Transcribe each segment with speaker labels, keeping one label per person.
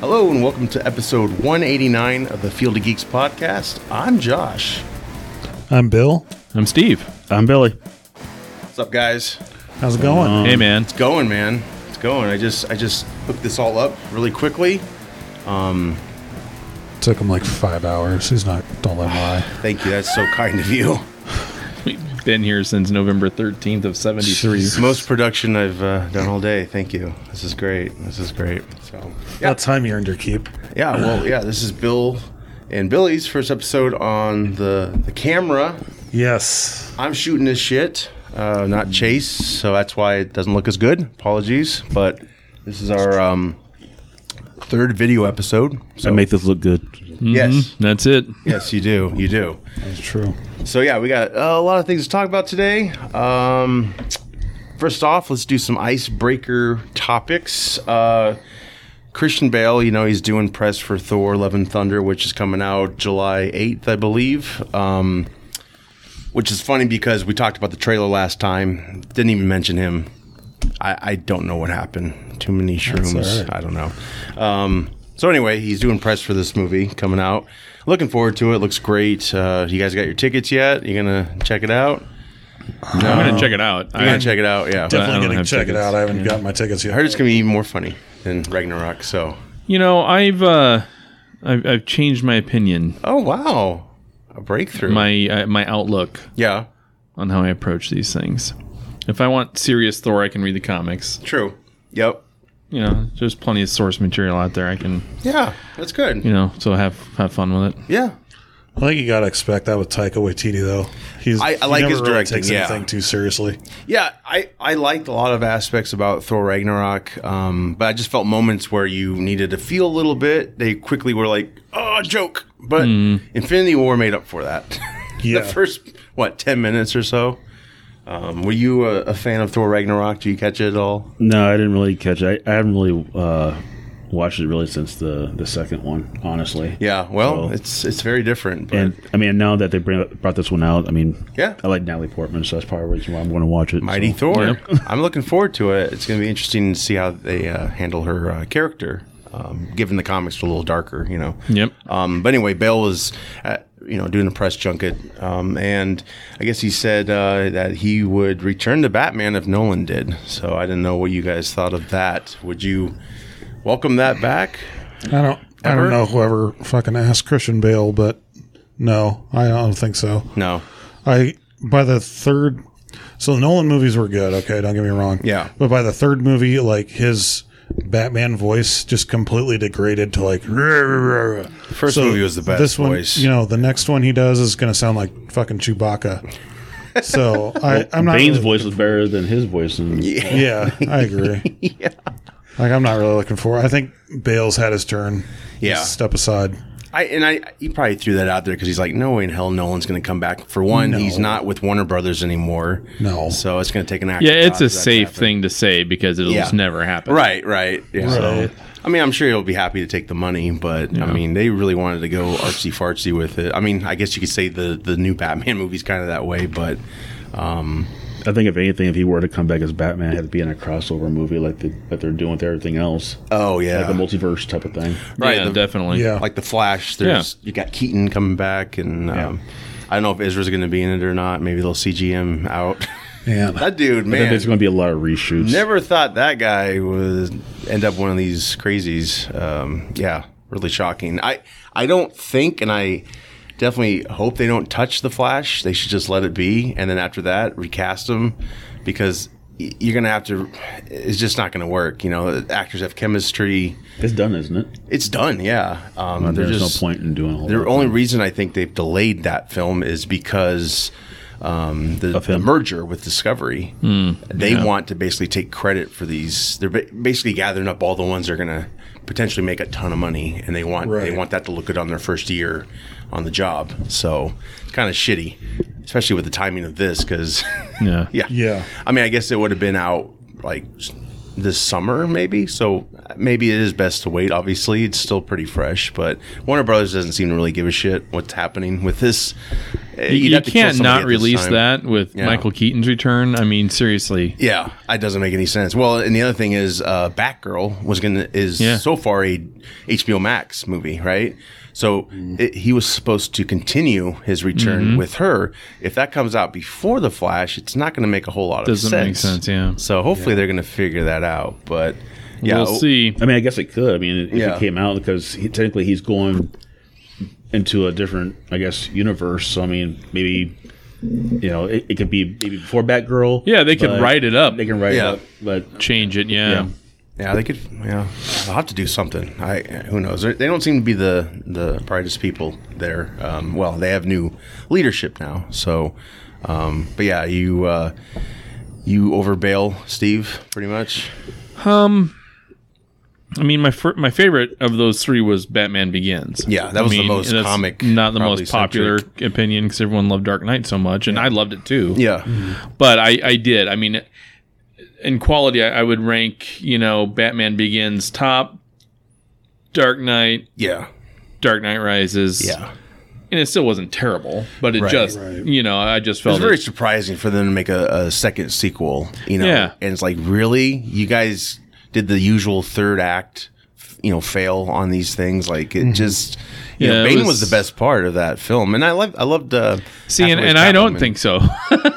Speaker 1: Hello and welcome to episode 189 of the Field of Geeks podcast. I'm Josh.
Speaker 2: I'm Bill.
Speaker 3: I'm Steve.
Speaker 4: I'm Billy.
Speaker 1: What's up, guys?
Speaker 2: How's it going?
Speaker 3: hey, man.
Speaker 1: It's going, man. It's going. I just I just hooked this all up really quickly.
Speaker 2: Took him like five hours. He's not. Don't let him lie.
Speaker 1: Thank you. That's so kind of you.
Speaker 3: We've been here since November 13th of 73.
Speaker 1: It's the most production I've uh, done all day. Thank you. This is great. This is great. So
Speaker 2: That time you earned your keep.
Speaker 1: yeah, well, yeah. This is Bill and Billy's first episode on the the camera.
Speaker 2: Yes.
Speaker 1: I'm shooting this shit, uh, not Chase, so that's why it doesn't look as good. Apologies, but this is our um, third video episode. So
Speaker 4: I make this look good. Mm-hmm.
Speaker 1: yes,
Speaker 3: That's it.
Speaker 1: yes, you do, you do.
Speaker 2: That's true.
Speaker 1: So yeah, we got uh, a lot of things to talk about today. Um, first off, let's do some icebreaker topics. Uh, Christian Bale, you know, he's doing press for Thor: Love and Thunder, which is coming out July eighth, I believe. Um, which is funny because we talked about the trailer last time. Didn't even mention him. I, I don't know what happened. Too many shrooms.
Speaker 2: all right.
Speaker 1: I don't know. Um, so anyway, he's doing press for this movie coming out. Looking forward to it. Looks great. Uh, you guys got your tickets yet? You gonna check it out?
Speaker 3: I'm going to check it out.
Speaker 1: You
Speaker 3: I,
Speaker 1: gonna check it out? Yeah.
Speaker 3: I don't
Speaker 2: Definitely gonna
Speaker 3: have
Speaker 2: check it
Speaker 3: tickets.
Speaker 2: out. I haven't got my tickets
Speaker 1: I heard
Speaker 2: yet.
Speaker 1: it's gonna be even more funny than Ragnarok. So.
Speaker 3: you know, I've, uh, I've I've changed my opinion,
Speaker 1: Oh wow, a breakthrough.
Speaker 3: my uh, my outlook
Speaker 1: yeah.
Speaker 3: on how I approach these things. If I want serious Thor, I can read the comics.
Speaker 1: True. Yep.
Speaker 3: You know, there's plenty of source material out there. I can,
Speaker 1: Yeah, that's good.
Speaker 3: you know, so have have fun with it.
Speaker 1: Yeah.
Speaker 2: I think you gotta expect that with Taika Waititi though. He's
Speaker 1: I- I
Speaker 2: he
Speaker 1: like
Speaker 2: never
Speaker 1: his
Speaker 2: really
Speaker 1: directing,
Speaker 2: Takes
Speaker 1: yeah.
Speaker 2: anything too seriously.
Speaker 1: Yeah, I, I liked a lot of aspects about Thor Ragnarok, um, but I just felt moments where you needed to feel a little bit. They quickly were like, oh, joke. But
Speaker 3: Mm-hmm.
Speaker 1: Infinity War made up for that.
Speaker 2: Yeah.
Speaker 1: the first, what, 10 minutes or so? Um, were you a, a fan of Thor Ragnarok? Do you catch it at all?
Speaker 4: No, I didn't really catch it. I, I haven't really uh, watched it really since the, the second one, honestly.
Speaker 1: Yeah, well,
Speaker 4: So-
Speaker 1: it's it's very different. But
Speaker 4: And I mean, now that they bring, brought this one out, I mean,
Speaker 1: Yeah.
Speaker 4: I like Natalie Portman, so that's probably the reason why I'm going to watch it.
Speaker 1: Mighty
Speaker 4: so.
Speaker 1: Thor. I'm looking forward to it. It's going to be interesting to see how they uh, handle her uh, character, um, given the comics are a little darker, you know.
Speaker 3: Yep.
Speaker 1: Um, but anyway, Bale was, uh you know, doing a press junket, um, and I guess he said uh, that he would return to Batman if Nolan did. So I didn't know what you guys thought of that. Would you welcome that back?
Speaker 2: I don't. I
Speaker 1: Ever?
Speaker 2: don't know whoever fucking asked Christian Bale, but no, I don't think so.
Speaker 1: No.
Speaker 2: I by the third, so the Nolan movies were good. Okay, don't get me wrong.
Speaker 1: Yeah.
Speaker 2: but by the third movie, like his Batman voice just completely degraded to like. "Rah, rah, rah, rah."
Speaker 1: First movie was the best
Speaker 2: This one,
Speaker 1: voice.
Speaker 2: you know, the next one he does is going to sound like fucking Chewbacca. So I, I'm not.
Speaker 4: Bane's
Speaker 2: really-
Speaker 4: voice was better than his voice. And yeah.
Speaker 2: Yeah, I agree. yeah, like I'm not really looking for. I think Bale's had his turn.
Speaker 1: Yeah.
Speaker 2: step aside.
Speaker 1: I and I he probably threw that out there because he's like, no way in hell Nolan's going to come back. For one, he's not with Warner Brothers anymore.
Speaker 2: No.
Speaker 1: So it's going to take an action.
Speaker 3: Yeah, it's
Speaker 1: shot for that
Speaker 3: a
Speaker 1: to
Speaker 3: safe
Speaker 1: happen.
Speaker 3: thing to say because it'll
Speaker 1: Yeah.
Speaker 3: just never happen.
Speaker 1: Right, right. Yeah.
Speaker 2: Right.
Speaker 1: So, I mean, I'm sure he'll be happy to take the money, but I mean, they really wanted to go artsy fartsy with it. I mean, I guess you could say the the new Batman movie's kind of that way, but um,
Speaker 4: I think if anything, if he were to come back as Batman, it had to be in a crossover movie like the, that they're doing with everything else,
Speaker 1: oh yeah,
Speaker 4: like a multiverse type of thing.
Speaker 1: Right,
Speaker 3: Yeah,
Speaker 1: the-
Speaker 3: definitely.
Speaker 2: Yeah,
Speaker 1: like the Flash. There's you got Keaton coming back, and um, I don't know if Ezra's going to be in it or not. Maybe they'll CG him out.
Speaker 2: man.
Speaker 1: that dude,
Speaker 4: I think
Speaker 1: man.
Speaker 4: there's going to be a lot of reshoots.
Speaker 1: Never thought that guy would end up one of these crazies. Um, yeah, really shocking. I I don't think, and I definitely hope they don't touch the Flash. They should just let it be, and then after that, recast him because y- you're gonna have to. It's just not gonna work. You know, actors have chemistry.
Speaker 4: It's done, isn't it?
Speaker 1: It's done. Yeah, um, they're
Speaker 4: Uh, there's
Speaker 1: just
Speaker 4: no point in doing all
Speaker 1: the
Speaker 4: that.
Speaker 1: only reason I think they've delayed that film is because um, the,
Speaker 4: Of him. Hmm.
Speaker 1: the merger with Discovery. they want to basically take credit for these. They're ba- basically gathering up all the ones they're going to potentially make a ton of money, and they want they
Speaker 2: Right.
Speaker 1: want that to look good on their first year on the job. So it's kind of shitty, especially with the timing of this because
Speaker 3: Yeah.
Speaker 1: yeah
Speaker 2: Yeah.
Speaker 1: I mean, I guess it would have been out like this summer, maybe. So maybe it is best to wait. Obviously, it's still pretty fresh, but Warner Brothers doesn't seem to really give a shit what's happening with this.
Speaker 3: You, you can't not release that with
Speaker 1: Yeah.
Speaker 3: Michael Keaton's return. I mean, seriously.
Speaker 1: Yeah, it doesn't make any sense. Well, and the other thing is, uh, Batgirl was gonna is
Speaker 3: Yeah.
Speaker 1: so far a HBO Max movie, right? So it, he was supposed to continue his return
Speaker 3: Mm-hmm.
Speaker 1: with her. If that comes out before the Flash, it's not going to make a whole lot
Speaker 3: Doesn't
Speaker 1: of sense.
Speaker 3: make sense, yeah.
Speaker 1: So hopefully they're going to figure that out. But yeah, oh,
Speaker 3: we'll see.
Speaker 4: I mean, I guess it could. I mean, if
Speaker 1: Yeah.
Speaker 4: it came out because he, technically he's going into a different, I guess, universe. So I mean, maybe you know it, it could be maybe before Batgirl.
Speaker 3: Yeah, they could
Speaker 4: but
Speaker 3: write it up,
Speaker 4: They can write
Speaker 1: Yeah.
Speaker 4: it up, but
Speaker 3: change it. Yeah.
Speaker 4: Yeah.
Speaker 1: Yeah, they could. Yeah, they'll have to do something. I who knows? They're, they don't seem to be the the brightest people there. Um, well, they have new leadership now. So, um, but yeah, you uh, you overbail Steve pretty much.
Speaker 3: I mean, my fir- my favorite of those three was Batman Begins.
Speaker 1: Yeah, that was
Speaker 3: I
Speaker 1: the
Speaker 3: mean,
Speaker 1: most
Speaker 3: that's
Speaker 1: comic,
Speaker 3: not the
Speaker 1: probably
Speaker 3: most popular opinion because everyone loved Dark Knight so much, and I loved it too.
Speaker 1: Yeah,
Speaker 3: but I I did. I mean, in quality, I, I would rank you know Batman Begins top, Dark Knight,
Speaker 1: yeah,
Speaker 3: Dark Knight Rises.
Speaker 1: yeah.
Speaker 3: and it still wasn't terrible, but it
Speaker 1: Right.
Speaker 3: just
Speaker 2: Right.
Speaker 3: you know I just
Speaker 1: It
Speaker 3: felt
Speaker 1: was very
Speaker 3: it,
Speaker 1: surprising for them to make a, a second sequel. You know,
Speaker 3: Yeah.
Speaker 1: and it's like really, you guys did the usual third act. f- You know, fail on these things like it just. You
Speaker 3: Mm-hmm. Yeah,
Speaker 1: know,
Speaker 3: it
Speaker 1: Bane was,
Speaker 3: was-
Speaker 1: the best part of that film, and I loved. I loved. Uh,
Speaker 3: see, and,
Speaker 1: Hathaway's
Speaker 3: and I don't
Speaker 1: Catwoman.
Speaker 3: think so.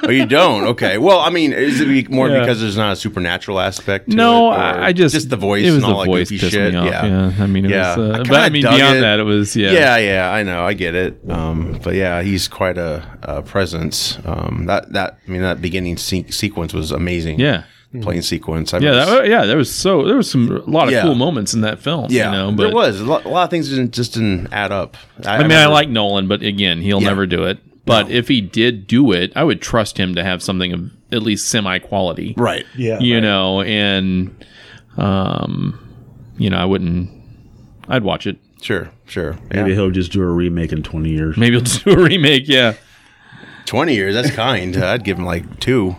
Speaker 1: Oh, you don't? Okay. Well, I mean, is it be- more
Speaker 3: Yeah.
Speaker 1: because there's not a supernatural aspect? To
Speaker 3: no,
Speaker 1: it, or
Speaker 3: I I just
Speaker 1: just the voice
Speaker 3: It was
Speaker 1: and all
Speaker 3: the
Speaker 1: that
Speaker 3: voice
Speaker 1: goofy
Speaker 3: pissed
Speaker 1: shit.
Speaker 3: me off.
Speaker 1: Yeah.
Speaker 3: Yeah. I mean, it
Speaker 1: Yeah.
Speaker 3: was.
Speaker 1: I
Speaker 3: Uh, but
Speaker 1: kinda
Speaker 3: I mean,
Speaker 1: dug
Speaker 3: beyond
Speaker 1: it.
Speaker 3: that, it was yeah.
Speaker 1: yeah, yeah, I know, I get it. Um, but yeah, he's quite a, a presence. Um, that that I mean, that beginning se- sequence was amazing.
Speaker 3: Yeah.
Speaker 1: The plane sequence. I
Speaker 3: Yeah,
Speaker 1: was-
Speaker 3: that, yeah, there was so there was some a lot of
Speaker 1: Yeah.
Speaker 3: cool moments in that film.
Speaker 1: yeah.
Speaker 3: you know,
Speaker 1: there
Speaker 3: but
Speaker 1: was a lot, a lot of things didn't just didn't add up.
Speaker 3: I mean, I
Speaker 1: remember-
Speaker 3: like Nolan, but again, he'll
Speaker 1: Yeah.
Speaker 3: never do it. But if he did do it, I would trust him to have something of at least semi quality,
Speaker 1: right.
Speaker 2: Yeah.
Speaker 3: you know, and um, you know, I wouldn't. I'd watch it.
Speaker 1: Sure, sure. Yeah.
Speaker 4: maybe he'll just do a remake in twenty years.
Speaker 3: Maybe he'll just do a remake. Yeah,
Speaker 1: twenty years. That's kind. I'd give him like two.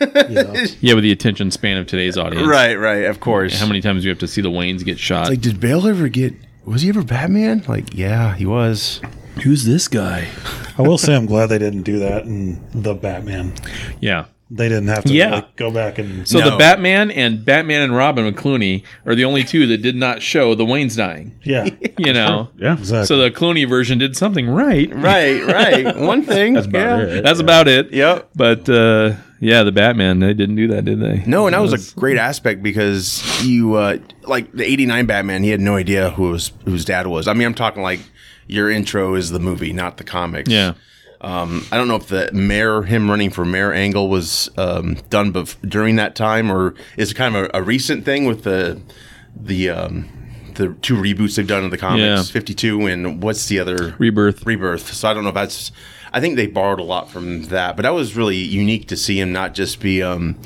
Speaker 3: yeah, with the attention span of today's audience.
Speaker 1: Right, right. Of course.
Speaker 3: How many times do you have to see the Waynes get shot?
Speaker 1: Like, did Bale ever get? Was he ever Batman? Like, yeah, he was.
Speaker 3: who's this guy?
Speaker 2: I will say I'm glad they didn't do that in the Batman.
Speaker 3: Yeah.
Speaker 2: They didn't have to
Speaker 3: Yeah.
Speaker 2: like, go back and
Speaker 3: So the
Speaker 1: No.
Speaker 3: Batman and Batman and Robin with Clooney are the only two that did not show the Waynes dying.
Speaker 2: yeah.
Speaker 3: You know.
Speaker 4: Yeah,
Speaker 2: Exactly.
Speaker 3: So the Clooney version did something right.
Speaker 1: Right, right. One thing. That's
Speaker 4: about it.
Speaker 3: That's about it.
Speaker 1: Yep.
Speaker 3: But uh, yeah, the Batman, they didn't do that, did they?
Speaker 1: No, and that was a great aspect because you uh, like the '89 Batman. He had no idea who his whose dad was. I mean, I'm talking like your intro is the movie, not the comics.
Speaker 3: Yeah.
Speaker 1: Um, I don't know if the mayor, him running for mayor angle, was um, done bef- during that time, or is it kind of a, a recent thing with the the um, the two reboots they've done of the comics,
Speaker 3: Yeah.
Speaker 1: 52 and what's the other
Speaker 3: Rebirth.
Speaker 1: Rebirth. So I don't know if that's. I think they borrowed a lot from that, but that was really unique to see him not just be. Um,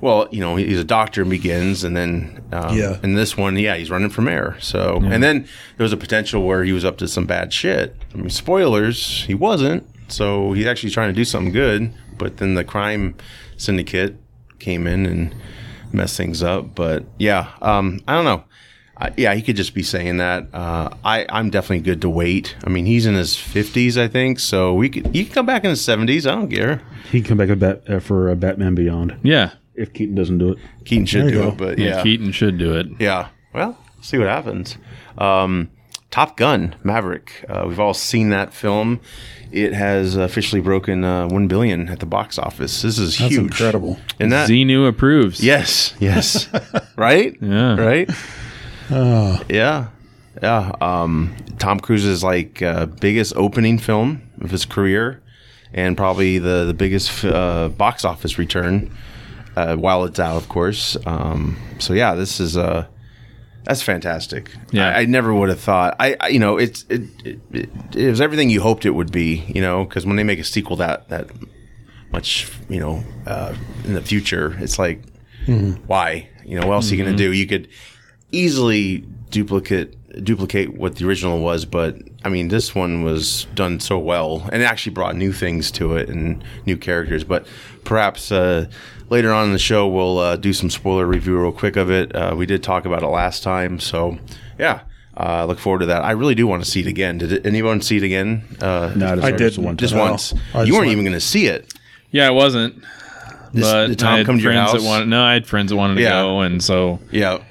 Speaker 1: well, you know, he's a doctor and begins, and then um,
Speaker 2: Yeah.
Speaker 1: in this one, yeah, he's running for mayor. So, and then there was a potential where he was up to some bad shit. I mean, spoilers, he wasn't. So he's actually trying to do something good, but then the crime syndicate came in and messed things up. But yeah, um, I don't know. I yeah, he could just be saying that. Uh, I I'm definitely good to wait. I mean, he's in his fifties, I think, so we could he can come back in his seventies. I don't care.
Speaker 4: he can come back with Bat, uh, for uh, Batman Beyond
Speaker 3: Yeah.
Speaker 4: if Keaton doesn't do it.
Speaker 1: Keaton should
Speaker 2: There you
Speaker 1: do
Speaker 2: go.
Speaker 1: it, but
Speaker 3: yeah.
Speaker 1: yeah,
Speaker 3: Keaton should do it.
Speaker 1: yeah. Well, see what happens. Um, Top Gun Maverick. Uh, we've all seen that film. It has officially broken uh, one billion at the box office. This is
Speaker 2: That's
Speaker 1: huge.
Speaker 2: incredible.
Speaker 1: Isn't that?
Speaker 3: Xenu approves.
Speaker 1: yes. Yes. right.
Speaker 3: Yeah.
Speaker 1: right? Yeah. Yeah. Um, Tom Cruise's like uh, biggest opening film of his career and probably the, the biggest uh, box office return uh, while it's out, of course. Um, so, yeah, this is Uh, that's fantastic.
Speaker 3: Yeah.
Speaker 1: I, I never would have thought. I, I you know, it's it, it, it, it was everything you hoped it would be. You know, because when they make a sequel that that much, you know, uh, in the future, it's like, why? You know, what else are you going to do? You could easily duplicate duplicate what the original was, but I mean, this one was done so well and it actually brought new things to it and new characters. But perhaps uh, later on in the show, we'll uh, do some spoiler review real quick of it. Uh, we did talk about it last time, so yeah, uh, I look forward to that. I really do want to see it again. Did anyone see it again? Uh,
Speaker 4: Not as
Speaker 2: I
Speaker 4: hard
Speaker 2: did
Speaker 4: as the one
Speaker 1: just
Speaker 4: time.
Speaker 2: No.
Speaker 1: once.
Speaker 2: I
Speaker 1: you
Speaker 2: just
Speaker 1: weren't
Speaker 2: went-
Speaker 1: even going to see it.
Speaker 3: Yeah, I wasn't.
Speaker 1: This-
Speaker 3: but
Speaker 1: did Tom
Speaker 3: I had
Speaker 1: come to your
Speaker 3: friends
Speaker 1: house?
Speaker 3: That wanted, no, I had friends that wanted to
Speaker 1: Yeah.
Speaker 3: go, and so
Speaker 1: Yeah,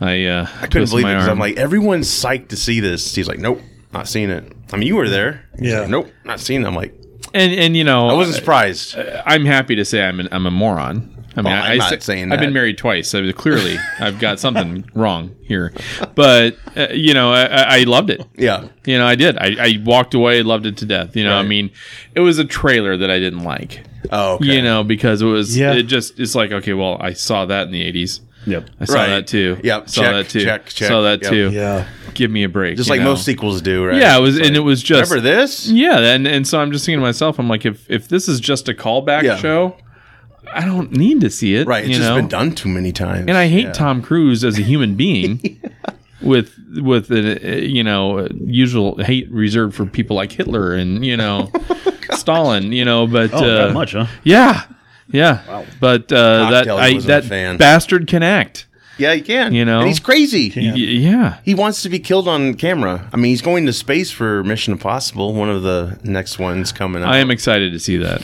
Speaker 3: I uh,
Speaker 1: I couldn't believe it because I'm like, everyone's psyched to see this. He's like, nope, not seeing it. I mean, you were there. He's
Speaker 2: Yeah.
Speaker 1: like, nope, not seeing it. I'm like,
Speaker 3: and and you know,
Speaker 1: I wasn't surprised.
Speaker 3: I'm happy to say I'm an, I'm a moron. I
Speaker 1: Well,
Speaker 3: mean, I,
Speaker 1: Oh, I'm
Speaker 3: I
Speaker 1: not
Speaker 3: say-
Speaker 1: saying
Speaker 3: I've been
Speaker 1: that.
Speaker 3: married twice. So clearly, I've got something wrong here. But uh, you know, I- I, I loved it.
Speaker 1: yeah.
Speaker 3: You know, I did. I, I walked away, loved it to death. You know, I
Speaker 1: Right.
Speaker 3: mean, it was a trailer that I didn't like.
Speaker 1: Oh, okay.
Speaker 3: You know, because it was
Speaker 2: Yeah.
Speaker 3: it just it's like okay, well, I saw that in the '80s.
Speaker 4: Yep.
Speaker 3: I saw
Speaker 1: Right.
Speaker 3: that too.
Speaker 1: Yep.
Speaker 3: Saw
Speaker 1: Check,
Speaker 3: that too.
Speaker 1: check, check.
Speaker 3: Saw that
Speaker 1: Yep.
Speaker 3: too.
Speaker 2: Yeah.
Speaker 3: Give me a break.
Speaker 1: just
Speaker 3: you
Speaker 1: like
Speaker 3: know?
Speaker 1: most sequels do, right?
Speaker 3: Yeah, it was,
Speaker 1: It's
Speaker 3: and it
Speaker 1: like,
Speaker 3: was just
Speaker 1: remember this.
Speaker 3: yeah, and and so I'm just thinking to myself, I'm like, if if this is just a callback
Speaker 1: Yeah.
Speaker 3: show, I don't need to see it,
Speaker 1: Right, it's
Speaker 3: you
Speaker 1: just
Speaker 3: know,
Speaker 1: been done too many times.
Speaker 3: and I hate
Speaker 1: Yeah.
Speaker 3: Tom Cruise as a human being. With with the uh, you know uh, usual hate reserved for people like Hitler and you know Stalin you know but
Speaker 4: Oh,
Speaker 3: uh,
Speaker 4: that much, huh?
Speaker 3: yeah yeah but uh, that
Speaker 1: Cocktail, he
Speaker 3: I,
Speaker 1: wasn't a
Speaker 3: that
Speaker 1: fan.
Speaker 3: bastard can act
Speaker 1: Yeah, you can.
Speaker 3: You know?
Speaker 1: and he's crazy.
Speaker 3: Y- yeah
Speaker 1: He wants to be killed on camera. I mean, he's going to space for Mission Impossible, one of the next ones coming up.
Speaker 3: I am excited to see that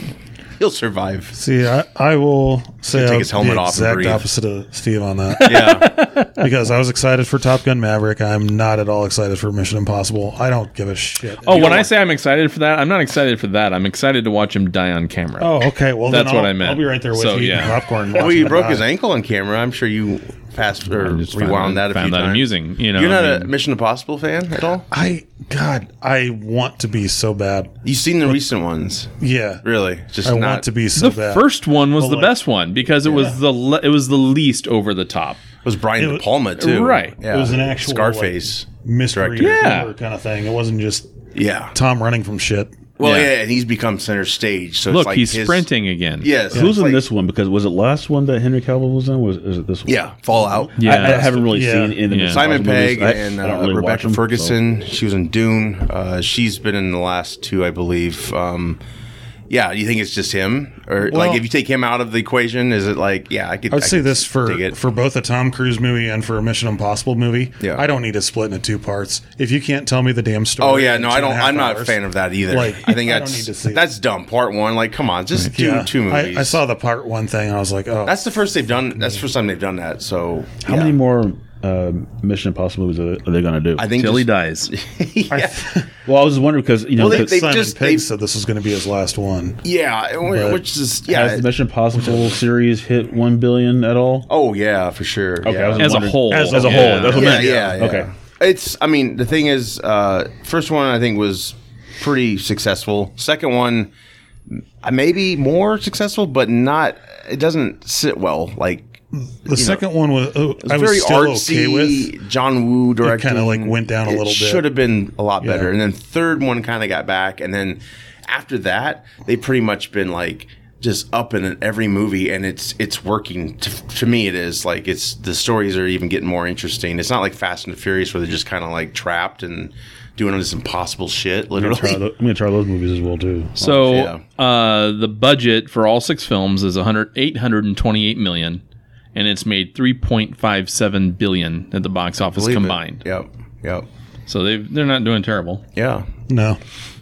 Speaker 1: He'll survive.
Speaker 2: See, I, I will say
Speaker 1: take
Speaker 2: I'm
Speaker 1: his helmet
Speaker 2: the
Speaker 1: off and
Speaker 2: exact
Speaker 1: breathe.
Speaker 2: opposite of Steve on that
Speaker 1: Yeah,
Speaker 2: because I was excited for Top Gun Maverick. I'm not at all excited for Mission Impossible. I don't give a shit.
Speaker 3: oh when I say I'm excited for that I'm not excited for that I'm excited to watch him die on camera
Speaker 2: Oh, okay. Well,
Speaker 3: That's
Speaker 2: then
Speaker 3: what
Speaker 2: I'll-
Speaker 3: I meant.
Speaker 2: I'll be right there with
Speaker 3: So,
Speaker 2: you eating
Speaker 3: yeah.
Speaker 2: popcorn.
Speaker 1: well,
Speaker 2: watching
Speaker 1: he
Speaker 2: him
Speaker 1: broke
Speaker 2: die.
Speaker 1: his ankle on camera. I'm sure you passed or
Speaker 3: I just
Speaker 1: rewound that a few
Speaker 3: found that
Speaker 1: times.
Speaker 3: amusing. You know,
Speaker 1: You're not
Speaker 3: I
Speaker 1: a
Speaker 3: mean,
Speaker 1: Mission Impossible fan at all.
Speaker 2: I God, I want to be so bad.
Speaker 1: You've seen the recent ones,
Speaker 2: Yeah,
Speaker 1: really? Just
Speaker 2: I
Speaker 1: not
Speaker 2: want to be so
Speaker 3: the
Speaker 2: bad.
Speaker 3: first one was the
Speaker 2: like-
Speaker 3: best one because it was the le- it was the least over the top.
Speaker 1: It was Brian De
Speaker 2: was-
Speaker 1: Palma too,
Speaker 3: Right.
Speaker 1: Yeah.
Speaker 2: It was an actual,
Speaker 1: Scarface.
Speaker 2: mystery
Speaker 1: Director.
Speaker 3: Yeah.
Speaker 2: thriller kind of thing. It wasn't just
Speaker 1: yeah.
Speaker 2: Tom running from shit.
Speaker 1: Well,
Speaker 3: Yeah.
Speaker 1: yeah. and he's become center stage. So
Speaker 3: Look,
Speaker 1: it's like
Speaker 3: he's
Speaker 1: his,
Speaker 3: sprinting again.
Speaker 1: Yes,
Speaker 4: Who's
Speaker 1: it's
Speaker 4: in
Speaker 1: like-
Speaker 4: this one? Because was it last one that Henry Cavill was in? Was is it this one?
Speaker 1: Yeah, Fallout.
Speaker 3: Yeah.
Speaker 4: I, I haven't really
Speaker 2: Yeah.
Speaker 4: seen any of the
Speaker 3: Yeah.
Speaker 4: Mr.
Speaker 1: Simon
Speaker 4: Impossible
Speaker 1: Pegg
Speaker 4: movies. I-
Speaker 1: and
Speaker 4: I don't
Speaker 1: uh,
Speaker 4: really watch
Speaker 1: Rebecca
Speaker 4: them, so-
Speaker 1: Ferguson. She was in Dune. Uh, she's been in the last two, I believe. Um, yeah, you think it's just him, or
Speaker 2: Well-
Speaker 1: like if you take him out of the equation, is it like yeah? I could.
Speaker 2: I would
Speaker 1: I
Speaker 2: say
Speaker 1: could
Speaker 2: this
Speaker 1: dig
Speaker 2: for
Speaker 1: it.
Speaker 2: for both a Tom Cruise movie and for a Mission Impossible movie.
Speaker 1: Yeah.
Speaker 2: I don't need to split into two parts. If you can't tell me the damn story.
Speaker 1: Oh yeah,
Speaker 2: in
Speaker 1: no,
Speaker 2: two
Speaker 1: I
Speaker 2: and
Speaker 1: don't.
Speaker 2: half
Speaker 1: I'm not a
Speaker 2: hours-
Speaker 1: fan of that either.
Speaker 2: Like,
Speaker 1: I think
Speaker 2: I don't
Speaker 1: that's
Speaker 2: need to see it.
Speaker 1: that's dumb. Part one, like come on, just do
Speaker 2: Yeah.
Speaker 1: two movies.
Speaker 2: I, I saw the part one thing. I was like, oh,
Speaker 1: That's the first they've done. That's the first time they've done that. So
Speaker 4: How
Speaker 1: yeah.
Speaker 4: many more uh, Mission Impossible movies are, are they going to do?
Speaker 1: I think
Speaker 3: Till he
Speaker 1: just-
Speaker 3: dies.
Speaker 1: yeah.
Speaker 4: Well, I was wondering because you know
Speaker 1: Well,
Speaker 4: because
Speaker 1: they
Speaker 2: Simon
Speaker 1: just-
Speaker 2: Pegg
Speaker 1: they-
Speaker 2: said this was going to be his last one.
Speaker 1: Yeah, it-
Speaker 2: But
Speaker 1: which is
Speaker 4: has
Speaker 1: yeah.
Speaker 4: the Mission Impossible series hit one billion at all?
Speaker 1: Oh yeah, for sure.
Speaker 4: Okay, I
Speaker 1: yeah.
Speaker 4: was
Speaker 3: As a
Speaker 4: wondering-
Speaker 3: whole.
Speaker 4: As, as a whole.
Speaker 3: Yeah.
Speaker 4: That's what
Speaker 1: yeah,
Speaker 4: I meant.
Speaker 1: yeah, yeah.
Speaker 4: Okay.
Speaker 1: It's. I mean, the thing is, uh, first one I think was pretty successful. Second one, uh, maybe more successful, but not. It doesn't sit well. Like
Speaker 2: The second one was, oh, I
Speaker 1: it's
Speaker 2: was
Speaker 1: very
Speaker 2: still
Speaker 1: artsy.
Speaker 2: okay with.
Speaker 1: John Woo directed.
Speaker 2: kinda, like, went down a little bit.
Speaker 1: Should have been a lot better. And then third one kind of got back, and then after that, they pretty much been like just up in every movie, and it's it's working. To, to me, it is like it's the stories are even getting more interesting. It's not like Fast and the Furious where they're just kind of like trapped and doing all this impossible shit.
Speaker 4: I'm gonna, try
Speaker 1: Literally,
Speaker 4: tho- I'm gonna try those movies as well too.
Speaker 3: So
Speaker 1: Yeah.
Speaker 3: uh, the budget for all six films is 100, 828 million, and it's made 3.57 billion at the box office
Speaker 1: Believe it.
Speaker 3: combined.
Speaker 1: Yep, yep,
Speaker 3: So they they're not doing terrible.
Speaker 1: yeah.
Speaker 2: No,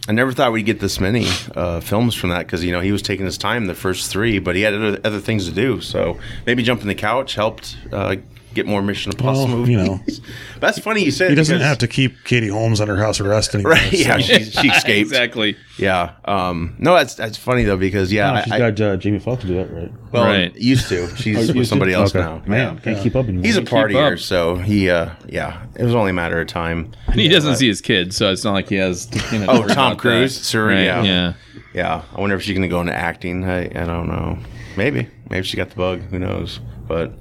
Speaker 1: I never thought we'd get this many uh, films from that because you know he was taking his time the first three, but he had other, other things to do. So maybe jumping the couch helped uh, get more Mission Impossible
Speaker 2: Well,
Speaker 1: movies.
Speaker 2: you know.
Speaker 1: that's funny you said.
Speaker 2: he doesn't
Speaker 1: because-
Speaker 2: have to keep Katie Holmes under house arrest anymore.
Speaker 1: Right? Yeah, she, she escaped.
Speaker 3: Exactly.
Speaker 1: Yeah. Um, no, that's that's funny though because yeah,
Speaker 4: Oh,
Speaker 1: I-
Speaker 4: she's
Speaker 1: I,
Speaker 4: got uh, Jamie Foxx to do that, right?
Speaker 1: well,
Speaker 3: Right.
Speaker 1: used to. She's
Speaker 4: you
Speaker 1: with somebody
Speaker 4: did?
Speaker 1: else
Speaker 4: Okay.
Speaker 1: now.
Speaker 4: Man,
Speaker 1: Yeah.
Speaker 4: can't keep up anymore.
Speaker 1: He's a partier,
Speaker 3: up.
Speaker 1: so he, uh, yeah, it was only a matter of time.
Speaker 3: And he doesn't see his kids, so it's not like he has. To, you know,
Speaker 1: Oh,
Speaker 3: worry
Speaker 1: Tom
Speaker 3: about
Speaker 1: Cruise?
Speaker 3: that.
Speaker 1: Sure, yeah.
Speaker 3: yeah.
Speaker 1: Yeah, I wonder if she's gonna go into acting. I, I don't know. Maybe, maybe she got the bug. Who knows? But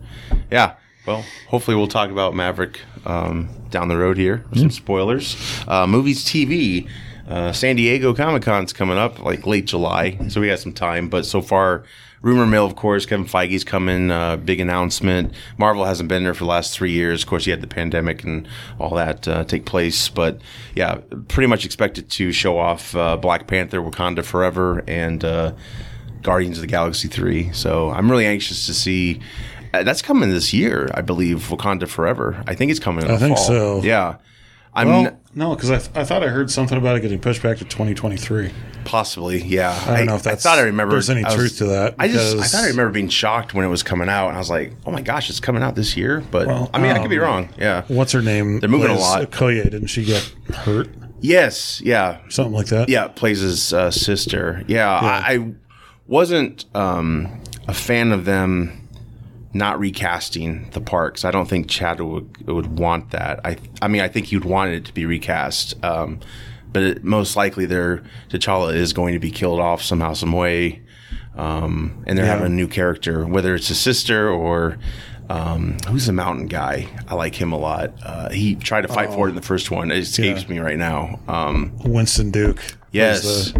Speaker 1: yeah, well, hopefully we'll talk about Maverick um, down the road here. Some spoilers, uh, movies, TV. Uh, San Diego Comic Con's coming up like late July, so we got some time. But so far, rumor mill, of course, Kevin Feige's coming, uh, big announcement. Marvel hasn't been there for the last three years. Of course, you had the pandemic and all that uh, take place, but yeah, pretty much expected to show off uh, Black Panther, Wakanda Forever, and uh, Guardians of the Galaxy Three. So I'm really anxious to see. uh, That's coming this year, I believe. Wakanda Forever. I think it's coming. In
Speaker 2: I
Speaker 1: the
Speaker 2: think
Speaker 1: fall.
Speaker 2: so.
Speaker 1: Yeah, I'm
Speaker 2: Well, no, because I, th- I thought I heard something about it getting pushed back to 2023.
Speaker 1: Possibly, yeah.
Speaker 2: I don't know if that's-
Speaker 1: I thought I remember.
Speaker 2: there's any
Speaker 1: I was-
Speaker 2: truth to that,
Speaker 1: I just I
Speaker 2: because-
Speaker 1: thought I remember being shocked when it was coming out, and I was like, "Oh my gosh, it's coming out this year!" But
Speaker 2: Well,
Speaker 1: I mean, I could be
Speaker 2: um,
Speaker 1: wrong. Yeah.
Speaker 2: What's her name?
Speaker 1: They're moving a
Speaker 2: plays
Speaker 1: lot.
Speaker 2: Okoye, didn't she get hurt?
Speaker 1: Yes. Yeah.
Speaker 2: Something like that.
Speaker 1: Yeah. Plays his uh, sister. Yeah. I, I wasn't um, a fan of them not recasting the parks. I don't think Chadwick would want that. I I mean, I think he'd want it to be recast. Um, but it, most likely, their T'Challa is going to be killed off somehow, some way. Um, and they're having a new character, whether it's a sister or um, who's the mountain guy. I like him a lot. Uh, he tried to fight for it in the first one. It escapes
Speaker 2: Oh. Yeah.
Speaker 1: me right now. Um,
Speaker 2: Winston Duke. was
Speaker 1: yes.
Speaker 2: the-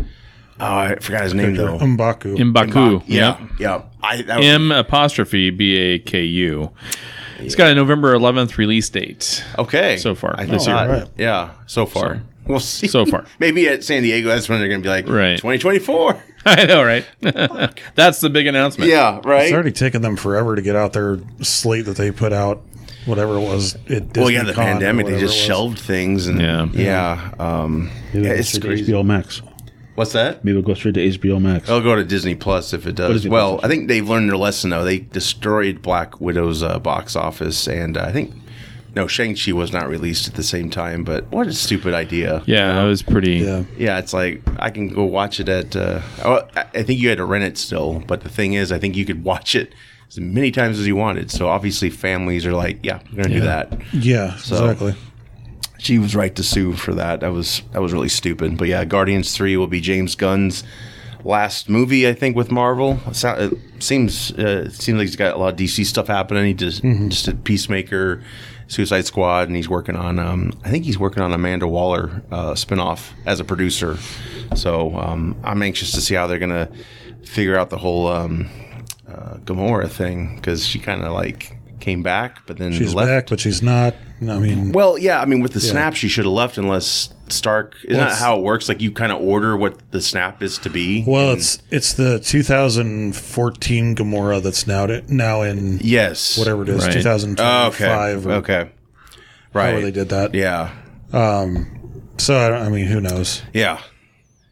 Speaker 1: oh, I forgot his name though.
Speaker 2: M'Baku.
Speaker 3: in Baku.
Speaker 1: yeah, yeah. I that was,
Speaker 3: Um, M apostrophe B A K U. It's got a November 11th release date.
Speaker 1: Okay.
Speaker 3: So far.
Speaker 1: I
Speaker 3: This
Speaker 1: this
Speaker 3: year.
Speaker 2: Alright.
Speaker 1: Yeah, so far. We'll see.
Speaker 3: So far.
Speaker 1: Maybe at San Diego, that's when they're going to be like,
Speaker 3: Right.
Speaker 1: 2024.
Speaker 3: I know, right? That's the big announcement.
Speaker 1: Yeah, right?
Speaker 2: It's already taken them forever to get out their slate that they put out, whatever it was. It
Speaker 1: well, yeah, the pandemic, they just shelved things. and
Speaker 3: Yeah.
Speaker 1: Yeah. Um,
Speaker 4: Maybe
Speaker 1: yeah,
Speaker 4: it'll go
Speaker 1: it's
Speaker 4: straight
Speaker 1: crazy. Oh.
Speaker 4: to HBO Max.
Speaker 1: What's that?
Speaker 4: Maybe it'll go straight to HBO Max.
Speaker 1: They'll go to Disney Plus if it does.
Speaker 4: Disney
Speaker 1: Well,
Speaker 4: Plus.
Speaker 1: I think they've learned their lesson, though. They destroyed Black Widow's uh, box office, and uh, I think. No, Shang-Chi was not released at the same time, but what a stupid idea.
Speaker 3: Yeah, that was pretty.
Speaker 2: Yeah.
Speaker 1: Yeah, it's like I can go watch it at. Uh, oh, I I think you had to rent it still, but the thing is, I think you could watch it as many times as you wanted. So obviously, families are like, "Yeah, we're gonna do that."
Speaker 2: Yeah, exactly.
Speaker 1: She was right to sue for that. That was that was really stupid. But yeah, Guardians Three will be James Gunn's last movie, I think, with Marvel. It sou- It seems uh, it seems like he's got a lot of DC stuff happening. He just just did Peacemaker, Suicide Squad, and he's working on. Um, I think he's working on Amanda Waller uh, spinoff as a producer. So um, I'm anxious to see how they're gonna figure out the whole um, uh, Gamora thing because she kind of like came back, but then
Speaker 2: She's
Speaker 1: left.
Speaker 2: back, but she's not. I mean,
Speaker 1: Well, yeah, I mean, with the snap, she should have left unless Stark. Isn't that
Speaker 2: it's-
Speaker 1: how it works? Like you kind of order what the snap is to be.
Speaker 2: well, it's it's the 2014 Gamora that's now now in
Speaker 1: yes,
Speaker 2: whatever it is,
Speaker 3: Right.
Speaker 1: Oh,
Speaker 2: 2025.
Speaker 1: okay,
Speaker 2: or
Speaker 1: okay,
Speaker 2: however
Speaker 1: right.
Speaker 2: they did that.
Speaker 1: Yeah,
Speaker 2: So I, don't, I mean, who knows?
Speaker 1: yeah,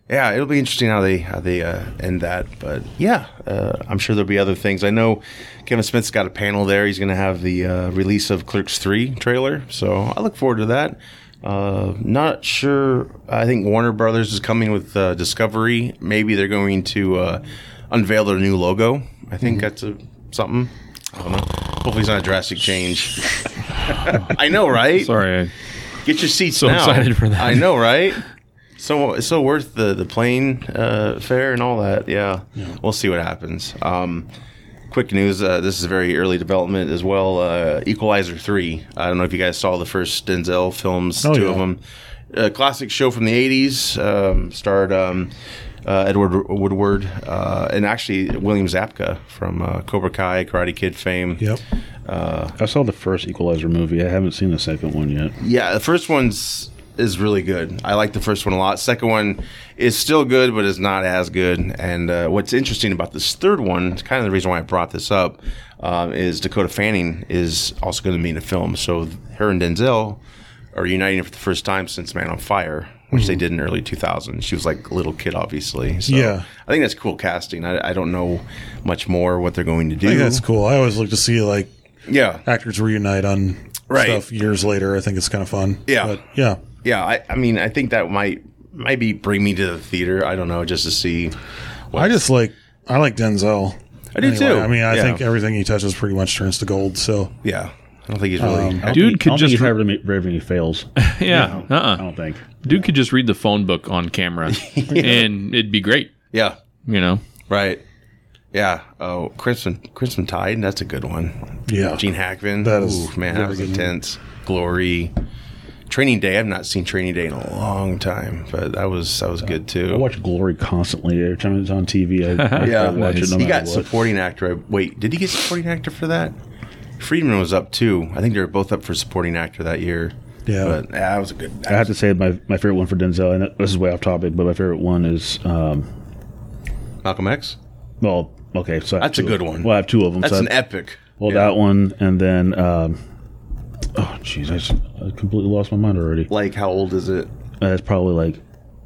Speaker 1: yeah. It'll be interesting how they how they uh, end that. But yeah, uh, I'm sure there'll be other things. I know Kevin Smith's got a panel there. He's going to have the uh, release of Clerks Three trailer, so I look forward to that. Uh, not sure. I think Warner Brothers is coming with uh, Discovery. Maybe they're going to uh, unveil their new logo. I think that's a, something. I don't know. Hopefully, it's not a drastic change. I know, right?
Speaker 3: Sorry. I-
Speaker 1: Get your seats
Speaker 3: So
Speaker 1: now.
Speaker 3: excited for that.
Speaker 1: I know, right? So it's so worth the the plane uh, fare and all that. Yeah, we'll see what happens. Um, quick news: uh, this is very early development as well. Uh, Equalizer three. I don't know if you guys saw the first Denzel films, two
Speaker 2: Oh,
Speaker 1: of
Speaker 2: yeah.
Speaker 1: them. A classic show from the '80s, um, starred um, uh, Edward Woodward uh, and actually William Zabka from uh, Cobra Kai, Karate Kid fame.
Speaker 2: Yep.
Speaker 4: I saw the first Equalizer movie. I haven't seen the second one yet.
Speaker 1: Yeah, the first one's is really good. I like the first one a lot. Second one is still good, but it's not as good. And uh, what's interesting about this third one, it's kind of the reason why I brought this up, um, is Dakota Fanning is also going to be in the film. So her and Denzel are uniting for the first time since Man on Fire, which
Speaker 2: Mm-hmm.
Speaker 1: they did in early 2000. She was like a little kid, obviously. So
Speaker 2: Yeah.
Speaker 1: I think that's cool casting. I, I don't know much more what they're going to do.
Speaker 2: I think that's cool. I always look to see like
Speaker 1: Yeah.
Speaker 2: actors reunite on
Speaker 1: Right.
Speaker 2: stuff years later. I think it's kind of fun.
Speaker 1: Yeah.
Speaker 2: But yeah.
Speaker 1: yeah, I, I mean, I think that might maybe bring me to the theater. I don't know, just to see. What
Speaker 2: I just like I like Denzel.
Speaker 1: I do too.
Speaker 2: I mean, I
Speaker 1: Yeah.
Speaker 2: think everything he touches pretty much turns to gold. So
Speaker 1: yeah, I don't think he's really.
Speaker 4: I don't
Speaker 3: Dude
Speaker 4: think,
Speaker 3: could
Speaker 4: I don't
Speaker 3: just
Speaker 4: think he's
Speaker 3: re-
Speaker 4: ever made- very many fails.
Speaker 3: Yeah.
Speaker 4: I
Speaker 3: Uh-uh.
Speaker 4: don't think.
Speaker 3: Dude could just read the phone book on camera and it'd be great,
Speaker 1: yeah,
Speaker 3: you know?
Speaker 1: right. Yeah. Oh, Crimson, Crimson Tide. That's a good one.
Speaker 2: Yeah.
Speaker 1: Gene Hackman.
Speaker 2: That is
Speaker 1: Ooh, man, that was intense. Glory. Training Day. I've not seen Training Day in a long time, but that was that was good too.
Speaker 4: I watch Glory constantly. Every time it's on TV, I, I
Speaker 1: Yeah,
Speaker 4: yeah, watch
Speaker 3: nice.
Speaker 4: it. No
Speaker 1: he
Speaker 4: matter
Speaker 1: got
Speaker 4: what.
Speaker 1: supporting actor. Wait, did he get supporting actor for that? Friedman was up too. I think they were both up for supporting actor that year.
Speaker 4: Oh.
Speaker 2: Yeah.
Speaker 1: but yeah, that was a good.
Speaker 4: I have to say my my favorite one for Denzel, and this is way off topic, but my favorite one is um,
Speaker 1: Malcolm X.
Speaker 4: well, okay, so I have
Speaker 1: That's a
Speaker 4: two-
Speaker 1: good one.
Speaker 4: Well, I have two of them.
Speaker 1: That's
Speaker 4: so
Speaker 1: an
Speaker 4: I-
Speaker 1: epic.
Speaker 4: well,
Speaker 1: Yeah.
Speaker 4: that one, and then um, oh, jeez, I, s- I completely lost my mind already.
Speaker 1: Like how old is it?
Speaker 4: That's probably like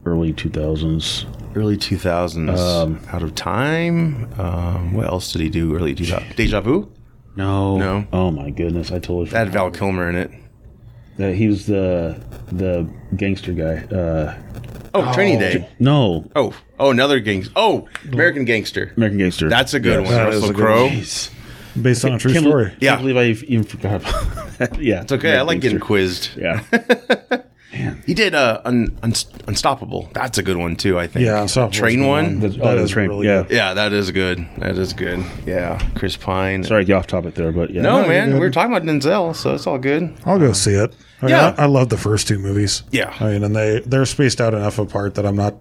Speaker 4: early two thousands.
Speaker 1: Early two thousands.
Speaker 2: Um,
Speaker 1: Out of time. Um, what else did he do? Early two thousands. Deja Vu.
Speaker 4: No,
Speaker 1: No.
Speaker 4: Oh my goodness, I totally
Speaker 1: That had
Speaker 4: forgot.
Speaker 2: Oh.
Speaker 1: Val Kilmer in it.
Speaker 4: That he was the the gangster guy. Uh,
Speaker 1: Oh, Training Day.
Speaker 4: no,
Speaker 1: Oh, oh, another gang. Oh, American Gangster.
Speaker 4: American Gangster.
Speaker 1: That's a good
Speaker 2: Yeah,
Speaker 1: one.
Speaker 2: that is
Speaker 1: Russell
Speaker 2: a good
Speaker 1: Crowe.
Speaker 2: one. based on a true
Speaker 4: Can't-
Speaker 2: story.
Speaker 1: Yeah.
Speaker 4: Can't believe I even forgot about that. yeah,
Speaker 1: It's okay. I like getting quizzed.
Speaker 4: Yeah. oh,
Speaker 1: He did uh, un, un, Unstoppable. That's a good one too. I think.
Speaker 2: Yeah, Unstoppable's a
Speaker 1: Train
Speaker 2: good
Speaker 1: one.
Speaker 4: That's,
Speaker 2: That
Speaker 4: oh,
Speaker 2: is
Speaker 4: that's right.
Speaker 2: really
Speaker 4: yeah.
Speaker 2: good.
Speaker 1: Yeah, that is good. That is good. Yeah, Chris Pine.
Speaker 4: Sorry, get off topic there, but yeah.
Speaker 1: No,
Speaker 2: you're
Speaker 1: man,
Speaker 2: good.
Speaker 1: we were talking about Denzel, so it's all good.
Speaker 2: I'll go see it. I mean,
Speaker 1: Yeah.
Speaker 2: I, I love the first two movies.
Speaker 1: Yeah.
Speaker 2: I mean, and they they're spaced out enough apart that I'm not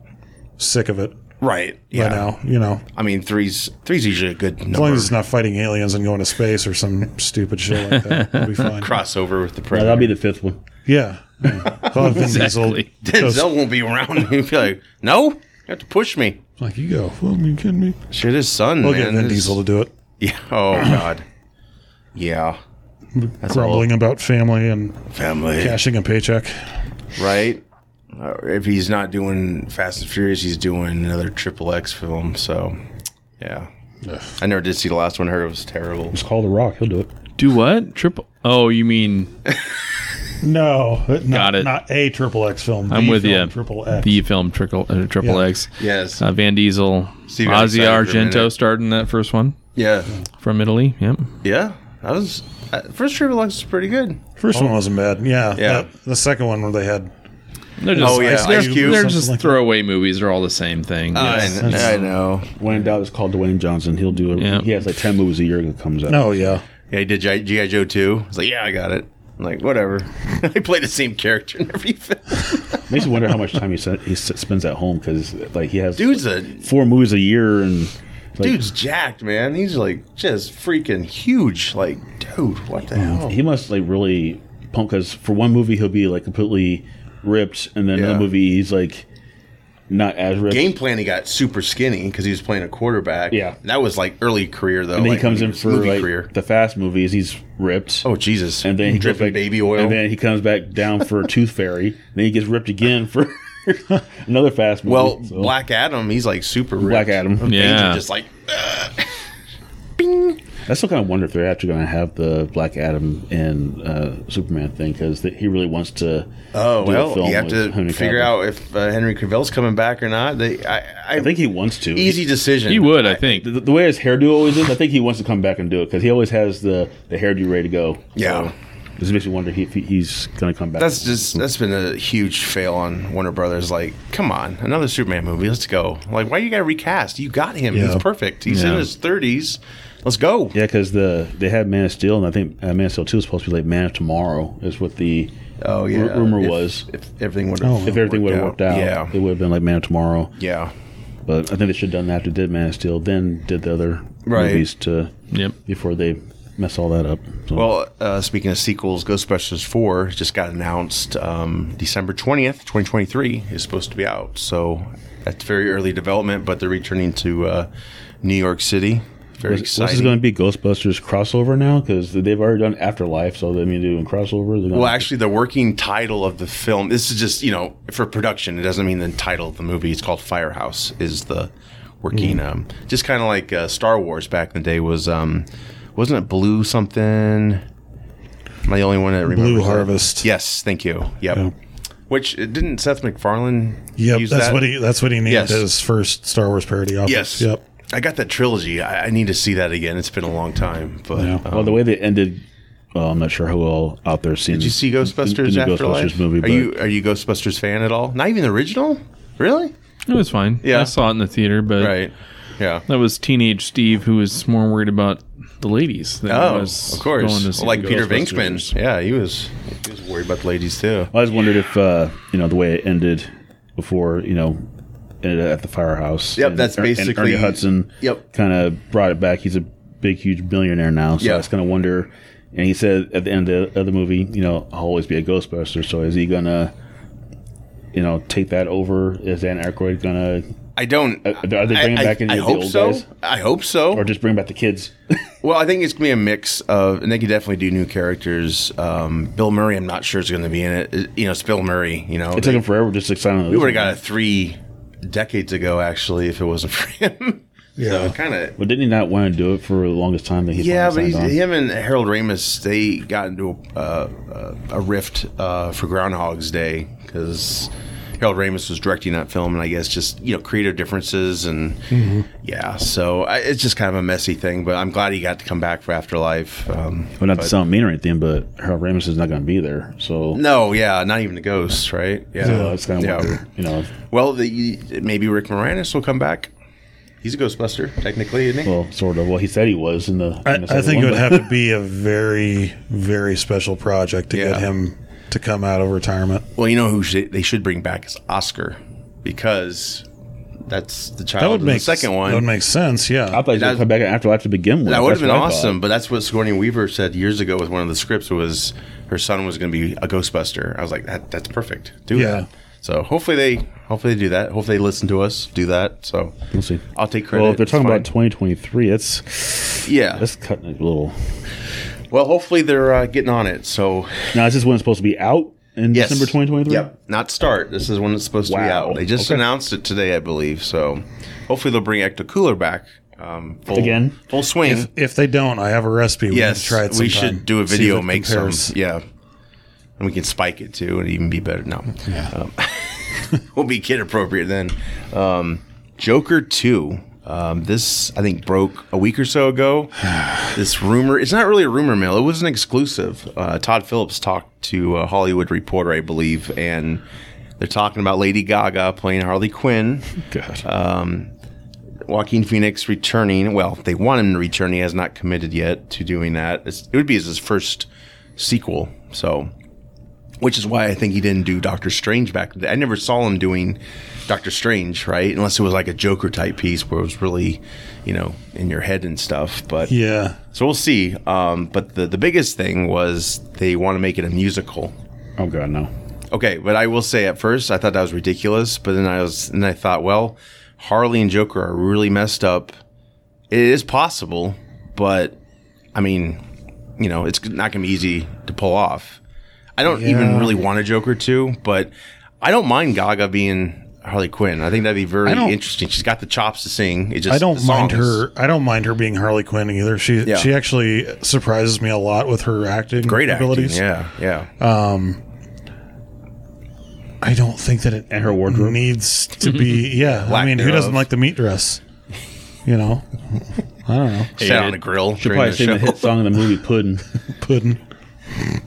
Speaker 2: sick of it
Speaker 1: Right. Yeah.
Speaker 2: by now. You know,
Speaker 1: I mean, three's three's usually a good
Speaker 2: as long
Speaker 1: number.
Speaker 2: as it's not fighting aliens and going to space or some stupid shit like that, it'll be fine.
Speaker 1: crossover with the
Speaker 4: Uh,
Speaker 1: predator.
Speaker 4: that'll be the fifth one.
Speaker 2: Yeah, yeah. I'll have Vin Diesel.
Speaker 3: Exactly.
Speaker 1: Denzel won't be around. He'll be like, "No, you have to push me."
Speaker 2: Like you go, well, you kidding me?
Speaker 1: Shit, his son,
Speaker 2: We'll get
Speaker 1: man.
Speaker 2: Vin
Speaker 1: is-
Speaker 2: Diesel to do it.
Speaker 1: Yeah. Oh God. Yeah. That's
Speaker 2: Grumbling about family and
Speaker 1: all. family.
Speaker 2: cashing a paycheck.
Speaker 1: right? Uh, if he's not doing Fast and Furious, he's doing another Triple X film. So, yeah. I never did see the last one. I heard it was terrible.
Speaker 4: Just call The Rock. He'll do it.
Speaker 3: Do what? Triple? Oh, you mean
Speaker 2: No, not,
Speaker 3: Got it.
Speaker 2: not a triple X film.
Speaker 3: I'm
Speaker 2: the
Speaker 3: with
Speaker 2: film,
Speaker 3: you.
Speaker 2: Triple X.
Speaker 3: the film Triple uh, Triple
Speaker 2: Yeah.
Speaker 3: X?
Speaker 1: Yes.
Speaker 3: Uh, Van Diesel,
Speaker 1: Steve got
Speaker 3: Ozzy
Speaker 1: excited for a
Speaker 3: Argento
Speaker 1: minute.
Speaker 3: starred in that first one
Speaker 1: yeah.
Speaker 3: from Italy. Yep.
Speaker 1: Yeah. That was uh, first Triple X was pretty good.
Speaker 2: First one wasn't bad. Yeah,
Speaker 1: Yeah.
Speaker 2: that- the second one where they had
Speaker 3: They're just,
Speaker 1: Oh, yeah,
Speaker 3: they're,
Speaker 1: Ice Cube.
Speaker 3: they're
Speaker 2: Something
Speaker 3: just
Speaker 2: like that.
Speaker 3: throwaway movies. They're all the same thing.
Speaker 1: I kn- I, know.
Speaker 4: When in doubt, it's called Dwayne Johnson. He'll do it.
Speaker 3: Yeah.
Speaker 4: He has like 10 movies a year that comes out.
Speaker 2: oh yeah,
Speaker 1: Yeah, he did G- G.I. Joe 2. It's like, yeah, I got it. I'm like, whatever. I played the same character in every film.
Speaker 4: Makes me wonder how much time he, sen- he s- spends at home because like he has
Speaker 1: Dude's a
Speaker 4: four movies a year and like,
Speaker 1: dude's jacked, man. He's like just freaking huge. Like, dude, what the hell?
Speaker 4: he must like really pump because for one movie he'll be like completely ripped and then another
Speaker 1: Yeah.
Speaker 4: movie he's like not as ripped.
Speaker 1: game plan, he got super skinny because he was playing a quarterback.
Speaker 4: Yeah.
Speaker 1: that was like early career though.
Speaker 4: and then
Speaker 1: like,
Speaker 4: he comes
Speaker 1: when
Speaker 4: in
Speaker 1: was
Speaker 4: for
Speaker 1: movie
Speaker 4: like
Speaker 1: career.
Speaker 4: the fast movies. He's ripped.
Speaker 1: Oh Jesus!
Speaker 4: and then he
Speaker 1: dripping
Speaker 4: goes back-
Speaker 1: baby oil.
Speaker 4: and then he comes back down for Tooth Fairy. Then he gets ripped again for another fast movie.
Speaker 1: well,
Speaker 4: So,
Speaker 1: Black Adam, he's like super ripped.
Speaker 4: Black Adam.
Speaker 1: Agent
Speaker 3: Yeah.
Speaker 1: just like
Speaker 4: I still kind of wonder if they're actually going to have the Black Adam and uh, Superman thing because he really wants to.
Speaker 1: oh
Speaker 4: do a
Speaker 1: well,
Speaker 4: film
Speaker 1: you have
Speaker 4: with
Speaker 1: to
Speaker 4: Henry
Speaker 1: figure
Speaker 4: Cavill.
Speaker 1: out if uh, Henry Cavill's coming back or not. They, I, I,
Speaker 4: I think he wants to.
Speaker 1: easy decision.
Speaker 3: He would, I think.
Speaker 4: The, the way his hairdo always is, I think he wants to come back and do it because he always has the the hairdo ready to go.
Speaker 1: Yeah.
Speaker 4: this makes me wonder if he, he's going to come back.
Speaker 1: That's just that's been a huge fail on Warner Brothers. Like, come on, another Superman movie. Let's go. Like, why you got to recast? You got him.
Speaker 2: Yeah.
Speaker 1: He's perfect. He's in
Speaker 3: Yeah.
Speaker 1: his thirties. Let's go.
Speaker 4: yeah, because the they had Man of Steel, and I think uh, Man of Steel Two is supposed to be like Man of Tomorrow. Is what the
Speaker 1: Oh yeah.
Speaker 4: r- rumor
Speaker 1: If-
Speaker 4: was.
Speaker 1: if everything would
Speaker 2: Oh.
Speaker 1: have
Speaker 4: if everything would have worked out,
Speaker 1: Yeah.
Speaker 4: it would have been like Man of Tomorrow.
Speaker 1: Yeah.
Speaker 4: But I think they should have done that after did Man of Steel, then did the other
Speaker 1: Right.
Speaker 4: movies to
Speaker 3: Yep.
Speaker 4: before they mess all that up. So,
Speaker 1: Well, uh, speaking of sequels, Ghostbusters 4 just got announced um, December 20th, 2023 is supposed to be out. So that's very early development, but they're returning to uh, New York City. Very
Speaker 4: this this is
Speaker 1: exciting.
Speaker 4: going to be Ghostbusters crossover now because they've already done Afterlife, so they mean they're doing crossover. They're gonna,
Speaker 1: well, actually, the working title of the film, this is just, you know, for production, it doesn't mean the title of the movie. It's called Firehouse, is the working, um, just kind of like uh, Star Wars back in the day was, um, wasn't it Blue something? Am I the only one that remembers?
Speaker 2: Blue
Speaker 1: that?
Speaker 2: Harvest.
Speaker 1: Yes, thank you. Yep.
Speaker 2: Yeah.
Speaker 1: Which uh, didn't Seth MacFarlane?
Speaker 2: Yep,
Speaker 1: use
Speaker 2: that's
Speaker 1: that?
Speaker 2: what he that's what he needed
Speaker 1: Yes.
Speaker 2: his first Star Wars parody off. of.
Speaker 1: Yes.
Speaker 2: Yep.
Speaker 1: I got that trilogy. I, I need to see that again. It's been a long time, but
Speaker 2: Yeah.
Speaker 1: um,
Speaker 4: well, the way they ended, well, I'm not sure who all out there seen.
Speaker 1: did you see Ghostbusters
Speaker 4: the new
Speaker 1: Afterlife?
Speaker 4: Ghostbusters movie?
Speaker 1: are
Speaker 4: But
Speaker 1: you are you a Ghostbusters fan at all? Not even the original, really?
Speaker 3: It was fine.
Speaker 1: Yeah.
Speaker 3: I saw it in the theater, but
Speaker 1: Right. Yeah.
Speaker 3: that was teenage Steve who was more worried about the ladies. That
Speaker 1: Oh,
Speaker 3: was
Speaker 1: of course.
Speaker 3: going to see
Speaker 1: Well, like
Speaker 3: the
Speaker 1: Peter Venkman.
Speaker 3: Ghostbusters.
Speaker 1: Yeah, he was he was worried about the ladies too.
Speaker 4: I always wondered if uh, you know the way it ended before you know ended at the firehouse.
Speaker 1: Yep, that's
Speaker 4: Er-
Speaker 1: basically-
Speaker 4: Ernie Hudson.
Speaker 1: Yep.
Speaker 4: kind of brought it back. He's a big, huge millionaire now, so
Speaker 1: Yeah.
Speaker 4: I was kind of wonder. And he said at the end of the, of the movie, you know, I'll always be a Ghostbuster. So is he gonna, you know, take that over? Is Dan Aykroyd gonna,
Speaker 1: I don't.
Speaker 4: Uh, Are they bringing back any
Speaker 1: I
Speaker 4: of the
Speaker 1: hope
Speaker 4: old
Speaker 1: so.
Speaker 4: guys?
Speaker 1: I hope so.
Speaker 4: or just bring back the kids?
Speaker 1: Well, I think it's gonna be a mix of, and they could definitely do new characters. Um, Bill Murray, I'm not sure is going to be in it. It- You know, it's Bill Murray. You know,
Speaker 4: It took him forever just to sign on.
Speaker 1: we would have got it three decades ago, actually, if it wasn't for him.
Speaker 2: Yeah.
Speaker 1: kind of.
Speaker 4: But didn't he not want to do it for the longest time? That he
Speaker 1: Yeah, but
Speaker 4: finally
Speaker 1: he's,
Speaker 4: signed on?
Speaker 1: him and Harold Ramis, they got into a, uh, a rift uh, for Groundhog's Day because Harold Ramis was directing that film, and I guess just you know creative differences and yeah. So I, it's just kind of a messy thing, but I'm glad he got to come back for Afterlife. Um,
Speaker 4: Well, not to sound mean or anything, but Harold Ramis is not going to be there. So
Speaker 1: No, yeah, not even the ghosts, right? Yeah,
Speaker 4: So it's kind of
Speaker 1: Yeah.
Speaker 4: wonder, you know.
Speaker 1: Well, the, maybe Rick Moranis will come back. He's a Ghostbuster, technically, isn't he?
Speaker 4: Well, sort of. Well, he said he was in the.
Speaker 2: I,
Speaker 4: in the
Speaker 2: I
Speaker 4: second
Speaker 2: think it
Speaker 4: one,
Speaker 2: would
Speaker 4: but-
Speaker 2: have to be a very, very special project to
Speaker 1: Yeah.
Speaker 2: get him to come out of retirement.
Speaker 1: Well, you know who should, they should bring back is Oscar, because that's the child
Speaker 2: That would
Speaker 1: in
Speaker 2: make
Speaker 1: the second
Speaker 2: s-
Speaker 1: one.
Speaker 2: That would make sense.
Speaker 4: I
Speaker 2: Yeah.
Speaker 4: thought he was going
Speaker 1: That-
Speaker 4: to come back in Afterlife to begin with.
Speaker 1: that would have been
Speaker 4: That's what I thought.
Speaker 1: awesome, but that's what Sigourney Weaver said years ago with one of the scripts was her son was going to be a Ghostbuster. I was like, that that's perfect. Do
Speaker 2: Yeah.
Speaker 1: that. So hopefully they hopefully they do that. Hopefully they listen to us, do that. So
Speaker 4: We'll see.
Speaker 1: I'll take credit.
Speaker 4: Well, if they're
Speaker 1: It's
Speaker 4: talking
Speaker 1: fine.
Speaker 4: about 2023, that's
Speaker 1: yeah.
Speaker 4: that's cutting it a little.
Speaker 1: well, hopefully they're uh, getting on it. So
Speaker 4: Now, is this one supposed to be out in
Speaker 1: Yes.
Speaker 4: December 2023?
Speaker 1: Yep. Not start. This is when it's supposed to be
Speaker 4: Wow.
Speaker 1: out. They just
Speaker 4: Okay.
Speaker 1: announced it today, I believe. So hopefully they'll bring Ecto Cooler back. Um, full,
Speaker 4: Again?
Speaker 1: Full swing.
Speaker 2: If, if they don't, I have a recipe. We
Speaker 1: yes.
Speaker 2: can try it
Speaker 1: we
Speaker 2: sometime.
Speaker 1: should do a
Speaker 2: See
Speaker 1: video,
Speaker 2: if it
Speaker 1: make
Speaker 2: compares.
Speaker 1: some. Yeah. And we can spike it too and even be better. No. Um, we'll be kid appropriate then. Um, Joker 2. Um, this, I think, broke a week or so ago. this rumor, it's not really a rumor mill, it was an exclusive. Uh, Todd Phillips talked to a Hollywood reporter, I believe, and they're talking about Lady Gaga playing Harley Quinn. Um,
Speaker 4: God.
Speaker 1: Joaquin Phoenix returning. Well, they want him to return. He has not committed yet to doing that. It's, it would be his first sequel, so which is why I think he didn't do Doctor Strange back. then. I never saw him doing Doctor Strange, right? Unless it was like a Joker type piece where it was really, you know, in your head and stuff. But
Speaker 2: Yeah.
Speaker 1: so we'll see. Um, but the the biggest thing was they want to make it a musical.
Speaker 4: oh, God, no.
Speaker 1: Okay, but I will say at first I thought that was ridiculous, but then I was and I thought, well, Harley and Joker are really messed up. It is possible, but I mean, you know, it's not going to be easy to pull off. I don't even
Speaker 2: Yeah.
Speaker 1: really want a Joker too, but I don't mind Gaga being Harley Quinn. I think that'd be very
Speaker 2: I don't-
Speaker 1: interesting. She's got the chops to sing. It just
Speaker 2: I don't
Speaker 1: the
Speaker 2: mind
Speaker 1: songs.
Speaker 2: her. I don't mind her being Harley Quinn either. She
Speaker 1: Yeah.
Speaker 2: she actually surprises me a lot with her acting
Speaker 1: Great acting.
Speaker 2: abilities.
Speaker 1: Yeah, yeah.
Speaker 2: I don't think that it
Speaker 4: And her wardrobe.
Speaker 2: needs to be. Yeah, I
Speaker 1: Lack
Speaker 2: mean, who
Speaker 1: thereof.
Speaker 2: doesn't like the meat dress? You know, I don't know.
Speaker 1: Sat on
Speaker 3: it-
Speaker 1: a grill
Speaker 4: Should
Speaker 1: during
Speaker 4: probably
Speaker 1: the
Speaker 4: sing the
Speaker 1: show.
Speaker 4: hit song in the movie Puddin.
Speaker 2: Pudding.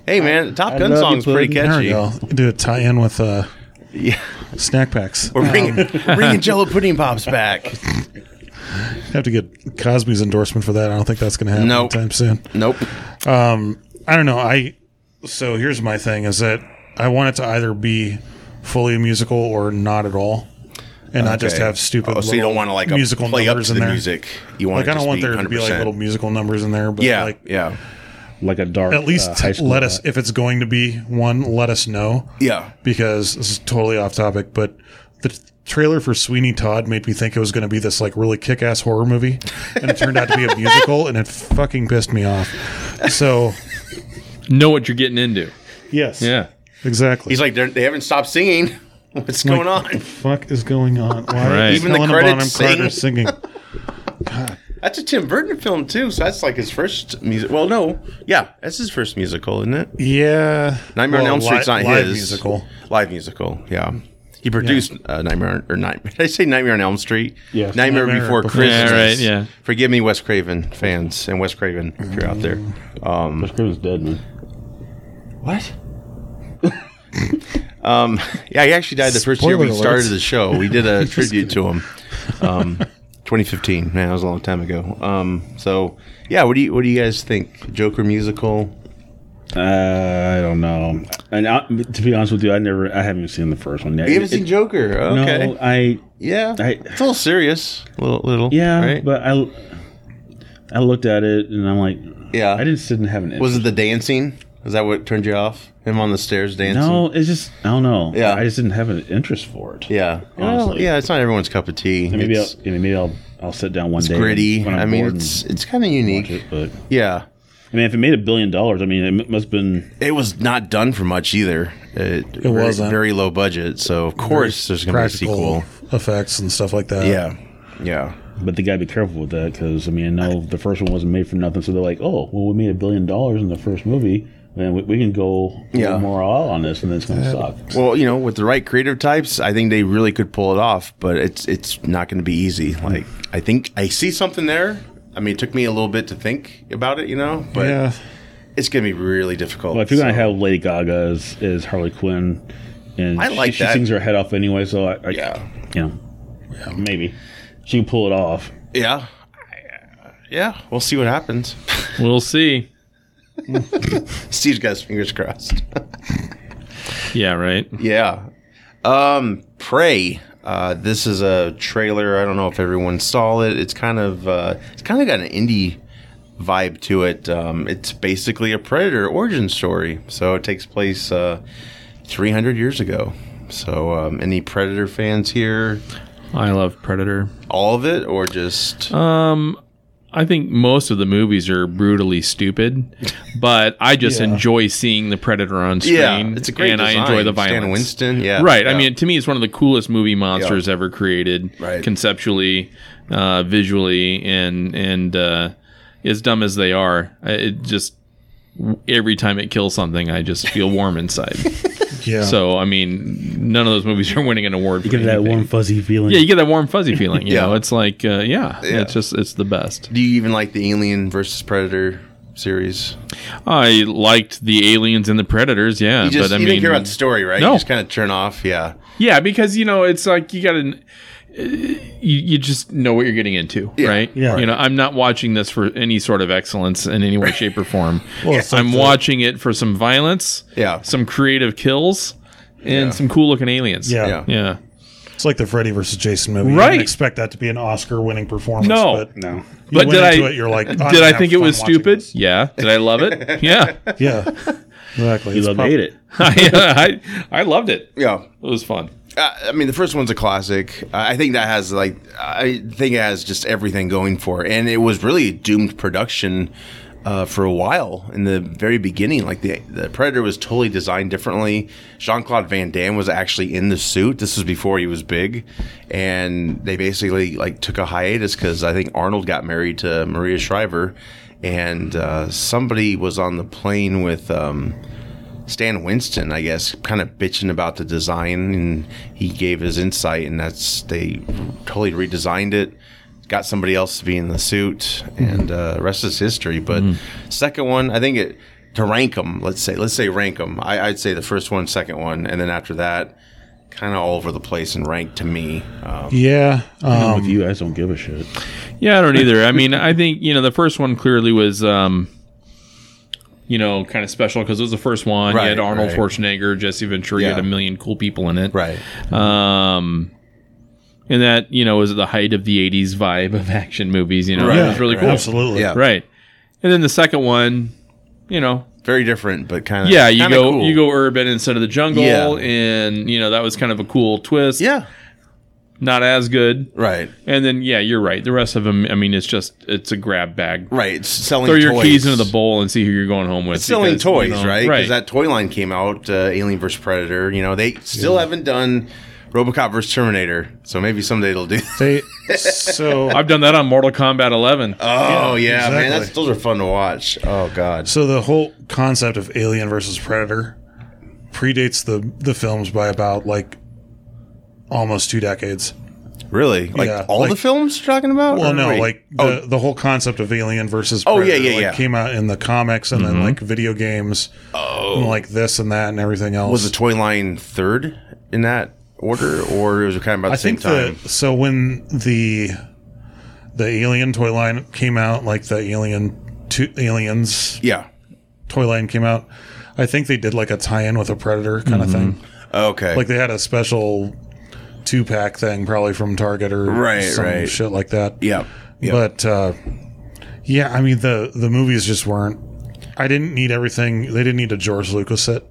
Speaker 1: Hey man, the Top Gun
Speaker 4: love you,
Speaker 1: song's pretty
Speaker 4: Puddin'.
Speaker 2: There
Speaker 1: catchy.
Speaker 2: we go. Do a tie in with uh,
Speaker 1: Yeah.
Speaker 2: snack packs. Um,
Speaker 1: We're bringing, bringing Jello pudding pops back.
Speaker 2: have to get Cosby's endorsement for that. I don't think that's going to happen
Speaker 1: Nope.
Speaker 2: anytime soon.
Speaker 1: Nope.
Speaker 2: I don't know. I so here's my thing: is that I want it to either be fully a musical or not at all, and not just
Speaker 1: Okay.
Speaker 2: have stupid.
Speaker 1: Oh, so you
Speaker 2: little
Speaker 1: don't want to like musical
Speaker 2: musical
Speaker 1: play up
Speaker 2: numbers
Speaker 1: to
Speaker 2: in
Speaker 1: the
Speaker 2: there.
Speaker 1: music. You want
Speaker 2: Like
Speaker 1: it
Speaker 2: I don't
Speaker 1: just
Speaker 2: want there to be
Speaker 1: 100%.
Speaker 2: like little musical numbers in there, but
Speaker 1: Yeah,
Speaker 2: like
Speaker 1: yeah,
Speaker 4: like a dark.
Speaker 2: at least
Speaker 4: uh, high school
Speaker 2: let us
Speaker 4: guy.
Speaker 2: if it's going to be one, let us know
Speaker 1: yeah.
Speaker 2: because this is totally off topic, but the trailer for Sweeney Todd made me think it was going to be this like really kick-ass horror movie, and it turned out to be a musical, and it fucking pissed me off. So
Speaker 3: Know what you're getting into.
Speaker 2: yes,
Speaker 3: Yeah.
Speaker 2: exactly.
Speaker 1: He's like they're- they haven't stopped singing. What's
Speaker 2: Like,
Speaker 1: going
Speaker 2: What the
Speaker 1: on?
Speaker 2: fuck is going on? Why
Speaker 3: Right.
Speaker 2: is
Speaker 1: Even the
Speaker 2: Helena Bonham
Speaker 1: credits
Speaker 2: Carter singing?
Speaker 1: That's a Tim Burton film too, so that's like his first music. Well, no, yeah, that's his first musical, isn't it?
Speaker 2: Yeah,
Speaker 1: Nightmare
Speaker 2: Well,
Speaker 1: on Elm Street's
Speaker 2: li-
Speaker 1: not
Speaker 2: live
Speaker 1: his
Speaker 2: musical.
Speaker 1: Live musical, yeah. He produced uh, Nightmare or Nightmare. Did I say Nightmare on Elm Street?
Speaker 4: Yes.
Speaker 1: Nightmare,
Speaker 2: Nightmare
Speaker 1: Before,
Speaker 2: Before
Speaker 1: Christmas.
Speaker 3: Christmas. Yeah, right, yeah.
Speaker 1: Forgive me, Wes Craven fans and Wes Craven, if you're out
Speaker 2: Mm.
Speaker 1: there. Um,
Speaker 4: Chris Craven's dead, man.
Speaker 1: What? um, yeah, he actually died the first year we
Speaker 2: Spoiler alert.
Speaker 1: started the show. We did a tribute to him. Um, 2015. Man, that was a long time ago. Um, so yeah, what do you what do you guys think? Joker musical?
Speaker 4: Uh, I don't know. And I, to be honest with you, I never, I haven't even seen the first one yet.
Speaker 1: You haven't
Speaker 4: It-
Speaker 1: seen Joker?
Speaker 4: it-
Speaker 1: Okay.
Speaker 4: No, I
Speaker 1: yeah,
Speaker 4: I-
Speaker 1: it's a little serious. A little, little.
Speaker 4: yeah,
Speaker 1: right?
Speaker 4: but I I looked at it and I'm like,
Speaker 1: yeah.
Speaker 4: I just didn't have an interest.
Speaker 1: Was it the dancing? Is that what turned you off? Him on the stairs dancing?
Speaker 4: no, it's just I don't know.
Speaker 1: Yeah.
Speaker 4: I just didn't have an interest for it.
Speaker 1: Yeah. Well,
Speaker 4: Honestly.
Speaker 1: yeah, it's not everyone's cup of tea.
Speaker 4: And maybe
Speaker 1: it's
Speaker 4: I'll, you know, maybe I'll I'll sit down one
Speaker 1: it's
Speaker 4: day.
Speaker 1: gritty.
Speaker 4: when I'm
Speaker 1: I mean,
Speaker 4: bored and
Speaker 1: it's it's kind of
Speaker 4: watch
Speaker 1: unique.
Speaker 4: it, but
Speaker 1: Yeah.
Speaker 4: I mean, if it made a billion dollars, I mean, it must have been
Speaker 1: It was not done for much either. It, very,
Speaker 2: wasn't.
Speaker 1: very low budget, so of course there's going to be a sequel.
Speaker 2: Practical effects and stuff like that.
Speaker 1: Yeah. Yeah.
Speaker 4: But they gotta be careful with that because I mean, I know the first one wasn't made for nothing, so they're like, "Oh, well, we made a billion dollars in the first movie, and we, we can go
Speaker 1: Yeah.
Speaker 4: more all on this, and then it's gonna suck."
Speaker 1: Well, you know, with the right creative types, I think they really could pull it off, but it's it's not going to be easy.
Speaker 4: Hmm.
Speaker 1: Like I think I see something there. I mean, it took me a little bit to think about it, you know, but
Speaker 2: Yeah.
Speaker 1: it's going to be really difficult.
Speaker 4: Well, if you're gonna
Speaker 1: so-
Speaker 4: have Lady Gaga as, as Harley Quinn, and
Speaker 1: I like
Speaker 4: she,
Speaker 1: that.
Speaker 4: she sings her head off anyway, so I, I
Speaker 1: Yeah.
Speaker 4: you know, maybe she can pull it off.
Speaker 1: Yeah. Yeah, we'll see what happens.
Speaker 3: We'll see.
Speaker 1: Steve's got his fingers crossed.
Speaker 3: Yeah, right.
Speaker 1: yeah. Um, Prey. Uh, this is a trailer. I don't know if everyone saw it. It's kind of uh, it's kind of got an indie vibe to it. Um, it's basically a predator origin story. So it takes place uh, 300 years ago. So um, any predator fans here?
Speaker 3: I love Predator.
Speaker 1: All of it or just
Speaker 3: Um, I think most of the movies are brutally stupid, but I just enjoy seeing the Predator on screen.
Speaker 1: yeah? It's a great
Speaker 3: and
Speaker 1: design.
Speaker 3: I enjoy the
Speaker 1: Stan
Speaker 3: violence.
Speaker 1: Winston. Yeah.
Speaker 3: Right. I
Speaker 1: yeah.
Speaker 3: mean, to me, it's one of the coolest movie monsters ever created,
Speaker 1: Right.
Speaker 3: conceptually, uh, visually, and and uh, as dumb as they are, I- it just every time it kills something, I just feel warm inside.
Speaker 2: Yeah.
Speaker 3: so I mean, none of those movies are winning an award. For
Speaker 4: Give it that
Speaker 3: anything.
Speaker 4: warm fuzzy feeling.
Speaker 3: Yeah, you get that warm fuzzy feeling. You
Speaker 1: Yeah.
Speaker 3: know, it's like, uh, yeah,
Speaker 1: Yeah.
Speaker 3: it's just it's the best.
Speaker 1: Do you even like the Alien versus Predator series?
Speaker 3: I liked the aliens and the predators. Yeah,
Speaker 1: You just
Speaker 3: Uh, but I
Speaker 1: you
Speaker 3: mean,
Speaker 1: didn't care about the story, right?
Speaker 3: No.
Speaker 1: You just kind of turn off. Yeah,
Speaker 3: yeah, because you know, it's like you got to. You, you just know what you're getting into, right?
Speaker 2: Yeah.
Speaker 3: You know, I'm not watching this for any sort of excellence in any way, shape, or form.
Speaker 2: Well, it's like
Speaker 3: I'm
Speaker 2: the-
Speaker 3: watching it for some violence,
Speaker 1: Yeah.
Speaker 3: some creative kills, and some cool looking aliens.
Speaker 2: Yeah.
Speaker 1: yeah.
Speaker 3: yeah.
Speaker 2: It's like the Freddy versus Jason movie. You
Speaker 3: Right.
Speaker 2: didn't expect that to be an Oscar winning performance.
Speaker 3: No.
Speaker 2: But you
Speaker 4: No,
Speaker 3: But
Speaker 2: went
Speaker 3: did
Speaker 2: into
Speaker 3: I-
Speaker 2: it, you're like, I'm
Speaker 3: Did
Speaker 2: gonna
Speaker 3: I
Speaker 2: have
Speaker 3: think it
Speaker 2: fun
Speaker 3: was
Speaker 2: watching
Speaker 3: stupid?
Speaker 2: this.
Speaker 3: Yeah. Did I love it? Yeah,
Speaker 2: Yeah. Exactly.
Speaker 4: you
Speaker 2: It's
Speaker 4: love
Speaker 2: prob-
Speaker 4: hate it.
Speaker 3: I, I loved it. It
Speaker 1: yeah.
Speaker 3: was fun.
Speaker 1: Uh, I mean, the first one's a classic. Uh, I I think that has like, I think it has just everything going for it, and it was really a doomed production uh, for a while in the very beginning. Like the the Predator was totally designed differently. Jean Claude Van Damme was actually in the suit. This was before he was big, and they basically like took a hiatus because I think Arnold got married to Maria Shriver, and uh, somebody was on the plane with. Um, Stan Winston, I guess, kind of bitching about the design, and he gave his insight, and that's they totally redesigned it, got somebody else to be in the suit, and uh, the rest is history. But second one, I think it to rank them. Let's say, let's say rank them. I, I'd say the first one, second one, and then after that, kind of all over the place and rank to me. Um,
Speaker 2: Yeah.
Speaker 4: I'm
Speaker 2: Um,
Speaker 4: with you, I just don't give a shit.
Speaker 3: Yeah, I don't either. I mean, I think you know the first one clearly was, um, you know, kind of special because it was the first one. you
Speaker 1: Right,
Speaker 3: had Arnold
Speaker 1: right.
Speaker 3: Schwarzenegger, Jesse Ventura, you had
Speaker 1: Yeah.
Speaker 3: a million cool people in it,
Speaker 1: right.
Speaker 3: Um, and that you know was the height of the '80s vibe of action movies. You know,
Speaker 1: Right,
Speaker 3: it was really
Speaker 1: right.
Speaker 3: cool,
Speaker 2: Absolutely.
Speaker 1: Yeah.
Speaker 3: right? And then the second one, you know,
Speaker 1: Very different, but kind of
Speaker 3: yeah, you go you go urban instead of the jungle,
Speaker 1: Yeah.
Speaker 3: and you know that was kind of a cool twist.
Speaker 1: yeah
Speaker 3: not as good.
Speaker 1: right
Speaker 3: And then yeah, you're right. The rest of them, I mean, it's just it's a grab bag
Speaker 1: right it's selling
Speaker 3: throw your
Speaker 1: toys.
Speaker 3: keys into the bowl and see who you're going home with.
Speaker 1: selling
Speaker 3: because, you
Speaker 1: toys,
Speaker 3: know,
Speaker 1: right?
Speaker 3: Right.
Speaker 1: Because that toy line came out, uh, Alien vs Predator. You know, they still haven't done RoboCop vs Terminator, so maybe someday they'll do.
Speaker 2: They, so
Speaker 3: I've done that on Mortal Kombat 11.
Speaker 1: Oh yeah, man,
Speaker 2: exactly.
Speaker 1: that's, those are fun to watch. Oh god,
Speaker 2: So the whole concept of Alien versus Predator predates the the films by about like almost two decades.
Speaker 1: really? Like
Speaker 2: Yeah,
Speaker 1: all
Speaker 2: like-
Speaker 1: the films you're talking about?
Speaker 2: Well,
Speaker 1: Or
Speaker 2: no,
Speaker 1: wait.
Speaker 2: like the, the whole concept of Alien versus
Speaker 1: Oh,
Speaker 2: Predator
Speaker 1: yeah, yeah,
Speaker 2: like,
Speaker 1: yeah. Mm-hmm.
Speaker 2: came out in the comics and then like video games, oh, and like this and that and everything else.
Speaker 1: was the toy line third in that order, or it was kind of about the
Speaker 2: I
Speaker 1: same
Speaker 2: think
Speaker 1: time?
Speaker 2: the so when the the Alien toy line came out, like the Alien two Aliens
Speaker 1: Yeah.
Speaker 2: toy line came out. I think they did like a tie-in with a Predator kind
Speaker 1: Mm-hmm.
Speaker 2: of thing.
Speaker 1: Okay.
Speaker 2: Like they had a special two-pack thing, probably from Target or
Speaker 1: Right,
Speaker 2: some
Speaker 1: right.
Speaker 2: shit like that.
Speaker 1: yeah. Yeah.
Speaker 2: But uh, yeah, I mean the the movies just weren't. I didn't need everything. They didn't need a George Lucas set.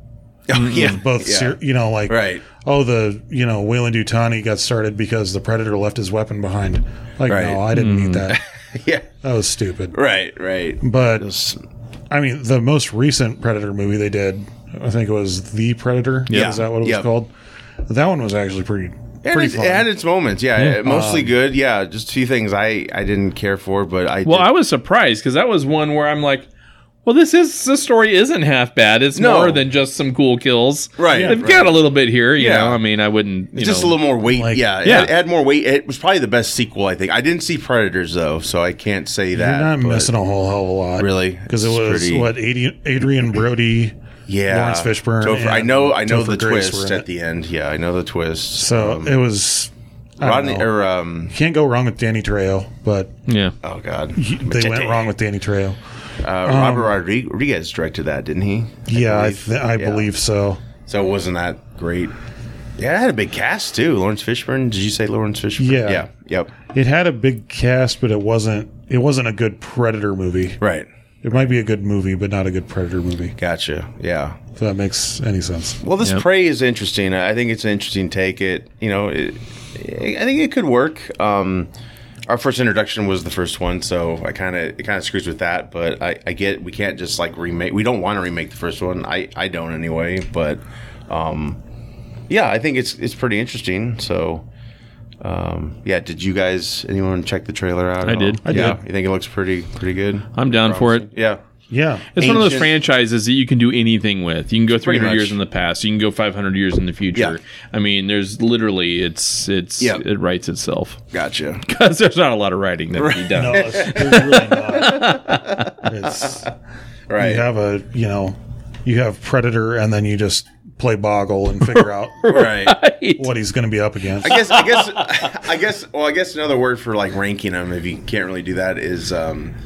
Speaker 1: Oh, yeah.
Speaker 2: Both,
Speaker 1: Yeah.
Speaker 2: ser- you know, like
Speaker 1: Right.
Speaker 2: Oh, the you know Wayland Dutani got started because the Predator left his weapon behind. Like
Speaker 1: Right.
Speaker 2: no, I didn't need that.
Speaker 1: Yeah.
Speaker 2: That was stupid.
Speaker 1: Right. Right.
Speaker 2: But
Speaker 1: S-
Speaker 2: I mean, the most recent Predator movie they did, I think it was The Predator.
Speaker 1: Yeah.
Speaker 2: is that what it was
Speaker 1: Yeah.
Speaker 2: called? That one was actually pretty
Speaker 1: It,
Speaker 2: pretty
Speaker 1: is- it
Speaker 2: fun.
Speaker 1: had its moments, yeah. it-
Speaker 2: Um,
Speaker 1: mostly good, yeah. Just two things I I didn't care for, but I
Speaker 3: Well,
Speaker 1: did-
Speaker 3: I was surprised because that was one where I'm like, well, this is this story isn't half bad. It's
Speaker 1: No.
Speaker 3: more than just some cool kills.
Speaker 1: Right,
Speaker 3: They've
Speaker 1: right.
Speaker 3: got a little bit here. You
Speaker 1: Yeah.
Speaker 3: know, I mean, I wouldn't. You
Speaker 1: just a
Speaker 3: know-
Speaker 1: little more weight,
Speaker 2: like-
Speaker 1: yeah.
Speaker 3: Yeah.
Speaker 1: It had more weight. It was probably the best sequel, I think. I didn't see Predators though, so I can't say that.
Speaker 2: You're not
Speaker 1: but-
Speaker 2: missing a whole hell of a lot,
Speaker 1: Really?
Speaker 2: because it
Speaker 1: It's
Speaker 2: was
Speaker 1: pretty-
Speaker 2: what 80, Adrian Brody.
Speaker 1: yeah.
Speaker 2: Lawrence Fishburne
Speaker 1: Topher- I
Speaker 2: and
Speaker 1: know. I know
Speaker 2: Topher
Speaker 1: the
Speaker 2: Grace were
Speaker 1: twist
Speaker 2: in
Speaker 1: at
Speaker 2: it.
Speaker 1: the end. Yeah, I know the twist.
Speaker 2: So
Speaker 1: Um,
Speaker 2: it was. I
Speaker 1: Rodney
Speaker 2: don't know.
Speaker 1: or um.
Speaker 2: can't go wrong with Danny Trejo, but
Speaker 3: Yeah.
Speaker 1: Oh God,
Speaker 2: he- they went wrong with Danny Trejo.
Speaker 1: Uh, Robert Rodriguez- Rodriguez directed that, didn't he?
Speaker 2: yeah, I,
Speaker 1: believe.
Speaker 2: th- I
Speaker 1: Yeah.
Speaker 2: believe so.
Speaker 1: So it wasn't that great. Yeah, it had a big cast too. Lawrence Fishburne. Did you say Lawrence Fishburne?
Speaker 2: Yeah.
Speaker 1: Yeah. Yep.
Speaker 2: It had a big cast, but it wasn't. It wasn't a good Predator movie.
Speaker 1: Right.
Speaker 2: It might be a good movie, but not a good Predator movie.
Speaker 1: Gotcha. Yeah.
Speaker 2: If that makes any sense.
Speaker 1: Well, this
Speaker 3: Yep.
Speaker 1: prey is interesting. I think it's an interesting take. It, you know, it, I think it could work. Um, our first introduction was the first one, so I kind of it kind of screws with that. But I, I get we can't just like remake. We don't want to remake the first one. I I don't anyway. But um, yeah, I think it's it's pretty interesting. So. Um, yeah, did you guys anyone check the trailer out?
Speaker 3: I
Speaker 1: at
Speaker 3: did.
Speaker 1: all?
Speaker 3: I
Speaker 1: yeah,
Speaker 2: did.
Speaker 1: You think it looks pretty pretty good?
Speaker 3: I'm down for it.
Speaker 1: Yeah.
Speaker 2: Yeah,
Speaker 3: It's one of those
Speaker 1: Ancient-
Speaker 3: franchises that you can do anything with. You can go
Speaker 1: Pretty
Speaker 3: 300 years
Speaker 1: much.
Speaker 3: in the past. You can go 500 years in the future.
Speaker 1: Yeah.
Speaker 3: I mean, there's literally it's it's
Speaker 1: Yeah.
Speaker 3: it writes itself
Speaker 1: Gotcha.
Speaker 3: because there's not a lot of writing that can be done.
Speaker 2: no, it's, there's really not. It's,
Speaker 1: Right.
Speaker 2: you have a you know, you have Predator, and then you just play Boggle and figure out
Speaker 1: Right.
Speaker 2: what he's going to be up against.
Speaker 1: I guess I guess I guess well I guess another word for like ranking them if you can't really do that is um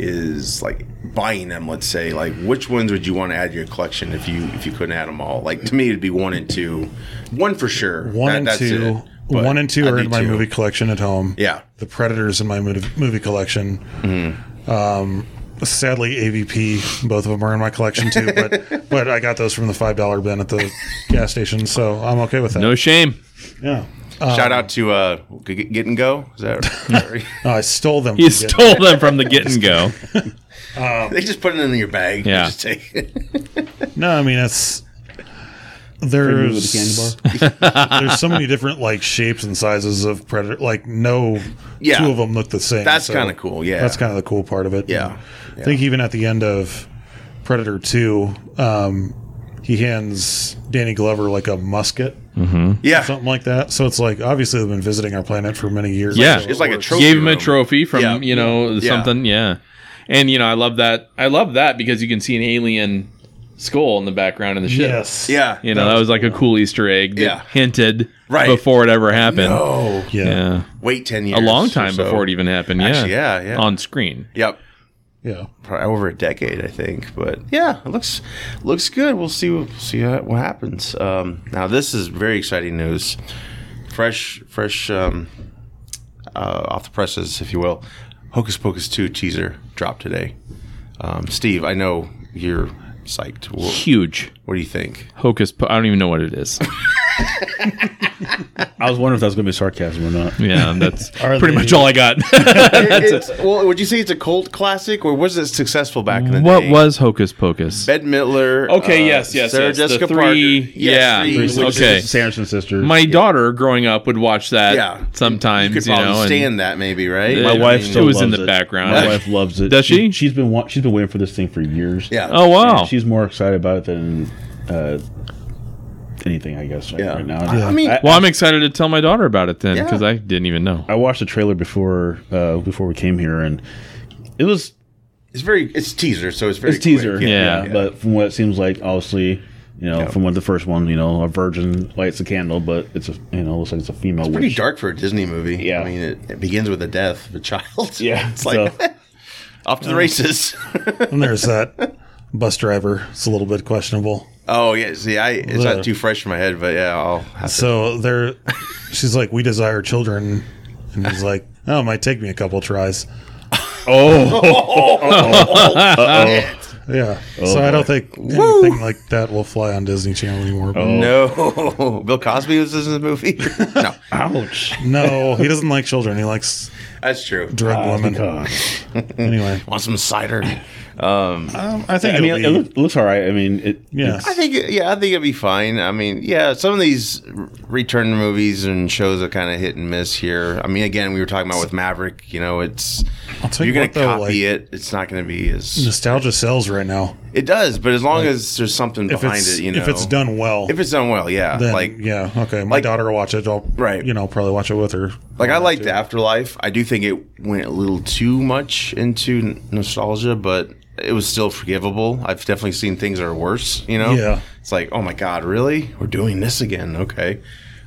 Speaker 1: is like buying them let's say like which ones would you want to add to your collection if you if you couldn't add them all like to me it'd be one and two one for sure
Speaker 2: One
Speaker 1: That-
Speaker 2: and
Speaker 1: that's
Speaker 2: two.
Speaker 1: it. But
Speaker 2: one and two
Speaker 1: I'd
Speaker 2: are
Speaker 1: do
Speaker 2: in my
Speaker 1: two.
Speaker 2: movie collection at home.
Speaker 1: Yeah.
Speaker 2: The Predators in my movie, movie collection.
Speaker 1: Mm-hmm.
Speaker 2: Um, sadly, AVP, both of them are in my collection too. But but I got those from the five dollar bin at the gas station, so I'm okay with that.
Speaker 3: No shame.
Speaker 2: Yeah.
Speaker 1: shout out to uh G- G- get and go is that
Speaker 2: No, I stole them.
Speaker 3: You
Speaker 2: from Gideon.
Speaker 3: stole them from the get and go.
Speaker 2: Oh.
Speaker 1: they just put it in your bag
Speaker 3: Yeah.
Speaker 1: just take it.
Speaker 2: No, I mean that's
Speaker 4: Remove the candy bar.
Speaker 2: there's there's so many different like shapes and sizes of predator. Like no
Speaker 1: Yeah.
Speaker 2: two of them look the same.
Speaker 1: that's
Speaker 2: so
Speaker 1: kind of cool yeah
Speaker 2: That's kind of the cool part of it.
Speaker 1: Yeah.
Speaker 2: I think even at the end of Predator Two, um, he hands Danny Glover like a musket,
Speaker 1: yeah
Speaker 2: something like that. So it's like obviously they've been visiting our planet for many years.
Speaker 3: Yeah.
Speaker 1: it's like a trophy
Speaker 3: Gave him a
Speaker 1: room.
Speaker 3: trophy from
Speaker 1: Yeah.
Speaker 3: you know
Speaker 1: Yeah.
Speaker 3: something. Yeah, and you know I love that. I love that because you can see an alien skull in the background in the ship.
Speaker 2: Yes.
Speaker 1: yeah
Speaker 3: You know that was like a cool Easter egg. That
Speaker 1: Yeah.
Speaker 3: Hinted
Speaker 1: Right.
Speaker 3: before it ever happened.
Speaker 1: oh
Speaker 2: Yeah.
Speaker 3: Yeah.
Speaker 1: wait 10 years
Speaker 3: A long
Speaker 1: or
Speaker 3: time
Speaker 1: so.
Speaker 3: before it even happened. Yeah.
Speaker 1: Actually, yeah, yeah.
Speaker 3: On screen.
Speaker 1: yep
Speaker 2: Yeah.
Speaker 1: probably over a decade, I think. But yeah, it looks looks good. We'll see we'll see how, what happens. Um, now this is very exciting news, fresh fresh um, uh, off the presses, if you will. Hocus Pocus two teaser dropped today. Um, Steve, I know you're psyched. What,
Speaker 3: Huge.
Speaker 1: what do you think?
Speaker 3: Hocus. Po- I don't even know what it is.
Speaker 4: I was wondering if that was going to be sarcasm or not.
Speaker 3: Yeah, that's
Speaker 2: Are
Speaker 3: pretty
Speaker 2: they-
Speaker 3: much all I got.
Speaker 1: It's- well, would you say it's a cult classic, or was it successful back in the
Speaker 3: what
Speaker 1: day?
Speaker 3: was Hocus Pocus?
Speaker 1: Bette Midler?
Speaker 3: Okay,
Speaker 1: uh,
Speaker 3: yes, yes,
Speaker 1: Sarah
Speaker 3: yes, the
Speaker 1: Jessica
Speaker 3: three-
Speaker 1: Parker.
Speaker 3: yeah,
Speaker 1: three,
Speaker 3: three
Speaker 1: which is
Speaker 3: Okay.
Speaker 4: Sanderson sisters.
Speaker 3: My daughter growing up would watch that
Speaker 1: Yeah.
Speaker 3: sometimes,
Speaker 1: You
Speaker 3: you,
Speaker 1: could probably
Speaker 3: know. and-
Speaker 1: stand that, maybe, right?
Speaker 3: My
Speaker 4: My
Speaker 3: I
Speaker 4: wife
Speaker 3: mean,
Speaker 4: still
Speaker 3: it was in
Speaker 4: loves
Speaker 3: the
Speaker 4: it.
Speaker 3: background.
Speaker 4: My wife loves it.
Speaker 3: Does she?
Speaker 4: She's been wa- she's been waiting for this thing for years.
Speaker 1: Yeah.
Speaker 3: oh wow.
Speaker 4: And she's more excited about it than uh, anything, I guess. Right,
Speaker 1: Yeah.
Speaker 4: right now,
Speaker 1: I mean-
Speaker 3: well, I'm excited to tell my daughter about it then
Speaker 1: Yeah.
Speaker 3: because I didn't even know.
Speaker 4: I watched the trailer before uh, before we came here, and it was
Speaker 1: It's very it's teaser, so it's very
Speaker 4: it's teaser,
Speaker 1: quick.
Speaker 3: Yeah.
Speaker 4: But from what it seems like, obviously, You know, from what the first one, you know, a virgin lights a candle, but it's a you know looks like it's a female
Speaker 1: Pretty
Speaker 4: witch.
Speaker 1: dark for a Disney movie.
Speaker 4: Yeah.
Speaker 1: I mean, it, it begins with the death of a child.
Speaker 4: Yeah,
Speaker 1: It's like,
Speaker 4: so-
Speaker 1: off to the races.
Speaker 2: And there's that bus driver. It's a little bit questionable.
Speaker 1: oh, yeah. See, I it's
Speaker 2: Ugh.
Speaker 1: not too fresh in my head, but yeah, I'll have to.
Speaker 2: So they're, she's like, we desire children, and he's like, oh, it might take me a couple tries.
Speaker 1: Oh.
Speaker 2: Yeah.
Speaker 1: Oh,
Speaker 2: so I don't think anything like that will fly on Disney Channel anymore. but-
Speaker 1: Oh. No. Bill Cosby was in the movie? no.
Speaker 4: Ouch!
Speaker 2: No, he doesn't like children. He likes
Speaker 1: That's true.
Speaker 2: drug women.
Speaker 4: God.
Speaker 2: Anyway,
Speaker 1: Want some cider?
Speaker 2: um, I think
Speaker 4: I mean,
Speaker 2: it'll
Speaker 4: it,
Speaker 2: be,
Speaker 4: looks, looks all right. I mean, it,
Speaker 2: yeah.
Speaker 1: I think, yeah, I think it'd be fine. I mean, yeah, some of these r- return movies and shows are kind of hit and miss here. I mean, again, we were talking about with Maverick, you know, it's,
Speaker 2: I'll
Speaker 1: if
Speaker 2: tell you
Speaker 1: you're going
Speaker 2: what,
Speaker 1: to
Speaker 2: though,
Speaker 1: copy
Speaker 2: like-
Speaker 1: it, it's not going to be as,
Speaker 2: Nostalgia sells right now.
Speaker 1: it does, but as long as there's something
Speaker 2: If
Speaker 1: behind
Speaker 2: it's
Speaker 1: it, you know.
Speaker 2: if it's done well,
Speaker 1: If it's done well, yeah.
Speaker 2: then
Speaker 1: like,
Speaker 2: yeah, okay. My
Speaker 1: like-
Speaker 2: daughter will watch it. I'll
Speaker 1: Right.
Speaker 2: You know, probably watch it with her.
Speaker 1: Like I liked Afterlife. I do think it went a little too much into n- nostalgia, but it was still forgivable. I've definitely seen things that are worse. You know,
Speaker 2: Yeah.
Speaker 1: It's like, oh my god, really? We're doing this again? Okay.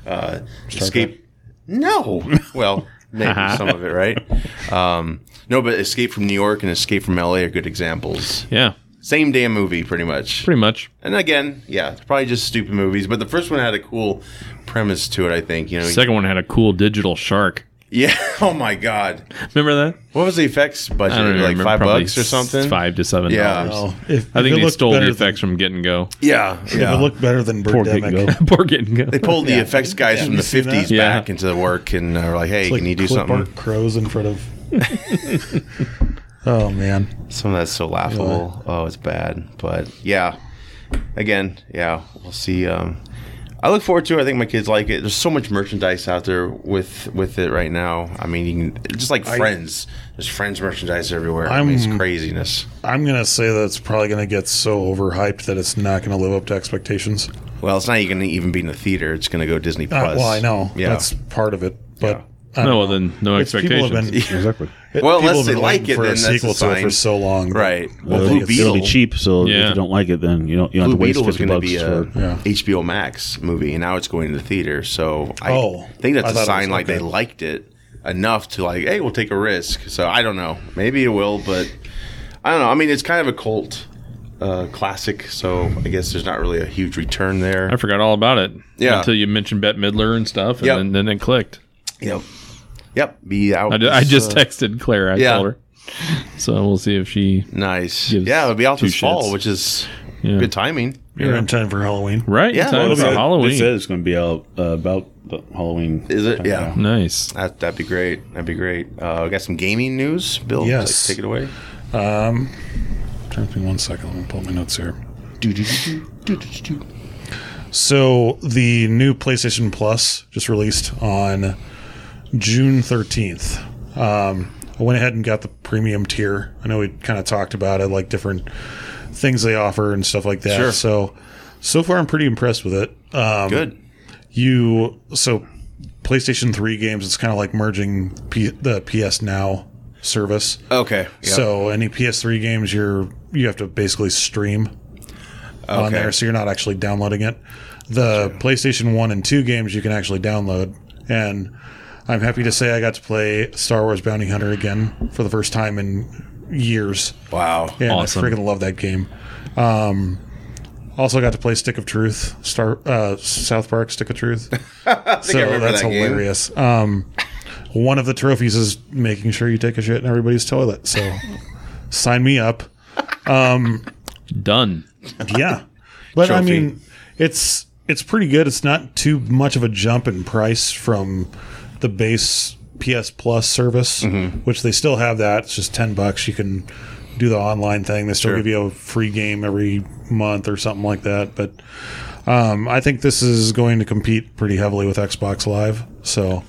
Speaker 1: Uh, escape? No. well, maybe some of it, right? Um, no, but Escape from New York and Escape from L.A. are good examples.
Speaker 3: Yeah,
Speaker 1: Same damn movie, pretty much.
Speaker 3: pretty much.
Speaker 1: And again, yeah, it's probably just stupid movies. But the first one had a cool premise to it. I think you know.
Speaker 3: Second one had a cool digital shark.
Speaker 1: yeah. Oh my god.
Speaker 3: Remember that?
Speaker 1: What was the effects budget?
Speaker 3: I don't
Speaker 1: like
Speaker 3: remember.
Speaker 1: five
Speaker 3: probably
Speaker 1: bucks or
Speaker 3: s-
Speaker 1: something.
Speaker 3: Five to seven
Speaker 1: Yeah.
Speaker 3: dollars.
Speaker 2: Oh, if,
Speaker 3: I
Speaker 2: if
Speaker 3: think
Speaker 2: it
Speaker 3: they
Speaker 2: looked
Speaker 3: stole the
Speaker 2: better
Speaker 3: effects from Get and Go.
Speaker 1: Yeah,
Speaker 2: Than,
Speaker 1: yeah.
Speaker 2: If it looked better than
Speaker 4: poor kid go.
Speaker 2: Birdemic,
Speaker 3: Poor Get and Go.
Speaker 1: they pulled the effects guys from the
Speaker 2: you see that?
Speaker 1: fifties
Speaker 3: Yeah.
Speaker 1: back into the work and are like, "Hey,
Speaker 2: like
Speaker 1: can you do
Speaker 2: clip
Speaker 1: something?"
Speaker 2: art crows in front of. oh man,
Speaker 1: Some of that's so laughable. Oh, it's bad, but yeah. Again, yeah, we'll see. Um, I look forward to it. I think my kids like it. There's so much merchandise out there with with it right now. I mean, you can just like Friends. There's Friends merchandise everywhere. i mean, it's
Speaker 2: I'm-
Speaker 1: craziness.
Speaker 2: I'm gonna say that it's probably gonna get so overhyped that it's not gonna live up to expectations.
Speaker 1: Well, it's not even going to even be in the theater. It's going to go Disney
Speaker 2: Uh,
Speaker 1: Plus.
Speaker 2: well, I know
Speaker 1: Yeah.
Speaker 2: that's part of it, but I
Speaker 3: No,
Speaker 2: don't
Speaker 3: well
Speaker 2: know.
Speaker 3: then, no
Speaker 2: It's- people
Speaker 3: expectations.
Speaker 2: have been-
Speaker 4: exactly.
Speaker 2: It-
Speaker 1: Well,
Speaker 2: people
Speaker 1: unless
Speaker 2: have been
Speaker 1: they like
Speaker 2: waiting
Speaker 1: it,
Speaker 2: for
Speaker 1: then
Speaker 2: a
Speaker 1: that's a
Speaker 2: sequel to it
Speaker 1: sign.
Speaker 2: for so long. that-
Speaker 1: Right.
Speaker 2: I
Speaker 1: Well,
Speaker 2: think
Speaker 1: Blue
Speaker 2: it's-
Speaker 1: Beetle.
Speaker 4: It'll be cheap, so
Speaker 3: Yeah.
Speaker 4: if you don't like it, then you don't you
Speaker 1: Blue
Speaker 4: don't have to waste
Speaker 1: Beetle was
Speaker 4: fifty
Speaker 1: going to
Speaker 4: bucks
Speaker 1: be a
Speaker 4: for.
Speaker 2: Yeah.
Speaker 1: HBO Max movie, and now it's going to the theater. So I
Speaker 2: Oh,
Speaker 1: think
Speaker 2: I
Speaker 1: that's
Speaker 2: thought
Speaker 1: a
Speaker 2: it
Speaker 1: sign
Speaker 2: was
Speaker 1: like
Speaker 2: okay.
Speaker 1: they liked it enough to like, hey, we'll take a risk. So I don't know. Maybe it will, but I don't know. I mean, it's kind of a cult uh, classic, so I guess there's not really a huge return
Speaker 3: I
Speaker 1: there.
Speaker 3: forgot all about it.
Speaker 1: Yeah.
Speaker 3: Until you mentioned Bette Midler and stuff, and
Speaker 1: Yep.
Speaker 3: then, then it clicked.
Speaker 1: Yep. Yep. Be out.
Speaker 3: I, ju-
Speaker 1: this,
Speaker 3: I just
Speaker 1: uh,
Speaker 3: texted Claire. I
Speaker 1: yeah.
Speaker 3: told her. So we'll see if she
Speaker 1: nice.
Speaker 3: gives
Speaker 1: Yeah, it'll be out
Speaker 3: two
Speaker 1: this fall,
Speaker 3: shits.
Speaker 1: which is
Speaker 3: Yeah.
Speaker 1: good timing.
Speaker 2: You're in time for Halloween.
Speaker 3: right.
Speaker 1: Yeah,
Speaker 3: in time
Speaker 1: well,
Speaker 3: for
Speaker 1: they- they
Speaker 4: It says
Speaker 3: Halloween.
Speaker 4: it's going to be out uh, about the Halloween.
Speaker 1: Is it? Yeah.
Speaker 3: Nice.
Speaker 1: That, that'd be great. That'd be great. Uh, got some gaming news, Bill.
Speaker 2: Yes.
Speaker 1: Take it away.
Speaker 2: Turn me one second. Let me pull up my notes here. So the new PlayStation Plus just released on June 13th. Um, I went ahead and got the premium tier. I know we kind of talked about it, like different things they offer and stuff like that.
Speaker 1: Sure.
Speaker 2: So, so far I'm pretty impressed with it. Um,
Speaker 1: Good.
Speaker 2: you so PlayStation 3 games. It's kind of like merging P- the PS Now service.
Speaker 1: Okay. yeah.
Speaker 2: So any PS3 games you're you have to basically stream on
Speaker 1: Okay.
Speaker 2: there, so you're not actually downloading it. The PlayStation One and Two games you can actually download, and I'm happy to say I got to play Star Wars Bounty Hunter again for the first time in years,
Speaker 1: wow.
Speaker 2: and
Speaker 3: Awesome.
Speaker 2: I freaking love that game. Um, also got to play Stick of Truth, Star uh, South Park Stick of Truth. so
Speaker 1: remember
Speaker 2: that's
Speaker 1: that game.
Speaker 2: hilarious. Um, one of the trophies is making sure you take a shit in everybody's toilet. So sign me up.
Speaker 3: Done.
Speaker 2: Yeah, but I
Speaker 1: Trophy.
Speaker 2: mean, it's it's pretty good. It's not too much of a jump in price from the base PS Plus service, which they still have. That it's just ten bucks. You can do the online thing. They still give you a free game every month or something like that. But um, I think this is going to compete pretty heavily with Xbox Live. So.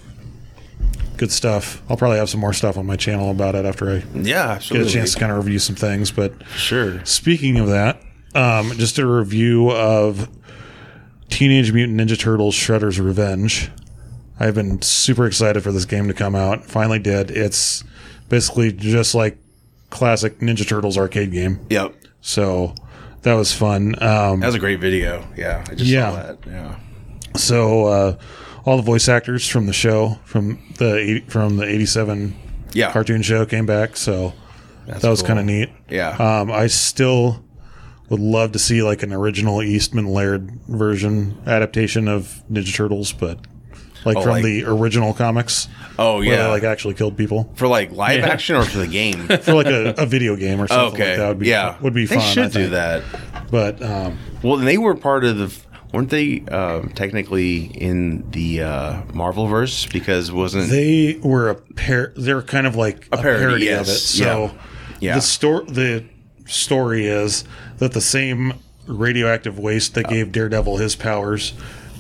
Speaker 2: Good stuff. I'll probably have some more stuff on my channel about it after I
Speaker 1: Yeah,
Speaker 2: get
Speaker 1: absolutely.
Speaker 2: a chance to kind of review some things. But
Speaker 1: Sure.
Speaker 2: Speaking of that, um, just a review of Teenage Mutant Ninja Turtles Shredder's Revenge. I've been super excited for this game to come out. Finally did. It's basically just like classic Ninja Turtles arcade game.
Speaker 1: Yep.
Speaker 2: So that was fun. Um,
Speaker 1: That was a great video. Yeah, I just
Speaker 2: Yeah.
Speaker 1: saw that. Yeah.
Speaker 2: so uh, all the voice actors from the show from the 80, from the eighty seven
Speaker 1: Yeah.
Speaker 2: cartoon show came back. So that was
Speaker 1: cool.
Speaker 2: kind of neat.
Speaker 1: Yeah.
Speaker 2: Um, I still would love to see like an original Eastman Laird version adaptation of Ninja Turtles, but like
Speaker 1: Oh,
Speaker 2: from
Speaker 1: like-
Speaker 2: the original comics.
Speaker 1: oh
Speaker 2: Where
Speaker 1: yeah.
Speaker 2: they like uh, actually killed people
Speaker 1: for like live action or for the game.
Speaker 2: for like a, a video game or something
Speaker 1: okay.
Speaker 2: like that would be
Speaker 1: yeah.
Speaker 2: would be
Speaker 1: They
Speaker 2: fun. I
Speaker 1: should do
Speaker 2: think.
Speaker 1: that.
Speaker 2: But um,
Speaker 1: Well, and they were part of the. Weren't they um, technically in the uh, Marvel verse? Because wasn't
Speaker 2: they were a pair. They're kind of like a,
Speaker 1: parody,
Speaker 2: parody,
Speaker 1: yes.
Speaker 2: of it. So
Speaker 1: Yeah. Yeah.
Speaker 2: the story the story is that the same radioactive waste
Speaker 1: Oh.
Speaker 2: that gave Daredevil his powers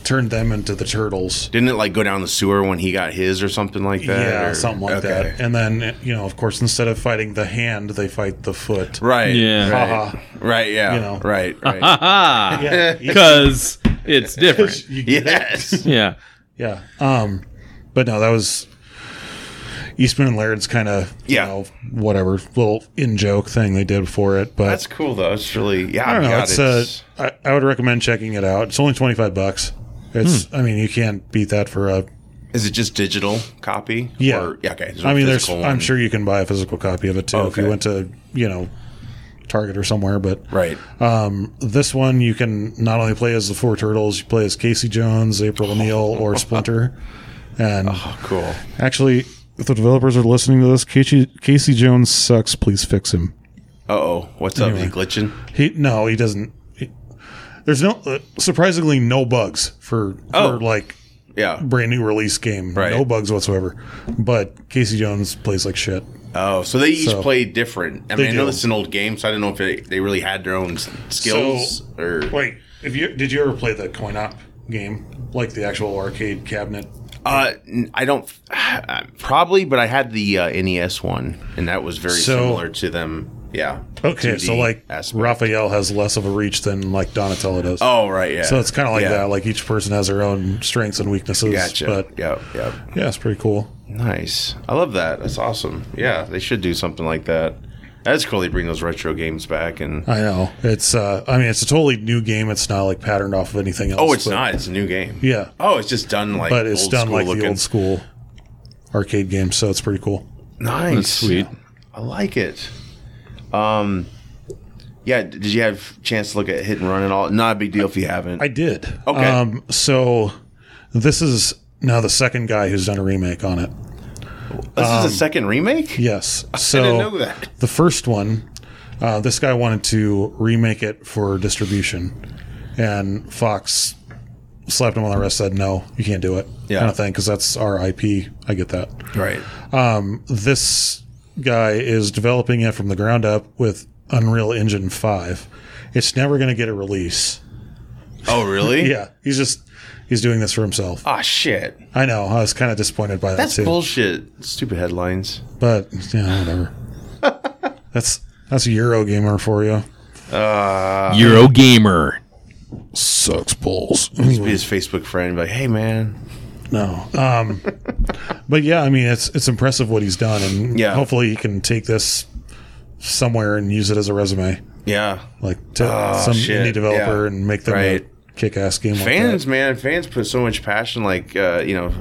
Speaker 2: turned them into the turtles.
Speaker 1: didn't it like go down the sewer when he got his or something like that?
Speaker 2: Yeah,
Speaker 1: or-
Speaker 2: something like
Speaker 1: okay.
Speaker 2: that. And then you know, of course, instead of fighting the hand, they fight the foot.
Speaker 1: Right.
Speaker 3: Yeah.
Speaker 1: Right.
Speaker 2: Haha.
Speaker 1: right yeah.
Speaker 2: You know.
Speaker 1: Right. Right.
Speaker 3: Ah,
Speaker 2: Yeah, you-
Speaker 3: because it's different.
Speaker 2: you get it?
Speaker 1: yes.
Speaker 3: Yeah.
Speaker 2: Yeah. Um, but no, that was Eastman and Laird's kind of
Speaker 1: Yeah.
Speaker 2: you know whatever little in joke thing they did for it. But
Speaker 1: That's cool though. It's really yeah.
Speaker 2: I don't know.
Speaker 1: God,
Speaker 2: It's, uh, I, I would recommend checking it out. It's only twenty five bucks. It's
Speaker 1: Hmm.
Speaker 2: I mean you can't beat that for a.
Speaker 1: Is it just digital copy?
Speaker 2: Yeah.
Speaker 1: Or, yeah. Okay. there's
Speaker 2: I
Speaker 1: a
Speaker 2: mean, there's.
Speaker 1: physical
Speaker 2: I'm
Speaker 1: one.
Speaker 2: sure you can buy a physical copy of it too if
Speaker 1: Okay.
Speaker 2: you went to you know Target or somewhere. But
Speaker 1: Right.
Speaker 2: um, this one you can not only play as the four turtles, you play as Casey Jones, April O'Neil, or Splinter. And
Speaker 1: Oh. Cool.
Speaker 2: actually, if the developers are listening to this, Casey Casey Jones sucks. Please fix him.
Speaker 1: Uh oh. What's up? Is he glitching?
Speaker 2: He no, he doesn't. he- there's no uh, surprisingly no bugs for
Speaker 1: Oh.
Speaker 2: for like
Speaker 1: Yeah.
Speaker 2: brand new release game.
Speaker 1: Right.
Speaker 2: No bugs whatsoever. But Casey Jones plays like shit.
Speaker 1: Oh, so they each
Speaker 2: So-
Speaker 1: play different. I mean, I know
Speaker 2: do.
Speaker 1: this is an old game, so I don't know if they, they really had their own s- skills or.
Speaker 2: Wait, if you did you ever play the coin op game like the actual arcade cabinet?
Speaker 1: Uh, n- I don't. uh, Probably, but I had the uh, NES one, and that was very
Speaker 2: So-
Speaker 1: similar to them. Yeah.
Speaker 2: Okay,
Speaker 1: 2D
Speaker 2: so like
Speaker 1: aspect.
Speaker 2: Raphael has less of a reach than like Donatello does.
Speaker 1: Oh right, yeah.
Speaker 2: So it's kind of like
Speaker 1: Yeah.
Speaker 2: that. Like each person has their own strengths and weaknesses.
Speaker 1: Gotcha.
Speaker 2: But
Speaker 1: yeah, yeah.
Speaker 2: yeah, it's pretty cool.
Speaker 1: Nice. I love that. That's awesome. Yeah, they should do something like that. That's cool. They bring those retro games back, and
Speaker 2: I know. It's uh I mean it's a totally new game. It's not like patterned off of anything else.
Speaker 1: oh, it's
Speaker 2: but-
Speaker 1: not. It's a new game.
Speaker 2: Yeah.
Speaker 1: Oh, it's just done like
Speaker 2: But it's done
Speaker 1: school
Speaker 2: like the
Speaker 1: looking.
Speaker 2: old school arcade game, so it's pretty cool.
Speaker 1: Nice.
Speaker 3: That's sweet.
Speaker 1: I like it. Um, yeah. d- Did you have a chance to look at Hit and Run at all? Not a big deal if you haven't.
Speaker 2: I did.
Speaker 1: Okay.
Speaker 2: Um so this is now the second guy who's done a remake on it.
Speaker 1: this is the second remake.
Speaker 2: Yes. um, So
Speaker 1: didn't know that.
Speaker 2: the first one, uh, this guy wanted to remake it for distribution, and Fox slapped him on the wrist, said, "No, you can't do it."
Speaker 1: Yeah.
Speaker 2: kind of thing, because that's our IP. I get that.
Speaker 1: Right.
Speaker 2: This guy is developing it from the ground up with Unreal Engine five. It's never going to get a release.
Speaker 1: Oh, really?
Speaker 2: Yeah, he's just he's doing this for himself.
Speaker 1: Ah, shit.
Speaker 2: I know. I was kind of disappointed by that
Speaker 1: That's
Speaker 2: too.
Speaker 1: bullshit. Stupid headlines.
Speaker 2: but yeah, whatever. that's that's Euro gamer for you.
Speaker 3: Euro gamer.
Speaker 2: sucks balls.
Speaker 1: Be his Facebook friend. Be like, hey, man.
Speaker 2: no. Um, but yeah, I mean, it's it's impressive what he's done, and
Speaker 1: Yeah.
Speaker 2: hopefully he can take this somewhere and use it as a resume,
Speaker 1: Yeah.
Speaker 2: like to
Speaker 1: Oh,
Speaker 2: some
Speaker 1: shit,
Speaker 2: indie developer
Speaker 1: yeah.
Speaker 2: and make them
Speaker 1: Right.
Speaker 2: a kick-ass game. Like
Speaker 1: fans
Speaker 2: that.
Speaker 1: man fans put so much passion like uh, you know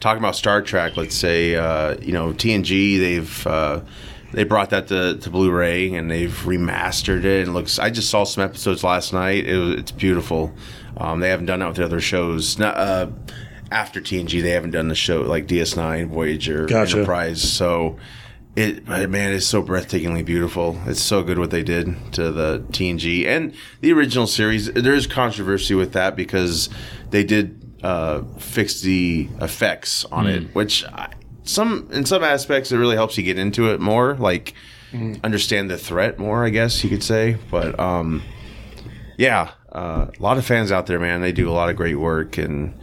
Speaker 1: talking about star trek let's say uh, you know tng they've uh, they brought that to, to blu-ray and they've remastered it and it looks i just saw some episodes last night it was, it's beautiful um, they haven't done that with their other shows Not, uh, after tng they haven't done the show like ds9 voyager
Speaker 2: Gotcha.
Speaker 1: enterprise so it but, man it's so breathtakingly beautiful it's so good what they did to the tng and the original series there is controversy with that because they did uh, fix the effects on it which I, some in some aspects it really helps you get into it more like understand the threat more i guess you could say but um yeah uh, a lot of fans out there man they do a lot of great work and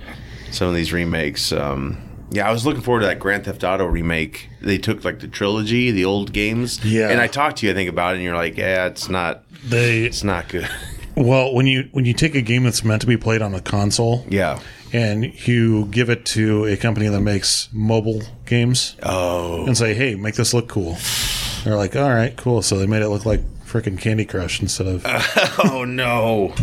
Speaker 1: some of these remakes. Um, yeah, I was looking forward to that Grand Theft Auto remake. They took like the trilogy, the old games.
Speaker 2: Yeah.
Speaker 1: And I talked to you, I think, about it, and you're like, yeah, it's not,
Speaker 2: They
Speaker 1: it's not good.
Speaker 2: well, when you when you take a game that's meant to be played on a console,
Speaker 1: yeah.
Speaker 2: and you give it to a company that makes mobile games,
Speaker 1: Oh.
Speaker 2: and say, "Hey, make this look cool," they're like, "All right, cool." So they made it look like freaking Candy Crush instead of,
Speaker 1: Oh no,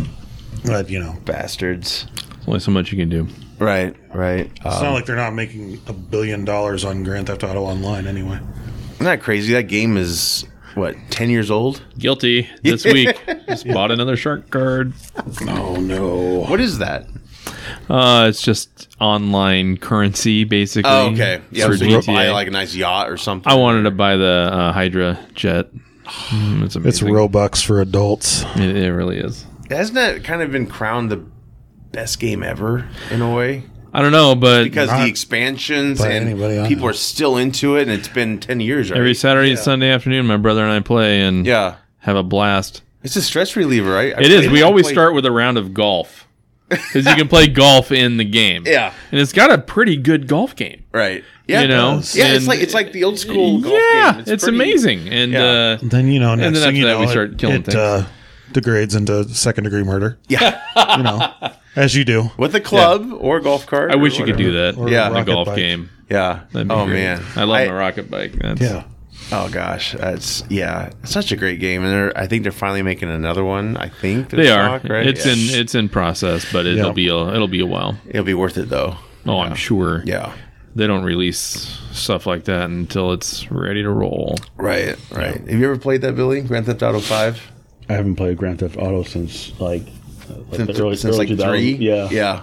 Speaker 2: but you know,
Speaker 1: bastards!
Speaker 3: There's only so much you can do.
Speaker 1: Right, right. Uh,
Speaker 2: it's not like they're not making a billion dollars on Grand Theft Auto Online anyway.
Speaker 1: isn't that crazy? That game is what ten years old.
Speaker 3: Guilty this week. Just bought another shark card.
Speaker 2: Oh no!
Speaker 1: What is that?
Speaker 3: Uh, it's just online currency, basically.
Speaker 1: Oh, okay. Yeah,
Speaker 3: for
Speaker 1: so you could
Speaker 3: GTA.
Speaker 1: buy like a nice yacht or something.
Speaker 3: I wanted to buy the uh, Hydra jet. Mm, it's
Speaker 2: It's
Speaker 3: amazing.
Speaker 2: Robux for adults.
Speaker 3: It, it really is.
Speaker 1: Hasn't that kind of been crowned the best game ever in a way?
Speaker 3: I don't know, but
Speaker 1: Because the
Speaker 2: Not
Speaker 1: expansions
Speaker 2: by
Speaker 1: and
Speaker 2: anybody I
Speaker 1: people
Speaker 2: know.
Speaker 1: are still into it, and it's been ten years. Right?
Speaker 3: every Saturday and Sunday afternoon, my brother and I play and
Speaker 1: yeah,
Speaker 3: have a blast.
Speaker 1: it's a stress reliever, right? I
Speaker 3: It is.
Speaker 1: played-
Speaker 3: We
Speaker 1: I
Speaker 3: always
Speaker 1: played-
Speaker 3: start with a round of golf because you can play golf in the game.
Speaker 1: Yeah.
Speaker 3: and it's got a pretty good golf game.
Speaker 1: right. Yeah,
Speaker 3: you know,
Speaker 1: yeah. It's
Speaker 3: and-
Speaker 1: like it's like the old school. Golf
Speaker 3: yeah,
Speaker 1: game.
Speaker 3: it's,
Speaker 1: pretty-
Speaker 3: amazing. And
Speaker 1: yeah.
Speaker 3: uh,
Speaker 2: Then you know, next
Speaker 3: then
Speaker 2: thing
Speaker 3: after
Speaker 2: you
Speaker 3: that,
Speaker 2: know,
Speaker 3: we
Speaker 2: it-
Speaker 3: start killing
Speaker 2: it, Uh, degrades into second degree murder.
Speaker 1: Yeah,
Speaker 2: You know, as you do.
Speaker 1: with a club or a golf cart.
Speaker 3: I
Speaker 1: or
Speaker 3: wish you could do
Speaker 1: whatever.
Speaker 3: that.
Speaker 2: Or
Speaker 1: Yeah.
Speaker 3: in a
Speaker 2: rocket
Speaker 3: golf
Speaker 2: bike.
Speaker 3: game.
Speaker 1: Yeah.
Speaker 3: That'd be
Speaker 1: oh
Speaker 3: great.
Speaker 1: man,
Speaker 3: I love
Speaker 1: I-
Speaker 3: my rocket bike. That's,
Speaker 2: Yeah.
Speaker 1: Oh gosh, that's yeah, it's such a great game, and they're, I think they're finally making another one. I think
Speaker 3: They
Speaker 1: there's
Speaker 3: are.
Speaker 1: talk, right?
Speaker 3: It's
Speaker 1: Yeah.
Speaker 3: in it's in process, but it'll
Speaker 2: Yeah.
Speaker 3: be a, it'll be a while.
Speaker 1: It'll be worth it though.
Speaker 3: Oh, I'm sure.
Speaker 1: Yeah.
Speaker 3: They don't release stuff like that until it's ready to roll.
Speaker 1: Right. Right. Have you ever played that, Billy? Grand Theft Auto Five.
Speaker 4: I haven't played Grand Theft Auto since like, uh, like
Speaker 1: Since,
Speaker 4: the early,
Speaker 1: since
Speaker 4: early
Speaker 1: like
Speaker 4: 2000s.
Speaker 1: three.
Speaker 4: Yeah,
Speaker 1: Yeah.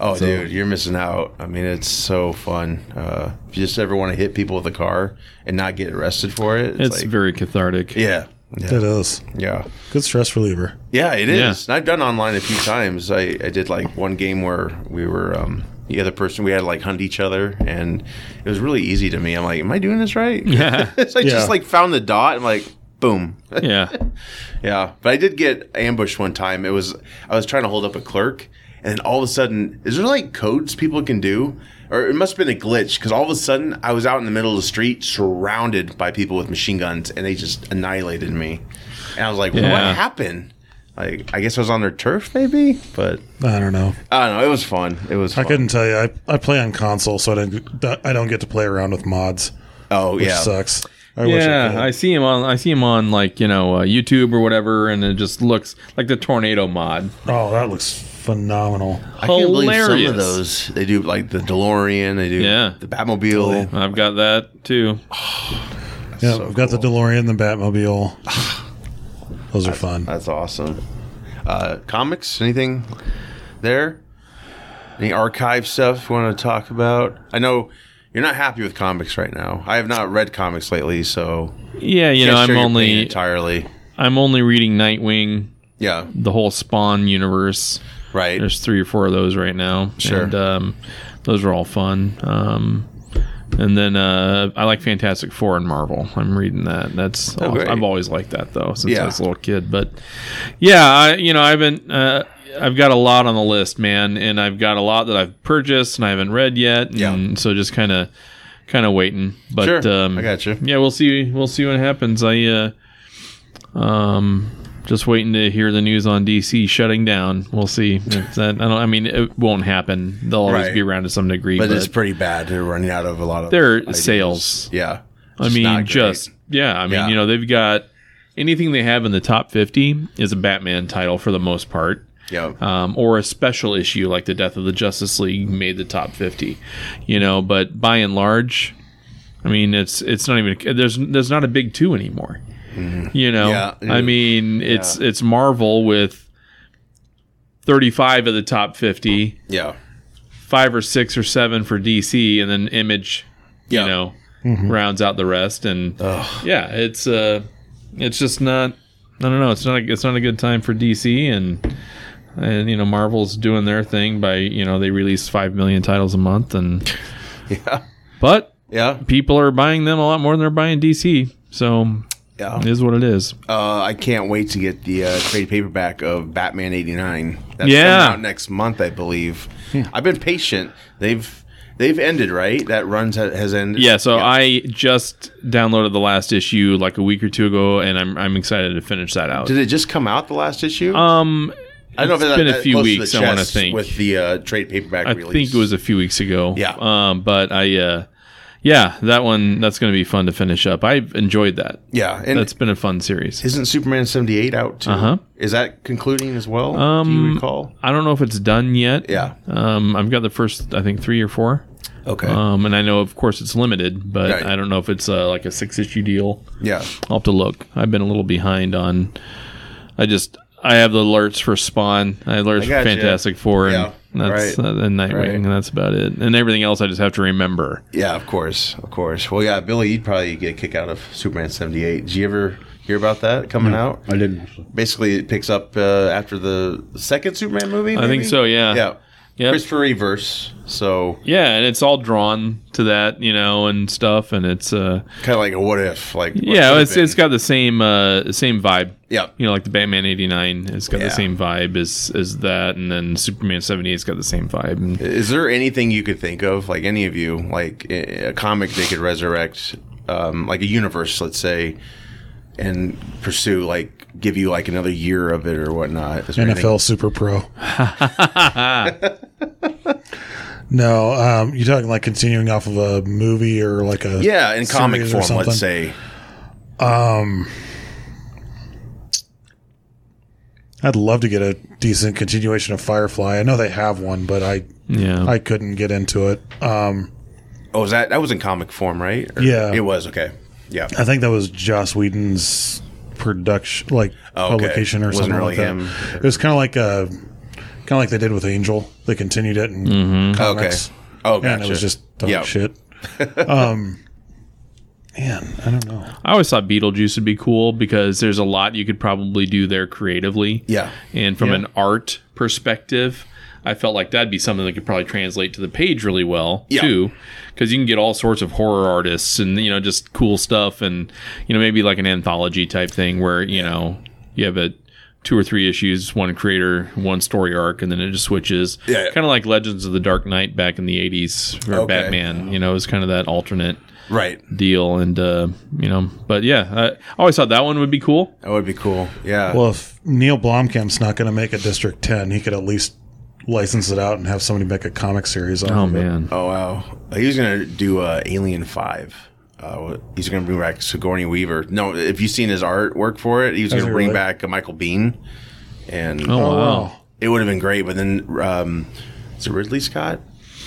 Speaker 1: Oh, dude, you're missing out. I mean, it's so fun. Uh, if you just ever want to hit people with a car and not get arrested for it, it's,
Speaker 3: It's
Speaker 1: like,
Speaker 3: very cathartic.
Speaker 1: yeah, yeah,
Speaker 2: That is
Speaker 1: yeah.
Speaker 2: good stress reliever.
Speaker 1: Yeah, it
Speaker 3: Yeah.
Speaker 1: is. And I've done online a few times. I, I did like one game where we were um, the other person. We had to like hunt each other, and it was really easy to me. I'm like, am I doing this right?
Speaker 3: Yeah.
Speaker 1: so I
Speaker 2: Yeah.
Speaker 1: just like found the dot. and like, boom.
Speaker 3: yeah.
Speaker 1: yeah, but I did get ambushed one time. It was I was trying to hold up a clerk, and then all of a sudden, is there like codes people can do? Or it must have been a glitch because all of a sudden I was out in the middle of the street surrounded by people with machine guns and they just annihilated me. And I was like, what
Speaker 3: Yeah.
Speaker 1: happened? Like, I guess I was on their turf maybe, but
Speaker 2: I don't know.
Speaker 1: I don't know. It was fun. It was
Speaker 2: I
Speaker 1: fun.
Speaker 2: couldn't tell you. I, I play on console, so I don't I don't get to play around with mods,
Speaker 1: Oh,
Speaker 2: which
Speaker 1: yeah.
Speaker 2: sucks. I
Speaker 3: yeah, I, see him on. I see him on like you know uh, YouTube or whatever, and it just looks like the tornado mod.
Speaker 2: oh, that looks phenomenal.
Speaker 1: I can't believe some
Speaker 3: Hilarious.
Speaker 1: of those. They do like the DeLorean, they do
Speaker 3: Yeah.
Speaker 1: the Batmobile.
Speaker 3: I've got that too.
Speaker 2: Yeah, I've got the DeLorean, the Batmobile. Those are fun.
Speaker 1: That's awesome. Uh, comics? Anything there? Any archive stuff you want to talk about? I know you're not happy with comics right now. I have not read comics lately, so
Speaker 3: Yeah, you know
Speaker 1: Can't share your
Speaker 3: I'm
Speaker 1: pain
Speaker 3: only
Speaker 1: entirely.
Speaker 3: I'm only reading Nightwing,
Speaker 1: Yeah,
Speaker 3: the whole Spawn universe.
Speaker 1: right.
Speaker 3: There's three or four of those right now.
Speaker 1: Sure.
Speaker 3: and, um, those are all fun. Um, and then uh, I like Fantastic Four and Marvel. I'm reading that. That's
Speaker 1: Oh, great.
Speaker 3: I've always liked that though since
Speaker 1: Yeah.
Speaker 3: I was a little kid. But yeah, I you know I haven't. Uh, I've got a lot on the list, man, and I've got a lot that I've purchased and I haven't read yet. And
Speaker 1: Yeah.
Speaker 3: So just kind of, kind of waiting. But
Speaker 1: Sure.
Speaker 3: um,
Speaker 1: I got you.
Speaker 3: Yeah, we'll see. We'll see what happens. I. Uh, um, just waiting to hear the news on DC shutting down. We'll see. If that, I don't. I mean, it won't happen. They'll always
Speaker 1: Right.
Speaker 3: be around to some degree. But,
Speaker 1: but it's pretty bad. They're running out of a lot of
Speaker 3: their
Speaker 1: ideas.
Speaker 3: sales.
Speaker 1: Yeah,
Speaker 3: I
Speaker 1: It's not
Speaker 3: mean,
Speaker 1: great.
Speaker 3: just yeah. I mean,
Speaker 1: Yeah.
Speaker 3: you know, they've got anything they have in the top fifty is a Batman title for the most part.
Speaker 1: yeah,
Speaker 3: Um, or a special issue like the death of the Justice League made the top fifty, you know. But by and large, I mean it's it's not even there's there's not a big two anymore, you know.
Speaker 1: Mm-hmm. Yeah.
Speaker 3: I mean it's it's Marvel with thirty five of the top fifty,
Speaker 1: yeah,
Speaker 3: five or six or seven for DC, and then Image,
Speaker 1: yeah.
Speaker 3: you know, rounds out the rest. And yeah, it's uh, it's just not. I don't know. It's not. A, it's not a good time for DC and and you know Marvel's doing their thing by you know they release five million titles a month and
Speaker 1: yeah,
Speaker 3: but
Speaker 1: yeah,
Speaker 3: people are buying them a lot more than they're buying DC. So
Speaker 1: yeah.
Speaker 3: it is what it is.
Speaker 1: Uh, I can't wait to get the uh, trade paperback of Batman '89. That's
Speaker 3: Yeah.
Speaker 1: coming out next month, I believe. I've been patient. They've they've ended, right? That runs ha- has ended.
Speaker 3: Yeah. So I just downloaded the last issue like a week or two ago, and I'm I'm excited to finish that out.
Speaker 1: did it just come out the last issue?
Speaker 3: Um,
Speaker 1: I don't know if
Speaker 3: it's
Speaker 1: that-
Speaker 3: been a
Speaker 1: that
Speaker 3: few
Speaker 1: close the
Speaker 3: weeks, I wanna
Speaker 1: chest
Speaker 3: think.
Speaker 1: with the uh, trade paperback.
Speaker 3: I
Speaker 1: release.
Speaker 3: think it was a few weeks ago.
Speaker 1: Yeah.
Speaker 3: Um, but I, uh, yeah, that one that's going to be fun to finish up. I've enjoyed that.
Speaker 1: Yeah, and
Speaker 3: that's been a fun series.
Speaker 1: isn't Superman seventy eight out too?
Speaker 3: Uh-huh.
Speaker 1: Is that concluding as well? Do you
Speaker 3: Um,
Speaker 1: recall?
Speaker 3: I don't know if it's done yet.
Speaker 1: Yeah.
Speaker 3: Um, I've got the first, I think, three or four.
Speaker 1: Okay.
Speaker 3: Um, and I know, of course, it's limited, but
Speaker 1: Right.
Speaker 3: I don't know if it's uh, like a six issue deal.
Speaker 1: yeah.
Speaker 3: I'll have to look. I've been a little behind on. I just I have the alerts for Spawn. I have alerts for
Speaker 1: gotcha.
Speaker 3: Fantastic Four, and
Speaker 1: Yeah,
Speaker 3: that's
Speaker 1: right,
Speaker 3: uh, and Nightwing,
Speaker 1: right.
Speaker 3: and that's about it. And everything else, I just have to remember.
Speaker 1: Yeah, of course, of course. Well, yeah, Billy, you'd probably get a kick out of Superman seventy eight. Did you ever hear about that coming out?
Speaker 4: I didn't. actually.
Speaker 1: Basically, it picks up uh, after the second Superman movie.
Speaker 3: I think
Speaker 1: maybe?
Speaker 3: so. Yeah.
Speaker 1: Yeah,
Speaker 3: Yep.
Speaker 1: Christopher Reverse. So
Speaker 3: Yeah, and it's all drawn to that, you know, and stuff, and it's uh,
Speaker 1: kind of like a what if, like what
Speaker 3: yeah,
Speaker 1: could've
Speaker 3: it's
Speaker 1: been.
Speaker 3: it's got the same uh same vibe.
Speaker 1: yeah,
Speaker 3: You know, like the Batman '89, it's got
Speaker 1: Yeah.
Speaker 3: the same vibe as as that, and then Superman '78's got the same vibe. And
Speaker 1: Is there anything you could think of, like any of you, like a a comic they could resurrect, um, like a universe, let's say, and pursue, like give you like another year of it or whatnot? Is there anything-
Speaker 2: NFL Super Pro. no, um, you're talking like continuing off of a movie or like a
Speaker 1: Yeah, in comic
Speaker 2: series
Speaker 1: form,
Speaker 2: or
Speaker 1: let's
Speaker 2: something.
Speaker 1: say.
Speaker 2: I'd love to get a decent continuation of Firefly. I know they have one, but I
Speaker 3: yeah,
Speaker 2: I couldn't get into it. Um,
Speaker 1: Oh, was that that was in comic form, right? Or-
Speaker 2: Yeah.
Speaker 1: it was. Okay, yeah.
Speaker 2: I think that was Joss Whedon's production, like
Speaker 1: Oh, okay.
Speaker 2: publication or
Speaker 1: Wasn't
Speaker 2: something
Speaker 1: really
Speaker 2: like that.
Speaker 1: him.
Speaker 2: It was kind of like uh kind of like they did with Angel. They continued it in comics.
Speaker 1: Okay. Oh, Mm. gotcha.
Speaker 2: and it was just dog
Speaker 1: Yeah.
Speaker 2: shit. Um, man, I don't know.
Speaker 3: I always thought Beetlejuice would be cool because there's a lot you could probably do there creatively.
Speaker 1: Yeah.
Speaker 3: And from
Speaker 2: Yeah.
Speaker 3: an art perspective, I felt like that'd be something that could probably translate to the page really well
Speaker 1: Yeah.
Speaker 3: too, because you can get all sorts of horror artists and you know just cool stuff and you know maybe like an anthology type thing where you know you have a two or three issues, one creator, one story arc, and then it just switches.
Speaker 1: Yeah.
Speaker 3: Kind of like Legends of the Dark Knight back in the '80s or
Speaker 1: Okay.
Speaker 3: Batman. You know, it was kind of that alternate
Speaker 1: Right.
Speaker 3: deal and uh you know but yeah i I always thought that one would be cool
Speaker 1: That would be cool. Yeah.
Speaker 2: Well, if Neil Blomkamp's not going to make a District Ten, he could at least license it out and have somebody make a comic series. Off
Speaker 3: oh
Speaker 2: of it.
Speaker 3: man
Speaker 1: oh wow. He was gonna do uh, Alien Five. Uh, he's gonna bring back Sigourney Weaver. No, if you've seen his artwork for it, he was gonna
Speaker 2: he
Speaker 1: bring
Speaker 2: really?
Speaker 1: back uh, Michael Bean, and
Speaker 3: oh, wow.
Speaker 1: it would have been great. But then, um, is it Ridley Scott?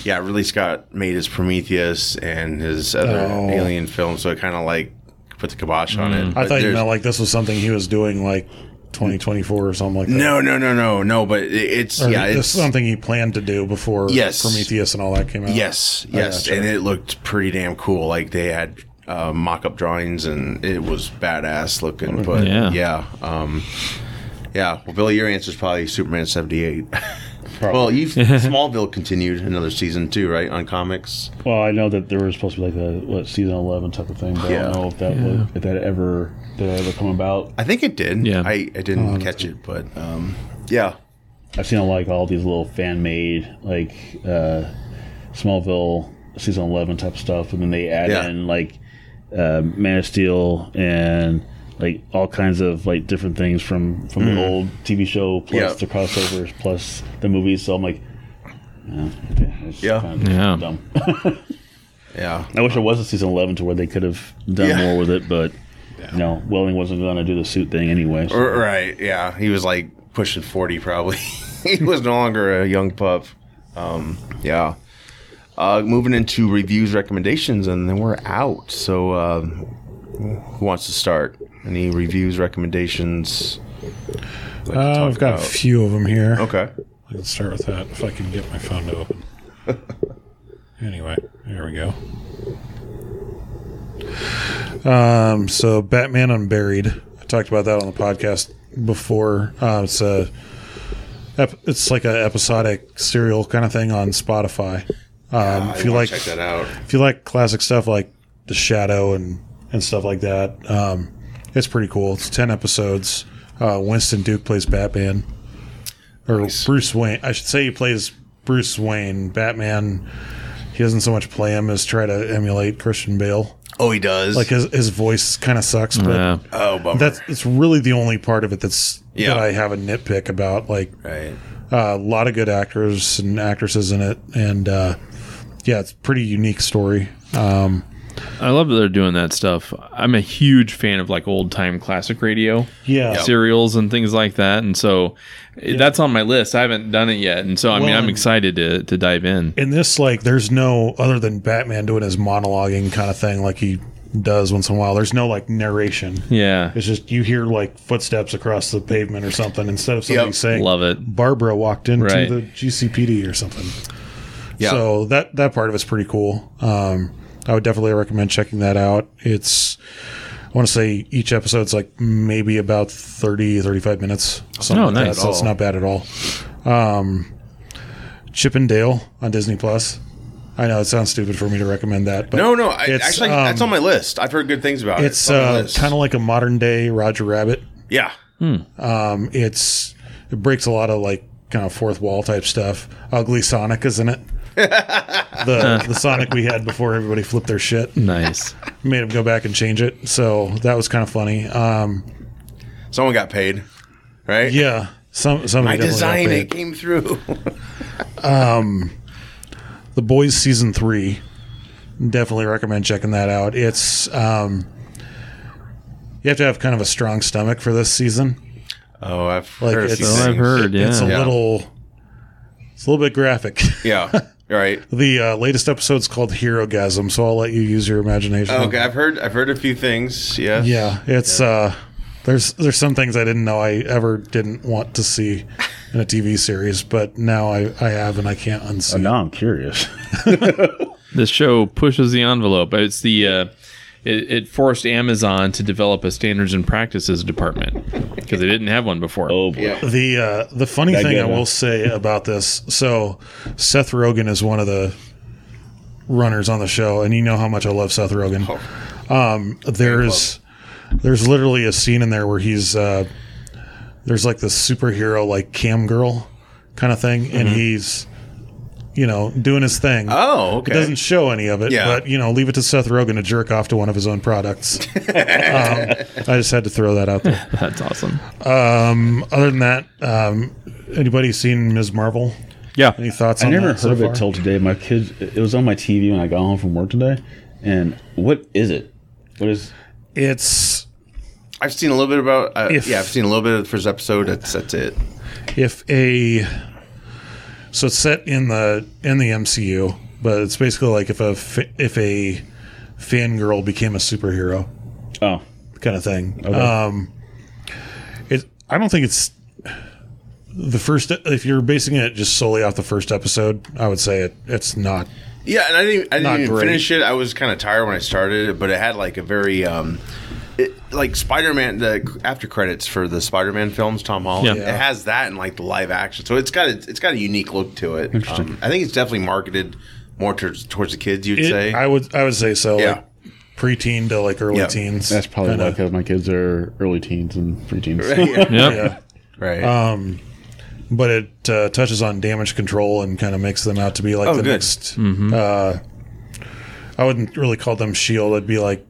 Speaker 1: Yeah, Ridley Scott made his Prometheus and his other
Speaker 2: Oh. Mm.
Speaker 1: Alien film, so it kind of like put the kibosh on it.
Speaker 2: I
Speaker 1: But
Speaker 2: thought you
Speaker 1: there's-
Speaker 2: meant like this was something he was doing like 2024 or something like that.
Speaker 1: No, no, no, no, no. But it, it's
Speaker 2: Or
Speaker 1: yeah,
Speaker 2: this
Speaker 1: it's
Speaker 2: is something he planned to do before
Speaker 1: Yes.
Speaker 2: Prometheus and all that came out.
Speaker 1: yes,
Speaker 2: I
Speaker 1: yes,
Speaker 2: gotcha.
Speaker 1: and it looked pretty damn cool. Like they had uh, mock-up drawings, and it was badass looking. But yeah,
Speaker 3: Yeah.
Speaker 1: um, yeah. Well, Billy, your answer is probably Superman seventy-eight. well, you Smallville continued another season too, right? On comics.
Speaker 4: Well, I know that there was supposed to be like a what season eleven type of thing, but
Speaker 1: Yeah.
Speaker 4: I don't know if that would, if that ever did that ever come about.
Speaker 1: I think it did.
Speaker 3: Yeah.
Speaker 1: I, I didn't catch it, but um, yeah,
Speaker 4: I've seen like all these little fan made like uh, Smallville season eleven type stuff, and then they add
Speaker 1: Yeah.
Speaker 4: in like uh, Man of Steel and like all kinds of like different things from from the old TV show plus
Speaker 1: Mm. Yeah.
Speaker 4: the crossovers plus the movies. So I'm like, yeah, it's
Speaker 1: Yeah.
Speaker 4: kind of
Speaker 3: Yeah.
Speaker 4: dumb.
Speaker 1: yeah.
Speaker 4: I wish there was a season eleven to where they could have done
Speaker 1: Yeah.
Speaker 4: more with it, but you know, Welling wasn't going to do the suit thing anyway. so-
Speaker 1: R- Right. Yeah. He was like pushing 40 probably. he was no longer a young pup. Um, yeah. Uh, moving into reviews, recommendations, and then we're out. So, um, who wants to start? Any reviews, recommendations? Like to
Speaker 2: Uh,
Speaker 1: talk
Speaker 2: I've got a
Speaker 1: about?
Speaker 2: few of them here.
Speaker 1: Okay.
Speaker 2: Let's start with that if I can get my phone to open. anyway, there we go. Um, so Batman Unburied. I talked about that on the podcast before. Uh, it's a ep- it's like a episodic serial kind of thing on Spotify. Um, if you like
Speaker 1: check that out.
Speaker 2: if you like classic stuff like The Shadow and and stuff like that, um, it's pretty cool. It's ten episodes. Uh, Winston Duke plays Batman, or Bruce Wayne. I should say he plays Bruce Wayne. Batman. He doesn't so much play him as try to emulate Christian Bale.
Speaker 1: Oh, he does.
Speaker 2: Like his his voice kind of sucks, but
Speaker 3: yeah
Speaker 1: oh, bummer.
Speaker 2: that's it's really the only part of it that's
Speaker 1: Yeah.
Speaker 2: that I have a nitpick about. Like
Speaker 1: right.
Speaker 2: a lot of good actors and actresses in it, and uh, yeah, it's a pretty unique story. Um,
Speaker 3: I love that they're doing that stuff. I'm a huge fan of like old time classic radio
Speaker 2: yeah,
Speaker 3: serials and things like that, and so eh, that's on my list. I haven't done it yet, and so I mean,
Speaker 2: Well,
Speaker 3: I'm
Speaker 2: and-
Speaker 3: excited to to dive in.
Speaker 2: in this like there's no other than batman doing his monologuing kind of thing like he does once in a while there's no like narration
Speaker 3: Yeah,
Speaker 2: it's just you hear like footsteps across the pavement or something instead of somebody
Speaker 1: Yep.
Speaker 2: saying
Speaker 3: love it.
Speaker 2: barbara walked into
Speaker 3: Right.
Speaker 2: the gcpd or something
Speaker 1: Yeah.
Speaker 2: so that that part of it's pretty cool um i would definitely recommend checking that out it's i want to say each episode's like maybe about 30 35 minutes something
Speaker 3: Oh,
Speaker 2: like that,
Speaker 3: nice.
Speaker 2: so it's not bad at all Chip and Dale on Disney Plus. I know it sounds stupid for me to recommend that, but
Speaker 1: No, no. I,
Speaker 2: it's,
Speaker 1: actually,
Speaker 2: um,
Speaker 1: that's on my list. I've heard good things about it.
Speaker 2: It's uh, kind of like a modern day Roger Rabbit.
Speaker 1: yeah,
Speaker 2: Um, it's it breaks a lot of like kind of fourth wall type stuff. Ugly Sonic, isn't it? the the Sonic we had before everybody flipped their shit
Speaker 3: Nice.
Speaker 2: made him go back and change it. So that was kind of funny. Um,
Speaker 1: someone got paid, right?
Speaker 2: yeah, some some
Speaker 1: my design it came through.
Speaker 2: The Boys season three. Definitely recommend checking that out. It's um, you have to have kind of a strong stomach for this season.
Speaker 1: oh, I've
Speaker 2: Like
Speaker 1: heard. a
Speaker 2: it's,
Speaker 1: few
Speaker 3: I've
Speaker 1: things.
Speaker 3: heard, yeah.
Speaker 2: it's a
Speaker 1: Yeah.
Speaker 2: little, it's a little bit graphic.
Speaker 1: Yeah. Right.
Speaker 2: the uh, latest episode's called Hero Gasm, so I'll let you use your imagination.
Speaker 1: Okay. I've heard. I've heard a few things. Yes.
Speaker 2: Uh-huh. Yeah, it's uh, there's there's some things I didn't know I ever didn't want to see in a TV series, but now I I have and I can't unsee.
Speaker 4: Now I'm curious.
Speaker 3: This show pushes the envelope. It's the uh, it, it forced Amazon to develop a standards and practices department because they didn't have one before.
Speaker 4: Oh boy.
Speaker 1: Yeah.
Speaker 2: The uh, the funny
Speaker 4: I
Speaker 2: thing
Speaker 4: get
Speaker 2: I
Speaker 4: it.
Speaker 2: will say about this, so Seth Rogen is one of the runners on the show, and you know how much I love Seth Rogen. Um, there's there's literally a scene in there where he's uh, there's like this superhero like cam girl kind of thing, and he's you know doing his thing.
Speaker 1: Oh. Okay.
Speaker 2: It doesn't show any of it,
Speaker 1: Yeah.
Speaker 2: but you know, leave it to Seth Rogen to jerk off to one of his own products. um, I just had to throw that out there.
Speaker 3: That's awesome.
Speaker 2: Other than that, um, anybody seen Ms. Marvel?
Speaker 3: Yeah.
Speaker 2: Any thoughts
Speaker 4: I
Speaker 2: on
Speaker 4: never
Speaker 2: that
Speaker 4: heard
Speaker 2: so
Speaker 4: of
Speaker 2: far?
Speaker 4: it till today. My kids, it was on my TV when I got home from work today. And what is it? What is?
Speaker 2: it's
Speaker 1: I've seen a little bit about. Uh,
Speaker 2: If-
Speaker 1: yeah, I've seen a little bit of the first episode. That's that's it.
Speaker 2: if a so it's set in the in the MCU, but it's basically like if a fa- if a fangirl became a superhero
Speaker 4: Oh,
Speaker 2: kind of thing. Um,
Speaker 4: okay.
Speaker 2: It I don't think it's the first if you're basing it just solely off the first episode, I would say it it's not
Speaker 1: Yeah, and I didn't. I
Speaker 2: Not
Speaker 1: didn't even
Speaker 2: great.
Speaker 1: finish it. I was kind of tired when I started it, but it had like a very. Um, it, like Spider-Man, the after credits for the Spider-Man films, Tom Holland,
Speaker 3: Yeah.
Speaker 1: it has that and like the live action, so it's got a, it's got a unique look to it. Um, I think it's definitely marketed more towards towards the kids. You'd
Speaker 2: It-
Speaker 1: say,
Speaker 2: I would I would say so.
Speaker 1: Yeah.
Speaker 2: Like preteen to like early
Speaker 1: Yeah.
Speaker 2: teens.
Speaker 4: that's probably
Speaker 2: kinda.
Speaker 4: why because my kids are early teens and preteens.
Speaker 1: yeah,
Speaker 3: Yep.
Speaker 2: yeah.
Speaker 1: right?
Speaker 2: Uh, But it uh, touches on damage control and kind of makes them out to be like
Speaker 1: Oh,
Speaker 2: the
Speaker 1: good.
Speaker 2: next. Uh, I wouldn't really call them Shield. E It'd be like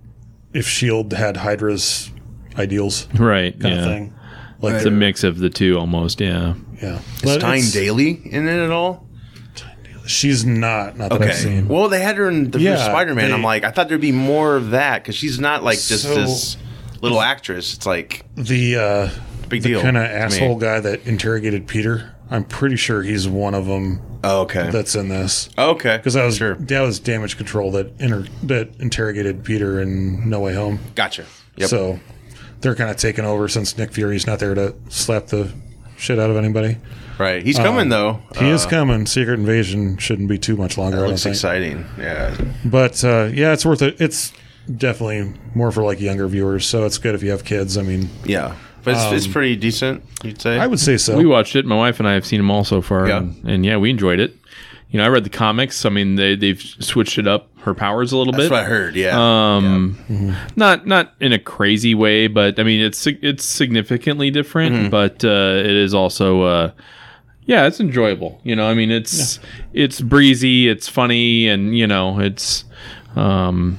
Speaker 2: if Shield E had Hydra's ideals
Speaker 3: Right.
Speaker 2: kind
Speaker 3: yeah.
Speaker 2: of thing. Like
Speaker 3: It's a mix of the two almost. Yeah.
Speaker 2: yeah,
Speaker 1: Is
Speaker 2: But
Speaker 1: Tyne
Speaker 2: it's-
Speaker 1: Daly in it at all?
Speaker 2: She's not. Not that I've
Speaker 1: Okay.
Speaker 2: seen.
Speaker 1: Well, they had her in the
Speaker 2: Yeah,
Speaker 1: first Spider-Man.
Speaker 2: they-
Speaker 1: I'm like, I thought there'd be more of that because she's not like just
Speaker 2: So-
Speaker 1: this little actress. It's like
Speaker 2: The uh,
Speaker 1: big deal.
Speaker 2: kind of
Speaker 1: to me.
Speaker 2: asshole guy that interrogated Peter. I'm pretty sure he's one of them
Speaker 1: Oh, okay.
Speaker 2: that's in this.
Speaker 1: okay.
Speaker 2: because that was
Speaker 1: Sure.
Speaker 2: that was damage control that inter- that interrogated Peter in No Way Home.
Speaker 1: Gotcha. Yep.
Speaker 2: So they're kind of taking over since Nick Fury's not there to slap the shit out of anybody.
Speaker 1: right. He's coming though.
Speaker 2: um,
Speaker 1: Uh,
Speaker 2: He is coming. Secret Invasion shouldn't be too much longer. I don't
Speaker 1: Looks
Speaker 2: think.
Speaker 1: exciting. Yeah.
Speaker 2: But uh, yeah, it's worth it. It's definitely more for like younger viewers, so it's good if you have kids. I mean,
Speaker 1: Yeah. But it's, it's pretty decent, you'd say.
Speaker 2: Um, I would say so.
Speaker 3: We watched it. My wife and I have seen them all so far.
Speaker 1: Yeah.
Speaker 3: And, and yeah, we enjoyed it. You know, I read the comics. I mean, they, they've switched it up, her powers a little
Speaker 1: That's
Speaker 3: bit.
Speaker 1: what I heard. Yeah.
Speaker 3: Um, not not in a crazy way, but I mean it's sig- it's significantly different,
Speaker 1: Mm-hmm.
Speaker 3: but uh, it is also uh, yeah, it's enjoyable. You know, I mean it's it's breezy, it's funny, and you know it's um,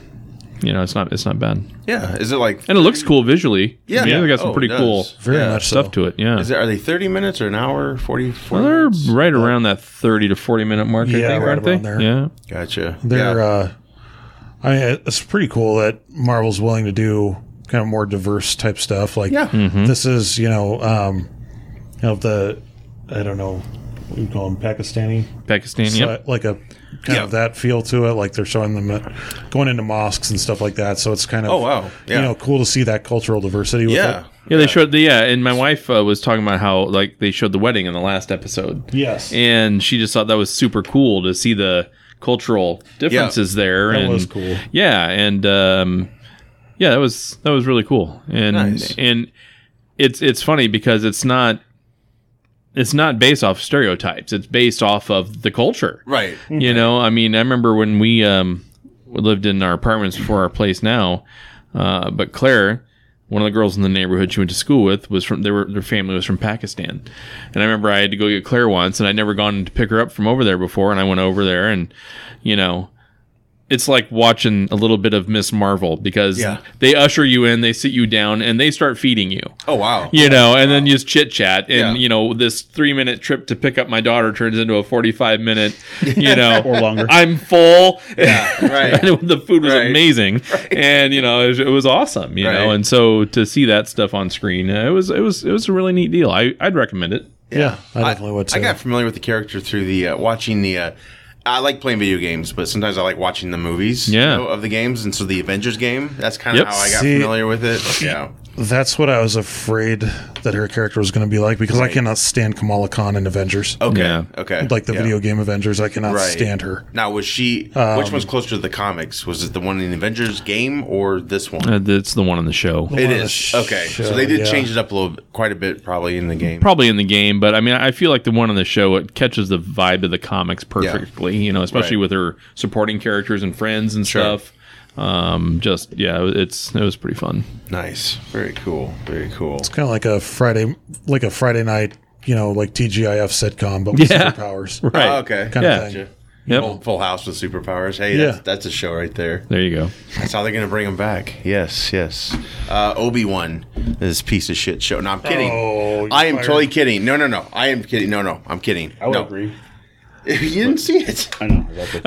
Speaker 3: you know, it's not it's not bad,
Speaker 1: Yeah. Is it like?
Speaker 3: and it looks cool visually.
Speaker 1: Yeah.
Speaker 3: I mean,
Speaker 1: yeah.
Speaker 3: they got some
Speaker 1: Oh, it
Speaker 3: pretty
Speaker 1: does.
Speaker 3: cool
Speaker 2: Very
Speaker 1: Yeah.
Speaker 2: much
Speaker 3: stuff
Speaker 2: so.
Speaker 3: to it. Yeah,
Speaker 1: Is it, are they 30 minutes or an hour? 40, 40
Speaker 3: they're
Speaker 1: minutes?
Speaker 3: right around that thirty to forty minute mark. I
Speaker 2: Yeah,
Speaker 3: think,
Speaker 2: right
Speaker 3: aren't they?
Speaker 2: around there.
Speaker 3: Yeah,
Speaker 1: Gotcha.
Speaker 2: They're,
Speaker 1: yeah.
Speaker 2: uh, I mean, it's pretty cool that Marvel's willing to do kind of more diverse type stuff. Like,
Speaker 1: Yeah.
Speaker 2: this is, you know, um, you know, the, I don't know, what you call them, Pakistani?
Speaker 3: Pakistan. Yep.
Speaker 2: So, uh, like a kind
Speaker 1: Yeah.
Speaker 2: of that feel to it. Like they're showing them uh, going into mosques and stuff like that. So it's kind of
Speaker 1: Oh, wow. Yeah.
Speaker 2: you know cool to see that cultural diversity. With
Speaker 1: yeah.
Speaker 3: Yeah, they showed the yeah, and my wife uh, was talking about how like they showed the wedding in the last episode.
Speaker 2: it. yes,
Speaker 3: and she just thought that was super cool to see the cultural differences there.
Speaker 2: that
Speaker 3: and
Speaker 2: was cool.
Speaker 3: Yeah, and um, yeah, that was that was really cool. And
Speaker 1: Nice.
Speaker 3: and it's it's funny because it's not it's not based off stereotypes. It's based off of the culture.
Speaker 1: Right.
Speaker 3: You know, I mean, I remember when we um, lived in our apartments before our place now, uh, but Claire, one of the girls in the neighborhood she went to school with, was from they were, their family was from Pakistan, and I remember I had to go get Claire once, and I'd never gone to pick her up from over there before, and I went over there, and you know. It's like watching a little bit of Miss Marvel because
Speaker 1: Yeah.
Speaker 3: they usher you in, they sit you down, and they start feeding you
Speaker 1: Oh, wow.
Speaker 3: you know, and then just chit chat, and
Speaker 1: Yeah.
Speaker 3: you know, this three minute trip to pick up my daughter turns into a forty five minute, you know,
Speaker 4: Or longer.
Speaker 3: I'm full.
Speaker 1: Yeah. Right.
Speaker 3: And the food was
Speaker 1: Right.
Speaker 3: amazing, and you know, it was, it was awesome, you know,
Speaker 1: Right.
Speaker 3: and so to see that stuff on screen, uh, it was it was it was a really neat deal. I I'd recommend it.
Speaker 2: yeah, I definitely would. Too.
Speaker 1: I got familiar with the character through the uh, watching the. Uh, I like playing video games, but sometimes I like watching the movies
Speaker 3: Yeah.
Speaker 1: of the games. And so the Avengers game, that's kind of
Speaker 3: Yep.
Speaker 1: how I got
Speaker 2: See-
Speaker 1: familiar with it. Yeah.
Speaker 2: That's what I was afraid that her character was going to be like because I cannot stand Kamala Khan in Avengers.
Speaker 1: Okay.
Speaker 3: Yeah.
Speaker 1: Okay.
Speaker 2: Like the
Speaker 1: Yeah.
Speaker 2: video Um, game Avengers, I cannot
Speaker 1: Right.
Speaker 2: stand her.
Speaker 1: Now, was she. which one's closer to the comics? Was it the one in the Avengers game or this one?
Speaker 3: Uh, that's the one on the show,
Speaker 1: it
Speaker 2: one on
Speaker 1: is.
Speaker 2: the
Speaker 1: okay.
Speaker 2: show,
Speaker 1: so they did
Speaker 2: yeah.
Speaker 1: change it up a little, quite a bit, probably in the game.
Speaker 3: probably in the game, but I mean, I feel like the one on the show it catches the vibe of the comics perfectly, you know, especially
Speaker 1: Right.
Speaker 3: with her supporting characters and friends and
Speaker 1: Sure.
Speaker 3: stuff. Um, just yeah, it's it was pretty fun.
Speaker 1: Nice. Very cool. Very cool.
Speaker 2: Kind of like a Friday, like a Friday night, you know, like TGIF sitcom, but with
Speaker 3: Yeah.
Speaker 2: superpowers.
Speaker 3: Right.
Speaker 1: Oh, okay.
Speaker 2: Kind of
Speaker 3: Yeah.
Speaker 2: thing.
Speaker 1: Gotcha.
Speaker 3: Yep.
Speaker 1: Full, Full House with superpowers. Hey,
Speaker 2: Yeah.
Speaker 1: that's, that's a show right there.
Speaker 3: There you go.
Speaker 1: That's how they're going to bring him back. Yes, yes. Uh, Obi Wan, this piece of shit show. No, I'm kidding.
Speaker 2: Oh, you're
Speaker 1: I am
Speaker 2: fired.
Speaker 1: totally kidding. No, no, no. I am kidding. No, no. I'm kidding.
Speaker 4: I would
Speaker 1: no.
Speaker 4: agree.
Speaker 1: you didn't see it.
Speaker 4: I know. That's it.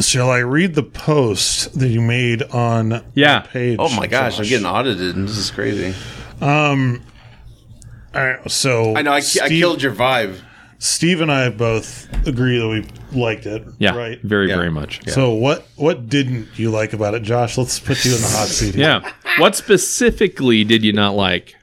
Speaker 2: Shall I read the post that you made on
Speaker 3: Yeah.
Speaker 2: the page?
Speaker 1: Oh my gosh, I'm
Speaker 2: Josh?
Speaker 1: getting audited. and This is crazy.
Speaker 2: All right, so
Speaker 1: I know. I, ki- I killed your vibe.
Speaker 2: Steve and I both agree that we liked it.
Speaker 3: Yeah.
Speaker 2: Right.
Speaker 3: Very,
Speaker 1: Yeah.
Speaker 3: very much. Yeah.
Speaker 2: So what what didn't you like about it, Josh? Let's put you in the hot seat. here.
Speaker 3: What specifically did you not like?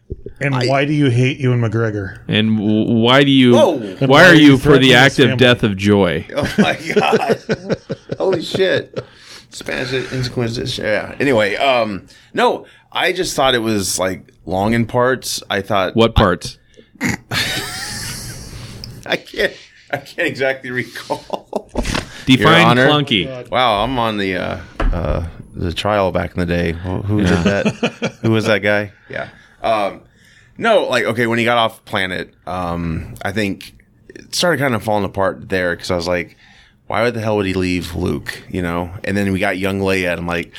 Speaker 2: And why do you hate Ewan McGregor?
Speaker 3: And w- why do you?
Speaker 1: Whoa.
Speaker 3: Why,
Speaker 2: why
Speaker 3: are
Speaker 2: are
Speaker 3: you
Speaker 2: you
Speaker 3: for the
Speaker 2: threatening
Speaker 3: active
Speaker 2: his family?
Speaker 3: death of joy?
Speaker 1: Oh my god! Holy shit! Spanish Inquisition. Yeah. Anyway, um, no, I just thought it was like long in parts. I thought
Speaker 3: What parts?
Speaker 1: I can't. I can't exactly recall. Your
Speaker 3: Define
Speaker 1: Honor.
Speaker 3: clunky.
Speaker 1: Wow, I'm on the uh, uh, the trial back in the day. Who who did that? who was that guy? Yeah. Um, no, like okay, when he got off planet, um, I think it started kind of falling apart there because I was like, why the hell would he leave Luke? You know, and then we got young Leia, and I'm like,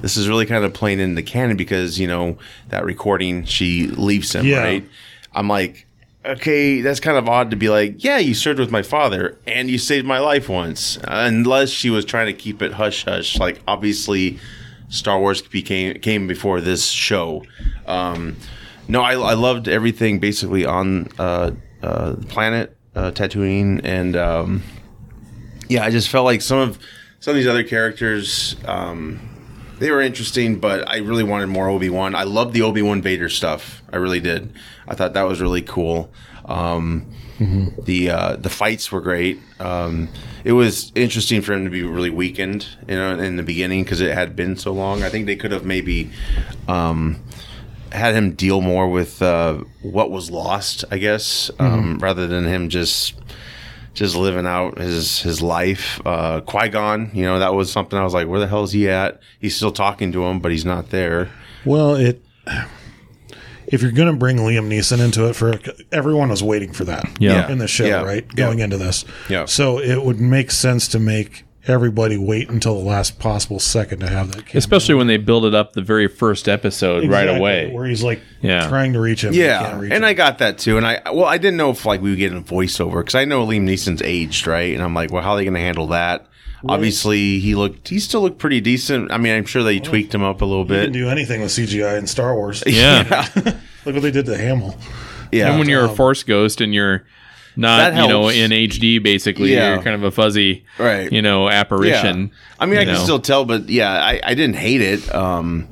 Speaker 1: this is really kind of playing into canon because you know that recording she leaves him,
Speaker 2: Yeah.
Speaker 1: right? I'm like, okay, that's kind of odd to be like, yeah, you served with my father and you saved my life once. Unless she was trying to keep it hush hush. Like, obviously, Star Wars became came before this show. Um, no, I, I loved everything basically on uh, uh, planet uh, Tatooine and. Um, yeah, I just felt like some of some of these other characters, um, they were interesting, but I really wanted more Obi Wan. I loved the Obi Wan Vader stuff. I really did. I thought that was really cool. Um, The uh, the fights were great. Um, it was interesting for him to be really weakened, you know, in the beginning because it had been so long. I think they could have maybe. Um, had him deal more with uh, what was lost, I guess, um, rather than him just just living out his his life. Uh, Qui Gon, you know, that was something I was like, where the hell is he at? He's still talking to him, but he's not there.
Speaker 2: Well, it if you're going to bring Liam Neeson into it for everyone was waiting for that.
Speaker 3: Yeah.
Speaker 2: In the show,
Speaker 1: Yeah.
Speaker 2: right?
Speaker 1: Yeah.
Speaker 2: Going into this.
Speaker 1: Yeah.
Speaker 2: So it would make sense to make everybody wait until the last possible second to have that. cameo.
Speaker 3: Especially when they build it up the very first episode right
Speaker 2: Exactly,
Speaker 3: away.
Speaker 2: where he's like
Speaker 3: Yeah.
Speaker 2: trying to reach him. but
Speaker 1: Yeah,
Speaker 2: can't reach
Speaker 1: and
Speaker 2: him.
Speaker 1: I got that too. And I well, I didn't know if like we would get a voiceover because I know Liam Neeson's aged, right? And I'm like, well, how are they going to handle that? Obviously, he looked he still looked pretty decent. I mean, I'm sure they tweaked him up a little
Speaker 2: didn't
Speaker 1: bit.
Speaker 2: do anything with CGI in Star Wars.
Speaker 3: Yeah.
Speaker 2: Look what they did to Hamill.
Speaker 1: yeah,
Speaker 3: And when you're a force ghost and you're not,
Speaker 1: That
Speaker 3: you know,
Speaker 1: helps.
Speaker 3: in HD basically,
Speaker 1: Yeah.
Speaker 3: you're kind of a fuzzy,
Speaker 1: Right.
Speaker 3: you know, apparition.
Speaker 1: I mean,
Speaker 3: you
Speaker 1: I can
Speaker 3: know.
Speaker 1: still tell, but yeah, I, I didn't hate it. Um,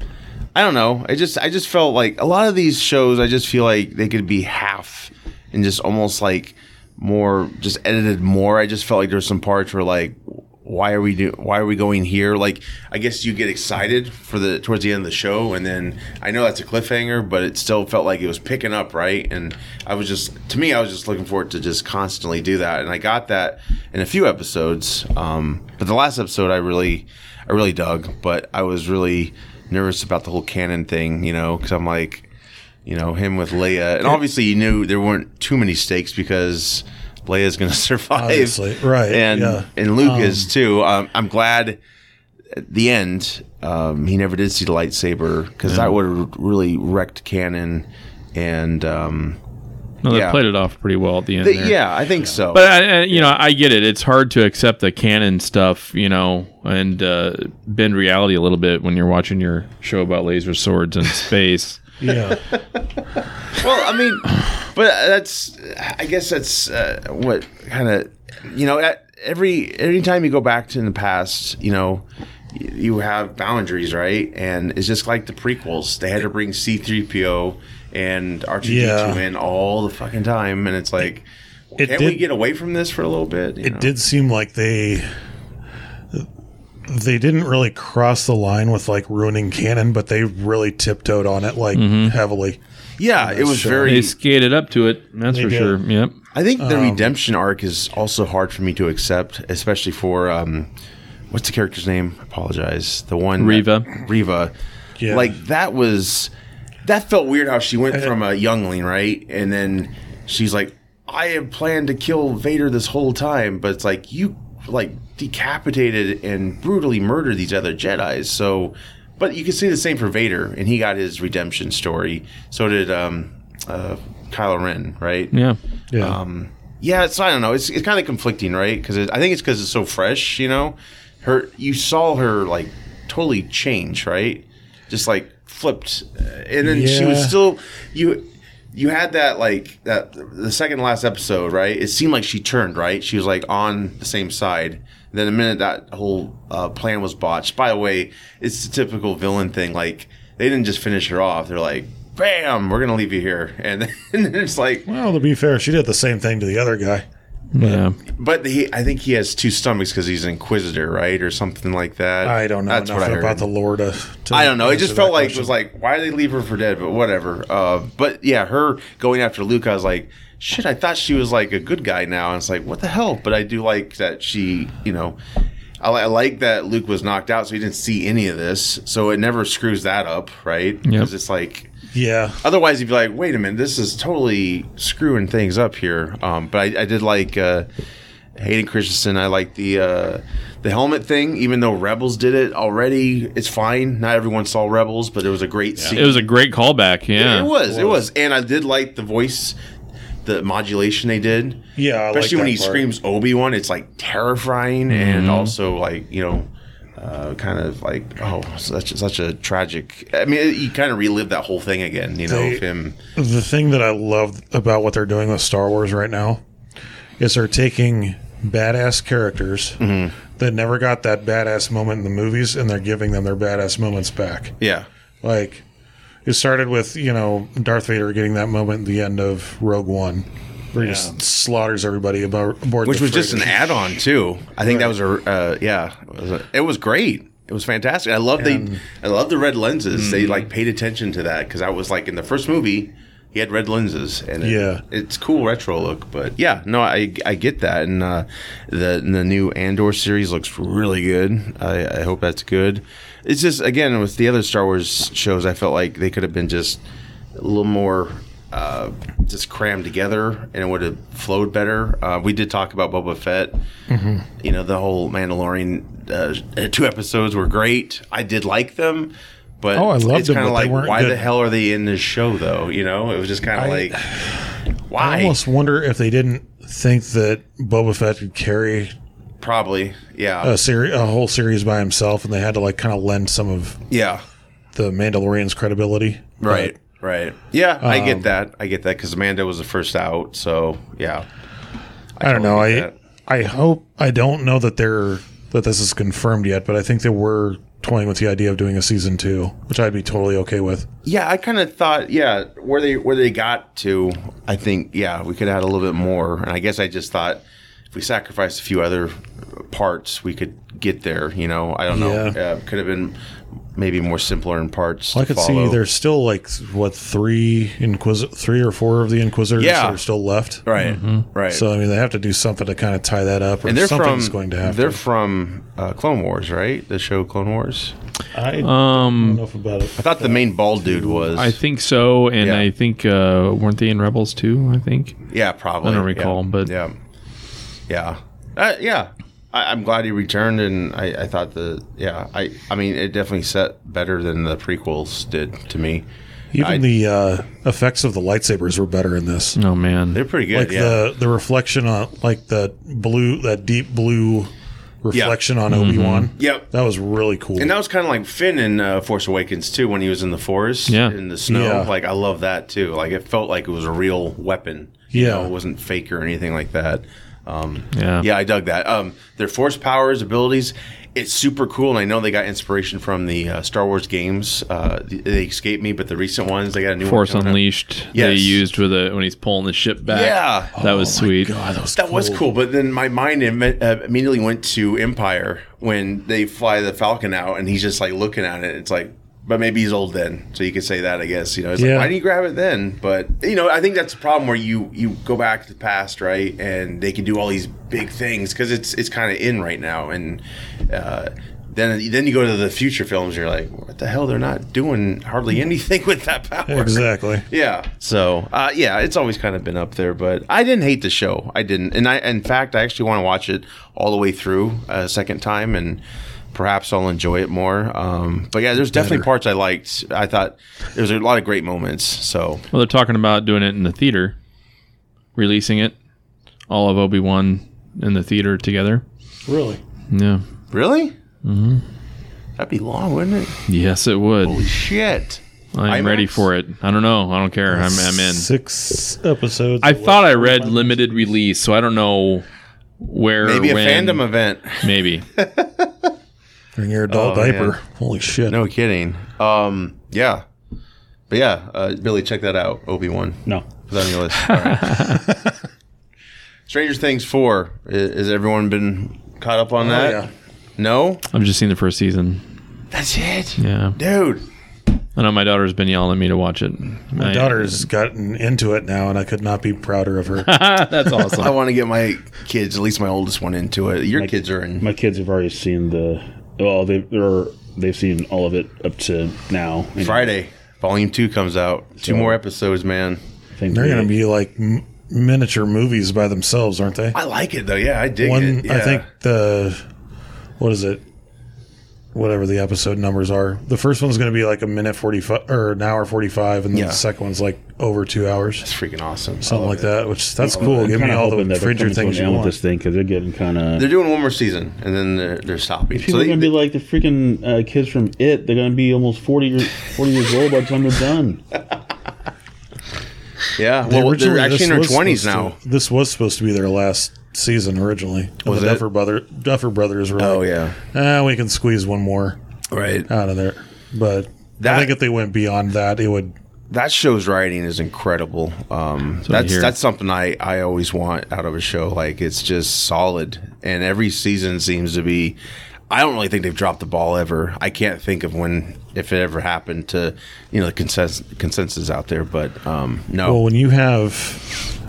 Speaker 1: I don't know. I just I just felt like a lot of these shows. I just feel like they could be half and just almost like more just edited more. I just felt like there's some parts where like why are we do why are we going here? Like I guess you get excited for the towards the end of the show, and then I know that's a cliffhanger, but it still felt like it was picking up right. And I was just to me, I was just looking forward to just constantly do that, and I got that in a few episodes. Um, but the last episode, I really I really dug, but I was really nervous about the whole canon thing, you know, because I'm like, you know, him with Leia, and obviously you knew there weren't too many stakes because Leia's going to survive,
Speaker 2: Obviously, right,
Speaker 1: And
Speaker 2: yeah.
Speaker 1: and Luke is too. Um, I'm glad at the end um, he never did see the lightsaber because that would have really wrecked canon. And um,
Speaker 3: No, they
Speaker 1: Yeah.
Speaker 3: played it off pretty well at the end.
Speaker 1: th-
Speaker 3: there.
Speaker 1: yeah, I think so.
Speaker 3: But I, I, you know, I get it. It's hard to accept the canon stuff, you know, and uh, bend reality a little bit when you're watching your show about laser swords and space.
Speaker 2: Yeah.
Speaker 1: Well, I mean, but that's, I guess that's uh, what kind of, you know, at every every time you go back to in the past, you know, y- you have boundaries, right? And it's just like the prequels; they had to bring C three PO and R two D
Speaker 2: Yeah.
Speaker 1: two in all the fucking time, and it's like,
Speaker 2: It
Speaker 1: can't we
Speaker 2: did-
Speaker 1: get away from this for a little bit? you
Speaker 2: it
Speaker 1: know?
Speaker 2: did seem like they they didn't really cross the line with like ruining canon, but they really tiptoed on it like
Speaker 1: Mm-hmm.
Speaker 2: heavily.
Speaker 1: yeah. It was
Speaker 2: show.
Speaker 1: very.
Speaker 3: They skated up to it. That's for
Speaker 2: did.
Speaker 3: sure. Yep.
Speaker 1: I think the redemption arc is also hard for me to accept, especially for um, what's the character's name? I apologize. The one that-
Speaker 3: Reva.
Speaker 1: Reva.
Speaker 2: Yeah.
Speaker 1: Like that was that felt weird how she went from a youngling, right? And then she's like, I have planned to kill Vader this whole time, but it's like you like decapitated and brutally murdered these other Jedi's. So but you can see the same for Vader, and he got his redemption story. So did um uh Kylo Ren, right?
Speaker 3: Yeah.
Speaker 2: Yeah.
Speaker 1: Um, yeah, it's I don't know. It's, it's kind of conflicting, right? Because I think it's because it's so fresh. You know, her you saw her like totally change, right? Just like flipped, uh, and then she was
Speaker 2: Yeah.
Speaker 1: still you. You had that like that the second to last episode, right? It seemed like she turned right. She was like on the same side. Then the minute that whole uh, plan was botched. By the way, it's the typical villain thing. Like they didn't just finish her off. They're like, "Bam, we're gonna leave you here," and then it's like,
Speaker 2: well, to be fair, she did the same thing to the other guy.
Speaker 3: Yeah.
Speaker 1: But he, I think he has two stomachs because he's an inquisitor, right, or something like that.
Speaker 2: I don't know
Speaker 1: That's what
Speaker 2: nothing
Speaker 1: I heard.
Speaker 2: about the lore to, to
Speaker 1: I don't know. It
Speaker 2: answer
Speaker 1: just
Speaker 2: that
Speaker 1: felt like it
Speaker 2: question.
Speaker 1: was like, why did they leave her for dead? But whatever. Uh, but yeah, her going after Luke, I was like, shit. I thought she was like a good guy now, and it's like, what the hell? But I do like that she, you know, I, li- I like that Luke was knocked out, so he didn't see any of this, so it never screws that up, right? Because it's like
Speaker 2: yeah,
Speaker 1: Otherwise, you'd be like, wait a minute, this is totally screwing things up here. Um, but I, I did like uh, Hayden Christensen. I like the uh, the helmet thing, even though Rebels did it already. It's fine. Not everyone saw Rebels, but it was a great scene.
Speaker 3: It was a great callback. Yeah.
Speaker 1: It was. It was. And I did like the voice, the modulation they did.
Speaker 2: Yeah, I like
Speaker 1: especially when
Speaker 2: that
Speaker 1: he
Speaker 2: part.
Speaker 1: screams Obi Wan, it's like terrifying
Speaker 3: Mm-hmm.
Speaker 1: and also like you know. Uh, kind of like oh such such a tragic I mean you kind of relive that whole thing again you know
Speaker 2: They-
Speaker 1: of him
Speaker 2: the thing that I love about what they're doing with Star Wars right now is they're taking badass characters
Speaker 1: Mm-hmm.
Speaker 2: that never got that badass moment in the movies, and they're giving them their badass moments back.
Speaker 1: yeah
Speaker 2: Like it started with you know Darth Vader getting that moment at the end of Rogue One, where he just slaughters everybody abo- aboard,
Speaker 1: which
Speaker 2: the
Speaker 1: was just an
Speaker 2: freighter.
Speaker 1: add-on too. I think that was a uh, yeah, it was, a- it was great. It was fantastic. I love the I love the red lenses.
Speaker 2: Mm-hmm.
Speaker 1: They like paid attention to that because I was like in the first movie, he had red lenses, and it-
Speaker 2: Yeah.
Speaker 1: it's cool retro look. But yeah, no, I I get that, and uh, the the new Andor series looks really good. I, I hope that's good. It's just again with the other Star Wars shows, I felt like they could have been just a little more uh, just crammed together and it would have flowed better. Uh, we did talk about Boba Fett.
Speaker 2: Mm-hmm.
Speaker 1: You know, the whole Mandalorian uh, two episodes were great. I did like them. But
Speaker 2: Oh, I loved
Speaker 1: it's
Speaker 2: them,
Speaker 1: kind of
Speaker 2: but they
Speaker 1: like,
Speaker 2: weren't
Speaker 1: why the
Speaker 2: good.
Speaker 1: hell are they in this show, though? You know, it was just kind of like,
Speaker 2: I
Speaker 1: why?
Speaker 2: almost wonder if they didn't think that Boba Fett could carry
Speaker 1: Probably, yeah,
Speaker 2: a series, a whole series by himself, and they had to like kind of lend some of
Speaker 1: yeah,
Speaker 2: the Mandalorian's credibility.
Speaker 1: right, right, yeah. I
Speaker 2: Um,
Speaker 1: get that. I get that because Amanda was the first out, so yeah.
Speaker 2: I, don't know.
Speaker 1: totally
Speaker 2: I
Speaker 1: get
Speaker 2: I hope I don't know that they're that this is confirmed yet, but I think they were toying with the idea of doing a season two, which I'd be totally okay with.
Speaker 1: Yeah, I kind of thought, yeah, where they where they got to, I think, yeah, we could add a little bit more. And I guess I just thought if we sacrificed a few other parts, we could get there. You know, I don't know.
Speaker 2: Yeah.
Speaker 1: Uh, could have been maybe more simpler in parts.
Speaker 2: I
Speaker 1: to
Speaker 2: could
Speaker 1: follow.
Speaker 2: see there's still like what three inquis three or four of the inquisitors
Speaker 1: Yeah.
Speaker 2: that are still left.
Speaker 1: right, right.
Speaker 2: Mm-hmm. So I mean, they have to do something to kind of tie that up, or
Speaker 1: and they're from
Speaker 2: something's going to happen.
Speaker 1: they're from uh, Clone Wars, right? The show Clone Wars.
Speaker 2: I
Speaker 3: Um,
Speaker 2: enough about it.
Speaker 1: I thought the main bald dude was.
Speaker 3: I think so, and
Speaker 1: Yeah.
Speaker 3: I think uh, weren't they in Rebels too? I think.
Speaker 1: Yeah, probably.
Speaker 3: I don't
Speaker 1: Yeah.
Speaker 3: recall, but-
Speaker 1: yeah, yeah, uh, yeah. I, I'm glad he returned, and I, I thought the yeah. I I mean, it definitely set better than the prequels did to me.
Speaker 2: Even
Speaker 1: I-
Speaker 2: the uh, effects of the lightsabers were better in this.
Speaker 3: Oh man,
Speaker 1: They're pretty good.
Speaker 2: Like
Speaker 1: yeah,
Speaker 2: the the reflection on like the blue, that deep blue reflection on
Speaker 3: Mm-hmm.
Speaker 2: Obi Wan.
Speaker 1: Yep.
Speaker 2: that was really cool.
Speaker 1: and that was kind of like Finn in uh, Force Awakens too, when he was in the forest,
Speaker 3: Yeah.
Speaker 1: in the snow.
Speaker 2: Yeah.
Speaker 1: Like I love that too. Like it felt like it was a real weapon. You
Speaker 2: Yeah.
Speaker 1: know, it wasn't fake or anything like that. Um,
Speaker 3: Yeah.
Speaker 1: yeah, I dug that. Um, their force powers, abilities, it's super cool, and I know they got inspiration from the uh, Star Wars games. Uh, th- they escaped me, but the recent ones, they got a new
Speaker 3: Force
Speaker 1: one coming up.
Speaker 3: Unleashed. They
Speaker 1: Yes.
Speaker 3: used with a when he's pulling the ship back.
Speaker 1: Yeah.
Speaker 3: that was sweet.
Speaker 2: God, that was
Speaker 1: Oh That was cool, but then my mind Im- uh, immediately went to Empire when they fly the Falcon out, and he's just like looking at it. It's like, but maybe he's old then, so you could say that, I guess. You know, it's
Speaker 2: Yeah.
Speaker 1: like, why didn't you grab it then? But you know, I think that's the problem where you you go back to the past, right? And they can do all these big things because it's it's kind of in right now, and uh, then then you go to the future films, you're like, what the hell? They're not doing hardly anything with that power.
Speaker 2: Exactly.
Speaker 1: Yeah. So, uh, yeah, it's always kind of been up there, but I didn't hate the show. I didn't, and I, in fact, I actually want to watch it all the way through a second time, and perhaps I'll enjoy it more. Um, but yeah, there's definitely parts I liked. I thought there was a lot of great moments. So,
Speaker 3: Well, they're talking about doing it in the theater, releasing it, all of Obi Wan in the theater together.
Speaker 2: Really?
Speaker 3: Yeah.
Speaker 1: really, mm-hmm. that'd be long, wouldn't it?
Speaker 3: Yes, it would.
Speaker 1: Holy shit!
Speaker 3: I'm
Speaker 1: IMAX?
Speaker 3: ready for it. I don't know. I don't care. I'm, I'm in.
Speaker 2: Six episodes.
Speaker 3: I thought I read limited release, so I don't know where.
Speaker 1: Maybe a
Speaker 3: when.
Speaker 1: fandom event.
Speaker 3: Maybe.
Speaker 2: in your adult
Speaker 1: Oh,
Speaker 2: diaper.
Speaker 1: man.
Speaker 2: Holy shit!
Speaker 1: No kidding. Um, yeah, but yeah, uh, Billy, check that out. Obi Wan.
Speaker 4: No.
Speaker 1: It's on your list. All right. Stranger Things four. I- Has everyone been caught up on that?
Speaker 2: Oh, yeah.
Speaker 1: No,
Speaker 3: I've just seen the first season.
Speaker 1: that's it,
Speaker 3: Yeah.
Speaker 1: dude.
Speaker 3: I know my daughter's been yelling at me to watch it.
Speaker 2: My daughter's gotten into it now, and I could not be prouder of her.
Speaker 3: That's
Speaker 1: I
Speaker 3: awesome.
Speaker 1: want to get my kids, at least my oldest one, into it. Your kids are in.
Speaker 4: My kids have already seen the. Well, they are they've seen all of it up to now. And
Speaker 1: Friday, Volume Two comes out. Two more episodes, man.
Speaker 4: I think
Speaker 2: They're
Speaker 4: they-
Speaker 2: going to be like m- miniature movies by themselves, aren't they?
Speaker 1: I like it though. Yeah, I dig
Speaker 2: One,
Speaker 1: it. Yeah.
Speaker 2: I think the what is it? Whatever the episode numbers are, the first one's going to be like a minute forty-five or an hour forty-five, and then
Speaker 1: Yeah.
Speaker 2: the second one's like over two hours,
Speaker 1: it's freaking awesome. I
Speaker 2: something
Speaker 1: love
Speaker 2: like
Speaker 1: it.
Speaker 2: that. Which that's cool. Give me
Speaker 4: kinda
Speaker 2: all
Speaker 4: hoping
Speaker 2: the
Speaker 4: that they're
Speaker 2: Fridger
Speaker 4: coming to an
Speaker 2: things you
Speaker 4: end
Speaker 2: want.
Speaker 4: with this thing because they're getting kind of.
Speaker 1: They're doing one more season, and then they're, they're stopping.
Speaker 4: People
Speaker 1: So
Speaker 4: are
Speaker 1: they,
Speaker 4: going to be like the freaking uh, kids from It. They're going to be almost 40 years, 40 years old by the time they're done.
Speaker 1: yeah, well, they're
Speaker 2: Originally,
Speaker 1: actually in
Speaker 2: this
Speaker 1: their
Speaker 2: was
Speaker 1: twenties now.
Speaker 2: supposed to- this was supposed to be their last season originally. And
Speaker 1: Was
Speaker 2: the
Speaker 1: it?
Speaker 2: Duffer brother Duffer brothers were
Speaker 1: Oh
Speaker 2: like,
Speaker 1: yeah,
Speaker 2: "Ah, we can squeeze one more
Speaker 1: right.
Speaker 2: out of there. But
Speaker 1: That-
Speaker 2: I think if they went beyond that, it would.
Speaker 1: that show's writing is incredible. Um,
Speaker 3: what I
Speaker 1: that's
Speaker 3: hear.
Speaker 1: that's something I, I always want out of a show. Like it's just solid, and every season seems to be. I don't really think they've dropped the ball ever. I can't think of when, if it ever happened to, you know, the consensus, consensus out there. But um, no,
Speaker 2: Well, when you have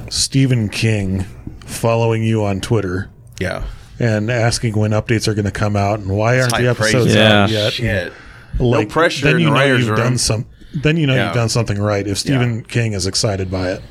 Speaker 2: Stephen King following you on Twitter
Speaker 1: yeah,
Speaker 2: and asking when updates are going to come out and why aren't
Speaker 1: like
Speaker 2: the
Speaker 1: crazy.
Speaker 2: episodes
Speaker 3: Yeah.
Speaker 2: out yet?
Speaker 1: shit.
Speaker 2: Like,
Speaker 1: pressure
Speaker 2: Then
Speaker 1: in
Speaker 2: you
Speaker 1: the
Speaker 2: know
Speaker 1: writers'
Speaker 2: you've
Speaker 1: room.
Speaker 2: done some. then you know
Speaker 1: Yeah.
Speaker 2: you've done something right if Stephen King is excited by it.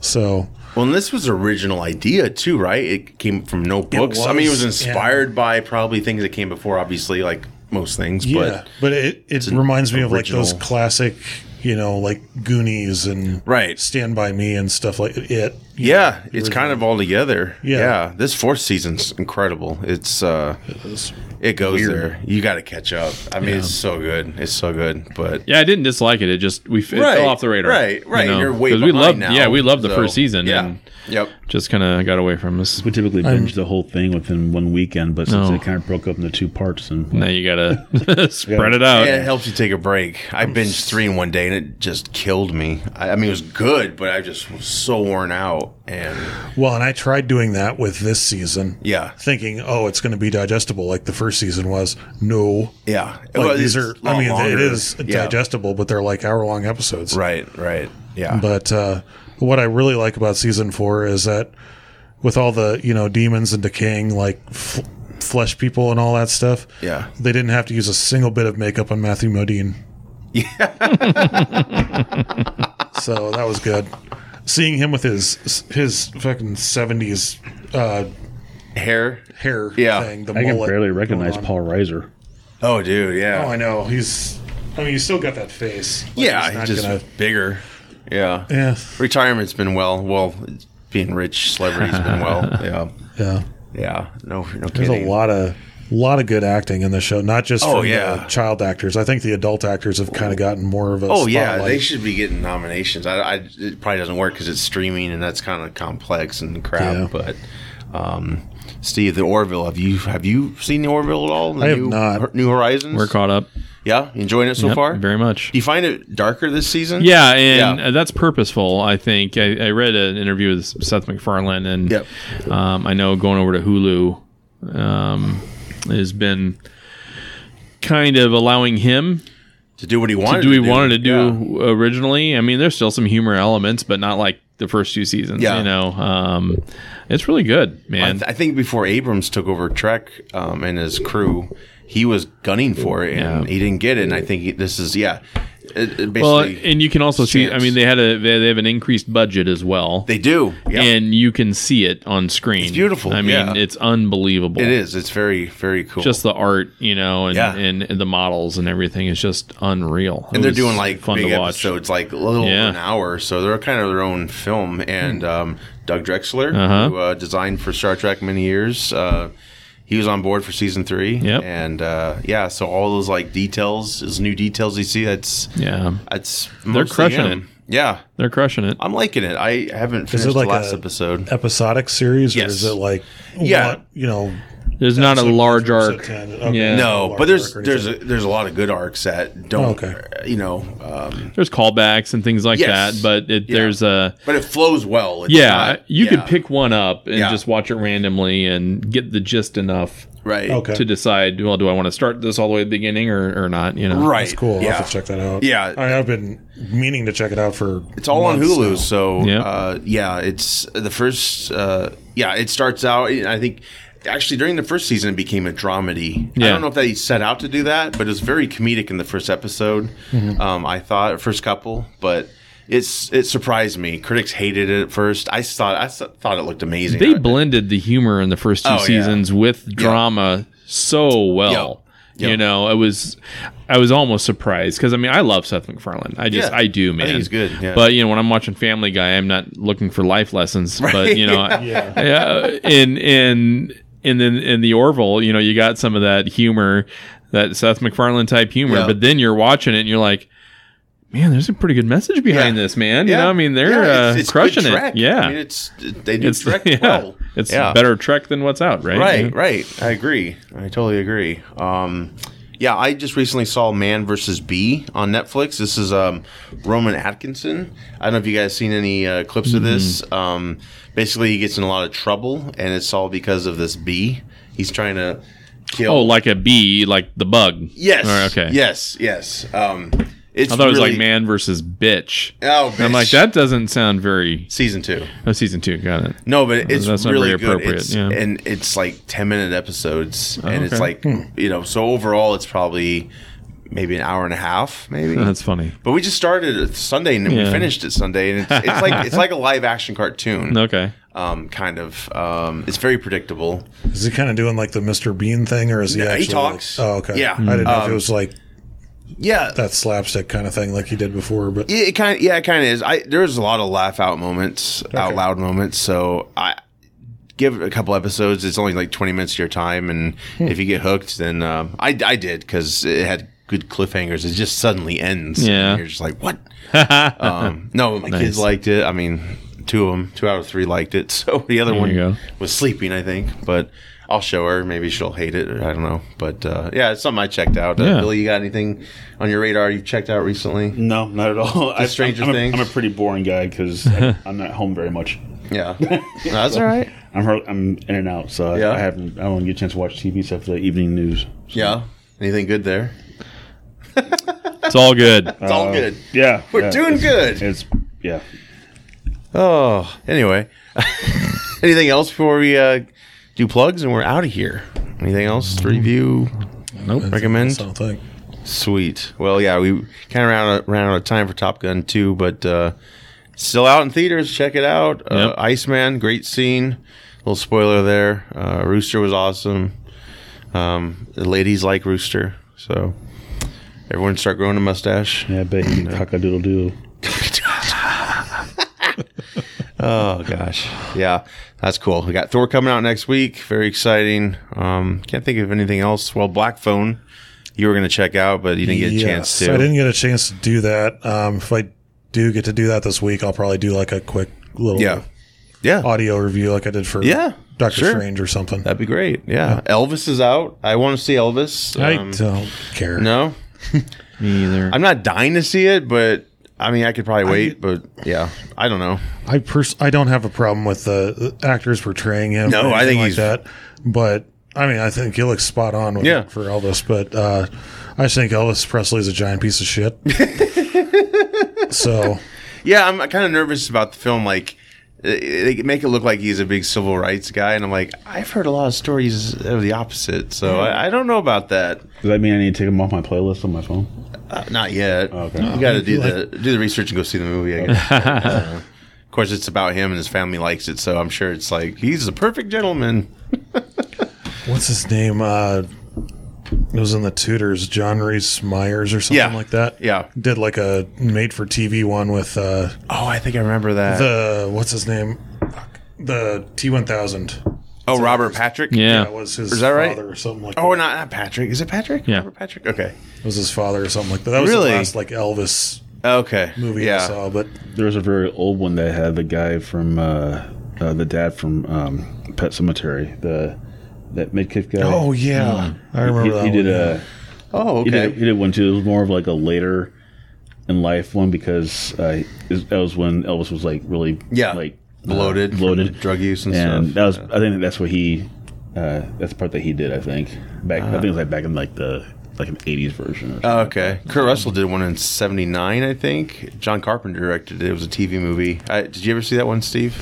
Speaker 2: So
Speaker 1: Well, and this was original idea too, right? It came from no books. I mean, it was
Speaker 2: was, yeah.
Speaker 1: inspired by probably things that came before, obviously, like most things.
Speaker 2: yeah,
Speaker 1: But
Speaker 2: but it it reminds me of like those
Speaker 1: original-
Speaker 2: classic, you know, like Goonies and
Speaker 1: Right.
Speaker 2: Stand by Me and stuff like it. you
Speaker 1: yeah,
Speaker 2: know,
Speaker 1: it's kind of all together.
Speaker 2: Yeah.
Speaker 1: yeah. This fourth season's incredible. It's uh,
Speaker 2: originals.
Speaker 1: it goes there. You got to catch up. I mean, it's so good. It's so good. But
Speaker 3: Yeah, I didn't dislike it. It just we it
Speaker 1: Right,
Speaker 3: fell off the radar.
Speaker 1: Right, right.
Speaker 3: You know?
Speaker 1: You are way
Speaker 3: 'Cause
Speaker 1: behind
Speaker 3: we loved,
Speaker 1: now.
Speaker 3: Yeah, we loved the
Speaker 1: so,
Speaker 3: first season.
Speaker 1: Yeah.
Speaker 3: and
Speaker 1: yep.
Speaker 3: just kind of got away from us.
Speaker 4: We typically binge the whole thing within one weekend, but since
Speaker 3: No.
Speaker 4: it kind of broke up into two parts, and
Speaker 3: Now you gotta spread it out.
Speaker 1: And it helps you take a break. I binged three in one day, and it just killed me. I, I mean, it was good, but I just was so worn out. And
Speaker 2: Well, and I tried doing that with this season.
Speaker 1: yeah,
Speaker 2: Thinking, oh, it's going to be digestible like the first season was. No,
Speaker 1: yeah.
Speaker 2: like
Speaker 1: Well,
Speaker 2: these
Speaker 1: it's
Speaker 2: are.
Speaker 1: a lot
Speaker 2: I mean,
Speaker 1: longer.
Speaker 2: it is
Speaker 1: Yeah.
Speaker 2: digestible, but they're like hour long episodes.
Speaker 1: Right, right. Yeah.
Speaker 2: But uh, what I really like about season four is that with all the you know demons and decaying like f- flesh people and all that stuff,
Speaker 1: Yeah.
Speaker 2: they didn't have to use a single bit of makeup on Matthew Modine. Yeah. so that was good. Seeing him with his his fucking seventies uh,
Speaker 1: Hair.
Speaker 2: hair
Speaker 1: Yeah.
Speaker 2: thing, the
Speaker 4: I can
Speaker 2: mullet
Speaker 4: barely
Speaker 2: going
Speaker 4: recognize
Speaker 2: on.
Speaker 4: Paul Reiser.
Speaker 1: Oh, dude.
Speaker 2: Oh,
Speaker 1: Yeah.
Speaker 2: I know he's. I mean, he's still got that face. Like,
Speaker 1: yeah.
Speaker 2: he's not
Speaker 1: He's just
Speaker 2: gonna-
Speaker 1: bigger. Yeah.
Speaker 2: yeah,
Speaker 1: Retirement's been well. Well, being rich, celebrity's been well. Yeah.
Speaker 2: yeah.
Speaker 1: Yeah. No. No
Speaker 2: There's
Speaker 1: kidding.
Speaker 2: a lot of lot of good acting in the show, not just
Speaker 1: Oh,
Speaker 2: from
Speaker 1: yeah.
Speaker 2: the child actors. I think the adult actors have kind of gotten more of a.
Speaker 1: Oh yeah,
Speaker 2: spotlight.
Speaker 1: they should be getting nominations. I, I it probably doesn't work because it's streaming and that's kind of complex and crap.
Speaker 2: Yeah.
Speaker 1: But um, Steve, the Orville, have you have you seen the Orville at all? The
Speaker 2: I have
Speaker 1: new,
Speaker 2: not.
Speaker 1: Hor- New Horizons.
Speaker 3: We're caught up
Speaker 1: yeah, you enjoying it so
Speaker 3: Yep,
Speaker 1: far?
Speaker 3: very much.
Speaker 1: Do you find it darker this season?
Speaker 3: Yeah, and
Speaker 1: Yeah.
Speaker 3: uh, that's purposeful. I think I, I read an interview with Seth MacFarlane, and
Speaker 1: Yep.
Speaker 3: um, I know going over to Hulu um, has been kind of allowing him
Speaker 1: To do what he wanted.
Speaker 3: do
Speaker 1: to
Speaker 3: we
Speaker 1: do.
Speaker 3: wanted to do originally. I mean, there's still some humor elements, but not like the first two seasons.
Speaker 1: Yeah.
Speaker 3: You know, um, it's really good,
Speaker 1: I,
Speaker 3: man.
Speaker 1: th- I think before Abrams took over Trek um, and his crew, he was gunning for it and
Speaker 3: Yeah.
Speaker 1: he didn't get it. And I think he, this is yeah, it, it basically
Speaker 3: well, and you can also see. I
Speaker 1: chance.
Speaker 3: mean, they had a they, they have an increased budget as well,
Speaker 1: they do. Yeah.
Speaker 3: and you can see it on screen. It's
Speaker 1: beautiful,
Speaker 3: I mean,
Speaker 1: yeah.
Speaker 3: it's unbelievable.
Speaker 1: it is. It's very very cool.
Speaker 3: Just the art, you know, and,
Speaker 1: Yeah.
Speaker 3: and, and the models and everything is just unreal. It
Speaker 1: and they're
Speaker 3: was
Speaker 1: doing like
Speaker 3: fun
Speaker 1: big
Speaker 3: to watch.
Speaker 1: episodes, like a little over
Speaker 3: Yeah.
Speaker 1: an
Speaker 3: Hmm.
Speaker 1: hour. So they're kind of their own film. And um, Doug Drexler,
Speaker 3: Uh-huh.
Speaker 1: who uh, designed for Star Trek many years, uh, he was on board for season three.
Speaker 3: Yep.
Speaker 1: And uh, yeah, so all those like details, those new details you see, that's
Speaker 3: Yeah,
Speaker 1: that's
Speaker 3: They're
Speaker 1: mostly
Speaker 3: crushing
Speaker 1: him. Yeah,
Speaker 3: they're crushing it.
Speaker 1: I'm liking it. I haven't finished
Speaker 2: like
Speaker 1: the last
Speaker 2: a-
Speaker 1: episode.
Speaker 2: episodic series,
Speaker 1: Yes.
Speaker 2: or is it like
Speaker 1: Yeah.
Speaker 2: what, you know,
Speaker 3: There's not a
Speaker 2: episode
Speaker 3: large
Speaker 2: one through
Speaker 3: arc.
Speaker 2: episode 10? Okay.
Speaker 3: Yeah.
Speaker 1: No,
Speaker 2: Large
Speaker 1: but there's
Speaker 2: arc or
Speaker 1: there's a,
Speaker 2: anything.
Speaker 1: there's a lot of good arcs that don't,
Speaker 2: Okay.
Speaker 1: you know, um,
Speaker 3: There's callbacks and things like
Speaker 1: Yes.
Speaker 3: that, but it,
Speaker 1: Yeah.
Speaker 3: there's a
Speaker 1: but it flows well. It's
Speaker 3: Yeah,
Speaker 1: not-
Speaker 3: you
Speaker 1: yeah,
Speaker 3: could pick one up and
Speaker 1: Yeah.
Speaker 3: just watch it randomly and get the gist enough
Speaker 1: right,
Speaker 2: Okay.
Speaker 3: to decide. Well, do I want to start this all the way at the beginning or, or not? You know,
Speaker 1: right,
Speaker 2: That's cool. I'll
Speaker 1: Yeah.
Speaker 2: have to check that out.
Speaker 1: Yeah.
Speaker 2: I, I've been meaning to check it out for.
Speaker 1: It's all on
Speaker 2: months
Speaker 1: Hulu,
Speaker 2: now.
Speaker 1: so
Speaker 3: Yeah.
Speaker 1: uh, yeah, it's the first. Uh, yeah, it starts out. I think actually during the first season, it became a dramedy. I
Speaker 3: Yeah.
Speaker 1: don't know if they set out to do that, but it was very comedic in the first episode. Um, I thought first couple, but it's it surprised me. Critics hated it at first. I thought I thought it looked amazing.
Speaker 3: They
Speaker 1: I-
Speaker 3: blended the humor in the first two
Speaker 1: Oh, yeah.
Speaker 3: seasons with drama so well.
Speaker 1: Yep.
Speaker 3: You know, I was I was almost surprised because I mean I love Seth MacFarlane. I just
Speaker 1: Yeah.
Speaker 3: I do man.
Speaker 1: he's good, yeah.
Speaker 3: But you know when I'm watching Family Guy, I'm not looking for life lessons. But you know, I-
Speaker 2: Yeah.
Speaker 3: yeah, and and and then in the Orville, you know, you got some of that humor, that Seth MacFarlane type humor.
Speaker 1: Yeah.
Speaker 3: But then you're watching it and you're like, man, there's a pretty good message behind
Speaker 1: Yeah.
Speaker 3: this, man.
Speaker 1: Yeah.
Speaker 3: You know, I mean, they're
Speaker 1: Yeah,
Speaker 3: uh,
Speaker 1: good
Speaker 3: crushing
Speaker 1: Trek.
Speaker 3: it. Yeah,
Speaker 1: I mean, it's they do
Speaker 3: it's
Speaker 1: Trek
Speaker 3: yeah,
Speaker 1: well.
Speaker 3: it's
Speaker 1: Yeah.
Speaker 3: better Trek than what's out, right?
Speaker 1: Right, right. I agree. I totally agree. Um, yeah, I just recently saw Man versus Bee on Netflix. This is um, Roman Atkinson. I don't know if you guys seen any uh, clips of
Speaker 3: Mm-hmm.
Speaker 1: this. Um, basically, he gets in a lot of trouble, and it's all because of this bee. He's trying to kill.
Speaker 3: Oh, like a bee, like the bug.
Speaker 1: yes.
Speaker 3: All right, okay.
Speaker 1: Yes. Yes. Um, it's
Speaker 3: I thought it was
Speaker 1: really-
Speaker 3: like man versus bitch.
Speaker 1: Oh,
Speaker 3: I'm like
Speaker 1: bitch.
Speaker 3: that doesn't sound very.
Speaker 1: Season two.
Speaker 3: Oh, season two, got it.
Speaker 1: No, but it's
Speaker 3: that's not
Speaker 1: really
Speaker 3: very
Speaker 1: good.
Speaker 3: appropriate,
Speaker 1: It's,
Speaker 3: yeah.
Speaker 1: And it's like ten minute episodes, and it's
Speaker 3: okay. Hmm.
Speaker 1: like you know. So overall, it's probably maybe an hour and a half, maybe.
Speaker 3: That's funny.
Speaker 1: but we just started it Sunday and we
Speaker 3: Yeah.
Speaker 1: finished it Sunday, and it's, it's like it's like a live action cartoon,
Speaker 3: Okay.
Speaker 1: um, kind of. Um, it's very predictable.
Speaker 2: Is he kind of doing like the Mr. Bean thing, or is he
Speaker 1: Yeah, he
Speaker 2: actually? like-
Speaker 1: talks.
Speaker 2: oh, okay.
Speaker 1: Yeah.
Speaker 2: I didn't know if
Speaker 1: Um,
Speaker 2: it was like
Speaker 1: Yeah,
Speaker 2: that slapstick kind of thing, like he did before. But
Speaker 1: Yeah, it kind of yeah, it kind of is. I there's a lot of laugh out moments, out loud moments. So I give it a couple episodes. It's only like 20 minutes of your time, and
Speaker 3: Hmm.
Speaker 1: if you get hooked, then um, I I did because it had good cliffhangers. It just suddenly ends.
Speaker 3: Yeah.
Speaker 1: and you're just like what? um, no, my kids liked it. I mean, two of them, two out of three liked it. So the other
Speaker 3: you go.
Speaker 1: one was sleeping, I think, but. I'll show her. Maybe she'll hate it. Or I don't know. But uh, yeah, it's something I checked out. Uh,
Speaker 3: Yeah.
Speaker 1: Billy, you got anything on your radar you've checked out recently?
Speaker 4: No, not at all. I,
Speaker 1: Stranger
Speaker 4: I'm,
Speaker 1: Things?
Speaker 4: A, I'm a pretty boring guy because I'm not home very much.
Speaker 1: Yeah, No, that's all right.
Speaker 4: I'm hur- I'm in and out, so I-
Speaker 1: Yeah.
Speaker 4: I haven't. I don't get a chance to watch TV except for the evening news.
Speaker 1: Yeah, anything good there? Uh,
Speaker 3: It's all good.
Speaker 1: It's all good.
Speaker 4: Yeah,
Speaker 1: We're
Speaker 4: yeah,
Speaker 1: doing
Speaker 4: it's-
Speaker 1: good.
Speaker 4: It's yeah.
Speaker 1: Oh, anyway, anything else before we uh, do plugs and we're out of here? Anything else to review?
Speaker 3: Nope.
Speaker 1: Recommend?
Speaker 2: I don't think.
Speaker 1: Sweet. Well, yeah, we kind of ran out, ran out of time for Top Gun 2, but uh, still out in theaters. Check it out. Uh,
Speaker 3: Yep.
Speaker 1: Iceman, great scene. Little spoiler there. Uh, Rooster was awesome. Um, the ladies like Rooster, so everyone start growing a mustache.
Speaker 4: Yeah, I bet you can cock a doodle doo.
Speaker 1: Oh gosh, yeah, that's cool. We got Thor coming out next week. Very exciting. Um, can't think of anything else. Well, Black Phone, you were going to check out, but you didn't get a chance
Speaker 2: Yes,
Speaker 1: to.
Speaker 2: I didn't get a chance to do that. Um, if I do get to do that this week, I'll probably do like a quick little
Speaker 1: Yeah, yeah,
Speaker 2: audio review, like I did for
Speaker 1: Yeah,
Speaker 2: Oh, Doctor
Speaker 1: sure.
Speaker 2: Strange or something.
Speaker 1: that'd be great. Yeah. Elvis is out. I want to see Elvis.
Speaker 2: I
Speaker 1: Um,
Speaker 2: don't care.
Speaker 1: no,
Speaker 3: Me either.
Speaker 1: I'm not dying to see it, but I mean, I could probably wait. but yeah, I don't know.
Speaker 2: I pers- I don't have a problem with the the actors portraying him.
Speaker 1: No,
Speaker 2: or
Speaker 1: I think
Speaker 2: anything
Speaker 1: he's-
Speaker 2: like that. But I mean, I think he looks spot on with
Speaker 1: Yeah.
Speaker 2: for Elvis. But uh, I just think Elvis Presley's a giant piece of shit. so
Speaker 1: Yeah, I'm kind of nervous about the film. Like, eh, they make it look like he's a big civil rights guy, and I'm like, I've heard a lot of stories of the opposite, so I, I don't know about that.
Speaker 4: Does that mean I need to take them off my playlist on my phone?
Speaker 1: Uh, not yet.
Speaker 4: Okay.
Speaker 1: You got to do the do the research and go see the movie. I guess. Uh, of course, it's about him and his family likes it, so I'm sure it's like he's the perfect gentleman.
Speaker 2: what's his name? Uh, it was in the Tudors, John Reese Myers or something
Speaker 1: Yeah.
Speaker 2: like that.
Speaker 1: Yeah.
Speaker 2: did like a made for TV one with uh,
Speaker 1: Oh, I think I remember that.
Speaker 2: the what's his name? Fuck. The T one thousand.
Speaker 1: oh, Robert Patrick.
Speaker 3: yeah.
Speaker 2: That was his
Speaker 1: Is that right?
Speaker 2: father or something like
Speaker 1: Oh,
Speaker 2: that.
Speaker 1: not, not Patrick. Is it Patrick?
Speaker 3: Yeah.
Speaker 1: Robert Patrick. Okay.
Speaker 2: It was his father or something like that. That was
Speaker 1: Really?
Speaker 2: the last like Elvis
Speaker 1: Okay.
Speaker 2: movie I
Speaker 1: Yeah.
Speaker 2: saw, but
Speaker 4: There was a very old one that had the guy from uh, uh, the dad from um, Pet Cemetery, the that midkiff guy.
Speaker 2: oh yeah, I
Speaker 4: he,
Speaker 2: remember
Speaker 4: he
Speaker 2: that.
Speaker 4: did
Speaker 2: one.
Speaker 4: a
Speaker 1: Oh,
Speaker 4: he did
Speaker 1: okay.
Speaker 4: he did one too. It was more of like a later in life one because uh, is- that was when Elvis was like really
Speaker 1: Yeah.
Speaker 4: like
Speaker 1: Bloated.
Speaker 4: uh,
Speaker 1: from
Speaker 4: bloated
Speaker 1: Drug use and,
Speaker 4: and
Speaker 1: stuff.
Speaker 4: that was I think that's what he uh, that's the part that he did I think back
Speaker 2: Uh-huh.
Speaker 4: I think it was like back in like the like an 80s
Speaker 2: Uh,
Speaker 4: version or
Speaker 1: Oh, okay. Kurt Russell did one in 79, I think. John Carpenter directed it. It was a TV movie. I, did you ever see that one, Steve?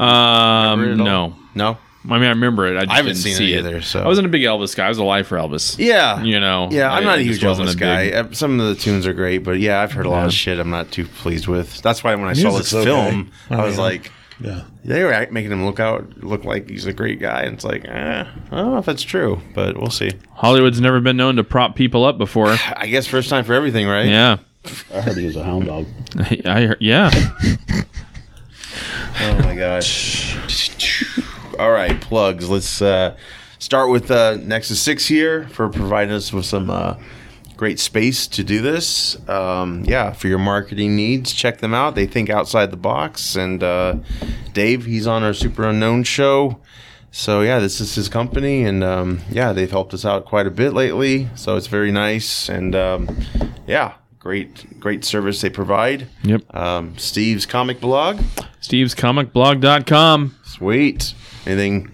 Speaker 3: Um, no.
Speaker 1: No?
Speaker 3: I mean, I remember it. I, just
Speaker 1: I haven't
Speaker 3: didn't
Speaker 1: seen it
Speaker 3: see
Speaker 1: either, so-
Speaker 3: I wasn't a big Elvis guy. I was alive for Elvis.
Speaker 1: Yeah.
Speaker 3: You know,
Speaker 1: Yeah, I'm
Speaker 3: I-
Speaker 1: not a
Speaker 3: I
Speaker 1: huge
Speaker 3: just wasn't
Speaker 1: Elvis
Speaker 3: a
Speaker 1: guy.
Speaker 3: big-
Speaker 1: Uh, Some of the tunes are great, but yeah, I've heard a lot of shit I'm not too pleased with. That's why when I saw
Speaker 2: Music's
Speaker 1: this
Speaker 2: okay.
Speaker 1: film, I,
Speaker 2: I
Speaker 1: was
Speaker 2: mean,
Speaker 1: like,
Speaker 2: yeah.
Speaker 1: they were act- making him look out, look like he's a great guy, and it's like, eh, I don't know if that's true, but we'll see.
Speaker 3: Hollywood's never been known to prop people up before.
Speaker 1: I guess first time for everything, right?
Speaker 3: yeah.
Speaker 4: something. I heard he was a hound dog
Speaker 3: I heard, yeah.
Speaker 1: Oh my gosh. All right, plugs. Let's uh, start with uh, Nexus 6 here for providing us with some uh, great space to do this. Um, yeah, for your marketing needs, check them out. They think outside the box. And uh, Dave, he's on our Super Unknown show. So, yeah, this is his company. And um, yeah, they've helped us out quite a bit lately. So, it's very nice. And um, yeah, great, great service they provide.
Speaker 3: Yep.
Speaker 1: Um, Steve's comic blog.
Speaker 3: Steve's comicblog.com.
Speaker 1: Sweet. Anything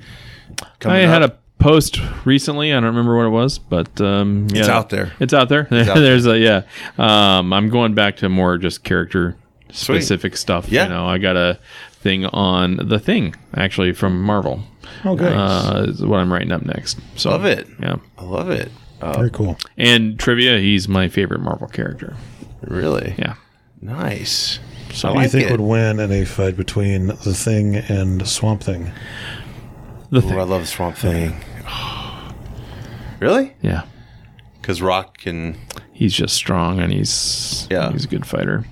Speaker 3: I
Speaker 1: coming
Speaker 3: had
Speaker 1: up?
Speaker 3: a post recently. I don't remember what it was, but um, yeah,
Speaker 1: It's out there.
Speaker 3: It's out there.
Speaker 1: out
Speaker 3: There's a yeah. Um, I'm going back to more just character specific stuff.
Speaker 1: Yeah.
Speaker 3: You know, I got a thing on the thing actually from Marvel.
Speaker 2: Oh, good.
Speaker 3: Uh, is what I'm writing up next. So
Speaker 1: Love it.
Speaker 3: Yeah.
Speaker 1: I love it.
Speaker 2: Very cool.
Speaker 3: And trivia, he's my favorite Marvel character.
Speaker 1: Really
Speaker 3: Yeah.
Speaker 1: nice. So I
Speaker 2: Who do you
Speaker 1: like
Speaker 2: think
Speaker 1: it.
Speaker 2: would win in a fight between the Thing and Swamp Thing?
Speaker 3: The
Speaker 1: Ooh, I
Speaker 3: thing.
Speaker 1: love Swamp Thing. really?
Speaker 3: Yeah.
Speaker 1: Because Rock can.
Speaker 3: He's just strong and he's
Speaker 1: Yeah.
Speaker 3: he's a good fighter.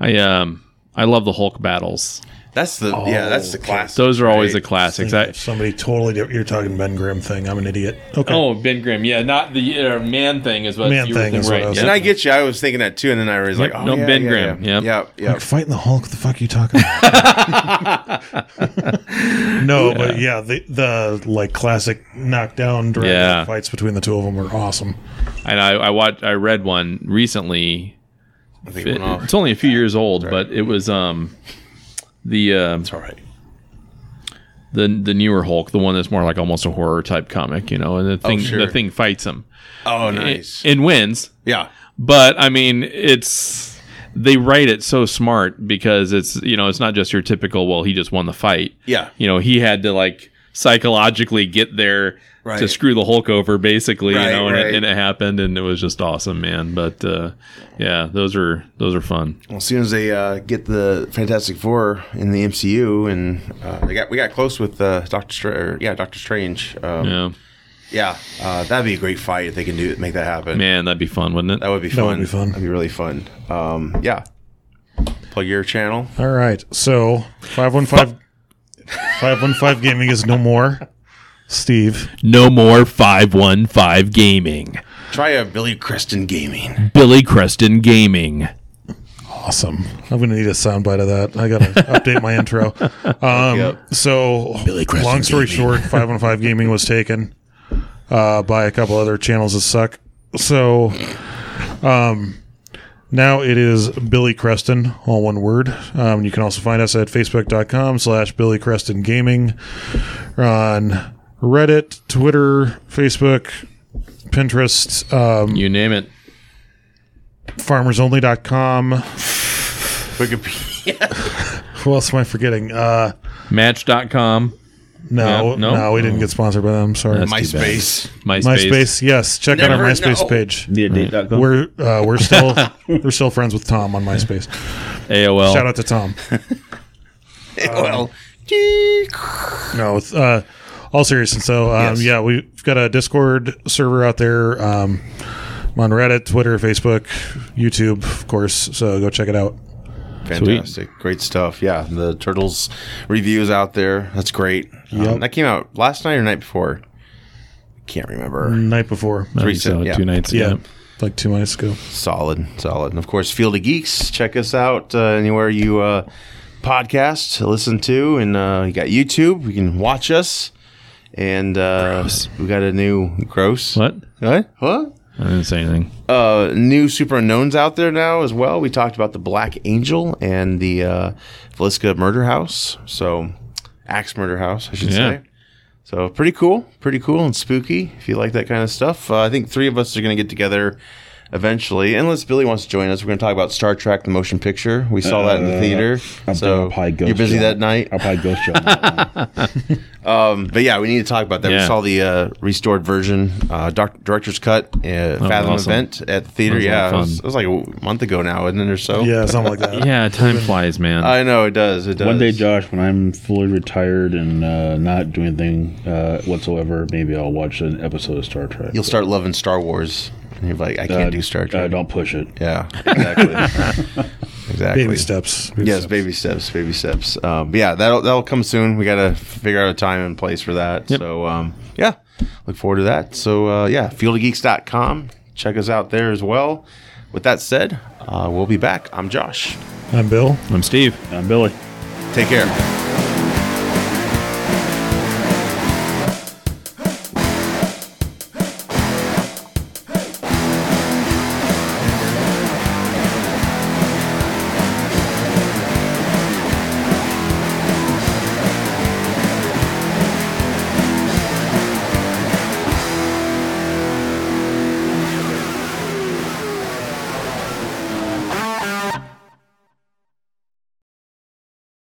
Speaker 3: I um I love the Hulk battles.
Speaker 1: That's the yeah. That's the
Speaker 2: okay.
Speaker 1: class.
Speaker 3: Those are always
Speaker 1: Right.
Speaker 3: the classics.
Speaker 2: Think
Speaker 3: I,
Speaker 2: of somebody totally different. You're talking Ben Grimm Thing. I'm an idiot. Okay.
Speaker 3: oh, Ben Grimm. Yeah, not the uh, man thing is what
Speaker 2: Man
Speaker 3: you were
Speaker 2: thing
Speaker 3: thinking,
Speaker 2: is what I
Speaker 3: right?
Speaker 2: was
Speaker 3: yeah.
Speaker 1: and I get you. I was thinking that too, and then I was like,
Speaker 3: Yep.
Speaker 1: oh,
Speaker 3: No,
Speaker 1: yeah,
Speaker 3: Ben
Speaker 1: yeah,
Speaker 3: Grimm.
Speaker 1: Yeah,
Speaker 3: Yep.
Speaker 1: yep. yep.
Speaker 2: Like fighting the Hulk. The fuck you talking about? no, but yeah, the the like classic knockdown drag
Speaker 3: Yeah.
Speaker 2: fights between the two of them were awesome.
Speaker 3: And I I, watched, I read one recently.
Speaker 1: I think it
Speaker 3: It-
Speaker 1: went off.
Speaker 3: it's only a few years old, but it was um the um
Speaker 1: All right.
Speaker 3: the the newer Hulk, the one that's more like almost a horror type comic, you know, and
Speaker 2: Oh,
Speaker 3: the thing
Speaker 1: sure.
Speaker 3: the thing fights him
Speaker 1: Oh, nice.
Speaker 3: and wins.
Speaker 1: yeah.
Speaker 3: but I mean, it's they write it so smart because it's you know it's not just your typical well he just won the fight.
Speaker 1: Yeah.
Speaker 3: you know he had to like psychologically get there to
Speaker 1: Right.
Speaker 3: screw the Hulk over basically.
Speaker 1: Right,
Speaker 3: you know, and,
Speaker 1: right.
Speaker 3: it, and it happened, and it was just awesome, man. But uh, yeah, those are those are fun.
Speaker 1: Well, as soon as they uh, get the Fantastic Four in the MCU, and uh, they got we got close with uh, Doctor Strange. Yeah, Doctor Strange. Um, yeah,
Speaker 3: Yeah,
Speaker 1: uh, that'd be a great fight if they can do make that happen.
Speaker 3: man, that'd be fun, wouldn't
Speaker 1: That
Speaker 3: it?
Speaker 1: would be fun.
Speaker 2: would be fun.
Speaker 1: That'd be really fun. Um, yeah. Plug your channel.
Speaker 2: All right. So 515 515 Gaming is no more. Steve.
Speaker 3: No more five one five gaming.
Speaker 1: Try a Billy Creston Gaming.
Speaker 3: Billy Creston Gaming.
Speaker 2: Awesome. I'm going to need a soundbite of that. I got to update my intro. Um,
Speaker 1: Yep.
Speaker 2: so,
Speaker 1: Creston
Speaker 2: long story short, 515 Gaming was taken uh, by a couple other channels that suck. So, um, now it is Billy Creston, all one word. Um, you can also find us at facebook.com slash Billy Creston Gaming on Reddit, Twitter, Facebook, Pinterest, um,
Speaker 3: You name it.
Speaker 2: farmersonly.com.
Speaker 1: Wikipedia.
Speaker 2: Who else am I forgetting? Uh,
Speaker 3: Match.com,
Speaker 2: No,
Speaker 3: Yeah, no?
Speaker 2: no, we didn't get sponsored by them. Sorry.
Speaker 3: That's
Speaker 1: MySpace.
Speaker 3: MySpace.
Speaker 2: MySpace, yes. Check out our
Speaker 1: Uh, Never
Speaker 2: MySpace
Speaker 1: know.
Speaker 2: page.
Speaker 4: The date.com.
Speaker 2: We're uh, we're still we're still friends with Tom on MySpace.
Speaker 3: AOL.
Speaker 2: Shout out to Tom. Uh,
Speaker 1: well,
Speaker 2: No, it's, uh, all seriousness. So um,
Speaker 1: Yes.
Speaker 2: yeah, we've got a Discord server out there. Um, I'm on Reddit, Twitter, Facebook, YouTube, of course. So go check it out.
Speaker 1: fantastic. Great stuff. Yeah. The Turtles reviews out there. That's great. Um,
Speaker 2: Yep.
Speaker 1: that came out last night or night before. Can't remember.
Speaker 2: Night before,
Speaker 3: I think
Speaker 1: recent,
Speaker 3: so,
Speaker 1: yeah.
Speaker 3: two nights
Speaker 2: yeah,
Speaker 3: ago.
Speaker 2: like two minutes ago.
Speaker 1: Solid, solid. And of course, Field of Geeks. Check us out uh, anywhere you uh, podcast, listen to, and uh, you got YouTube. You can watch us. And uh, we got a new gross.
Speaker 3: What?
Speaker 1: What? What?
Speaker 3: I didn't say anything.
Speaker 1: Uh, new super unknowns out there now as well. We talked about the Black Angel and the uh, Velisca Murder House. So, Axe Murder House, I should
Speaker 3: Yeah.
Speaker 1: say. So pretty cool, pretty cool and spooky. If you like that kind of stuff, uh, I think three of us are going to get together eventually, unless Billy wants to join us. We're going to talk about Star Trek: The Motion Picture. We saw that in the
Speaker 4: Uh,
Speaker 1: theater.
Speaker 4: I'm
Speaker 1: so
Speaker 4: probably ghost
Speaker 1: you're busy
Speaker 4: John.
Speaker 1: that night.
Speaker 4: I'll probably ghost you.
Speaker 1: Um, but yeah, we need to talk about that. We
Speaker 3: Yeah.
Speaker 1: saw the uh, restored version, uh, doc- director's cut, uh, Fathom
Speaker 3: awesome.
Speaker 1: event at the theater.
Speaker 3: Sounds like
Speaker 1: Yeah, it was,
Speaker 3: fun.
Speaker 1: it was like a month ago now, isn't it, or so?
Speaker 2: Yeah, something like
Speaker 1: Uh,
Speaker 2: that.
Speaker 3: Yeah, time flies, man.
Speaker 1: I know it does. It does.
Speaker 4: One day, Josh, when I'm fully retired and uh, not doing anything uh, whatsoever, maybe I'll watch an episode of Star Trek.
Speaker 1: you'll start loving Star Wars, and you're like, I can't
Speaker 4: Uh,
Speaker 1: do Star
Speaker 4: Uh,
Speaker 1: Trek.
Speaker 4: don't push it.
Speaker 1: yeah, exactly. exactly.
Speaker 2: Baby steps. Baby
Speaker 1: Yes,
Speaker 2: steps.
Speaker 1: baby steps, baby steps. Um, but yeah, that'll that'll come soon. We gotta figure out a time and place for that. So um, yeah, look forward to that. So uh, yeah, fieldofgeeks.com. Check us out there as well. With that said, uh, we'll be back. I'm Josh.
Speaker 2: I'm Bill.
Speaker 3: I'm Steve.
Speaker 4: I'm Uh, Billy.
Speaker 1: Take care.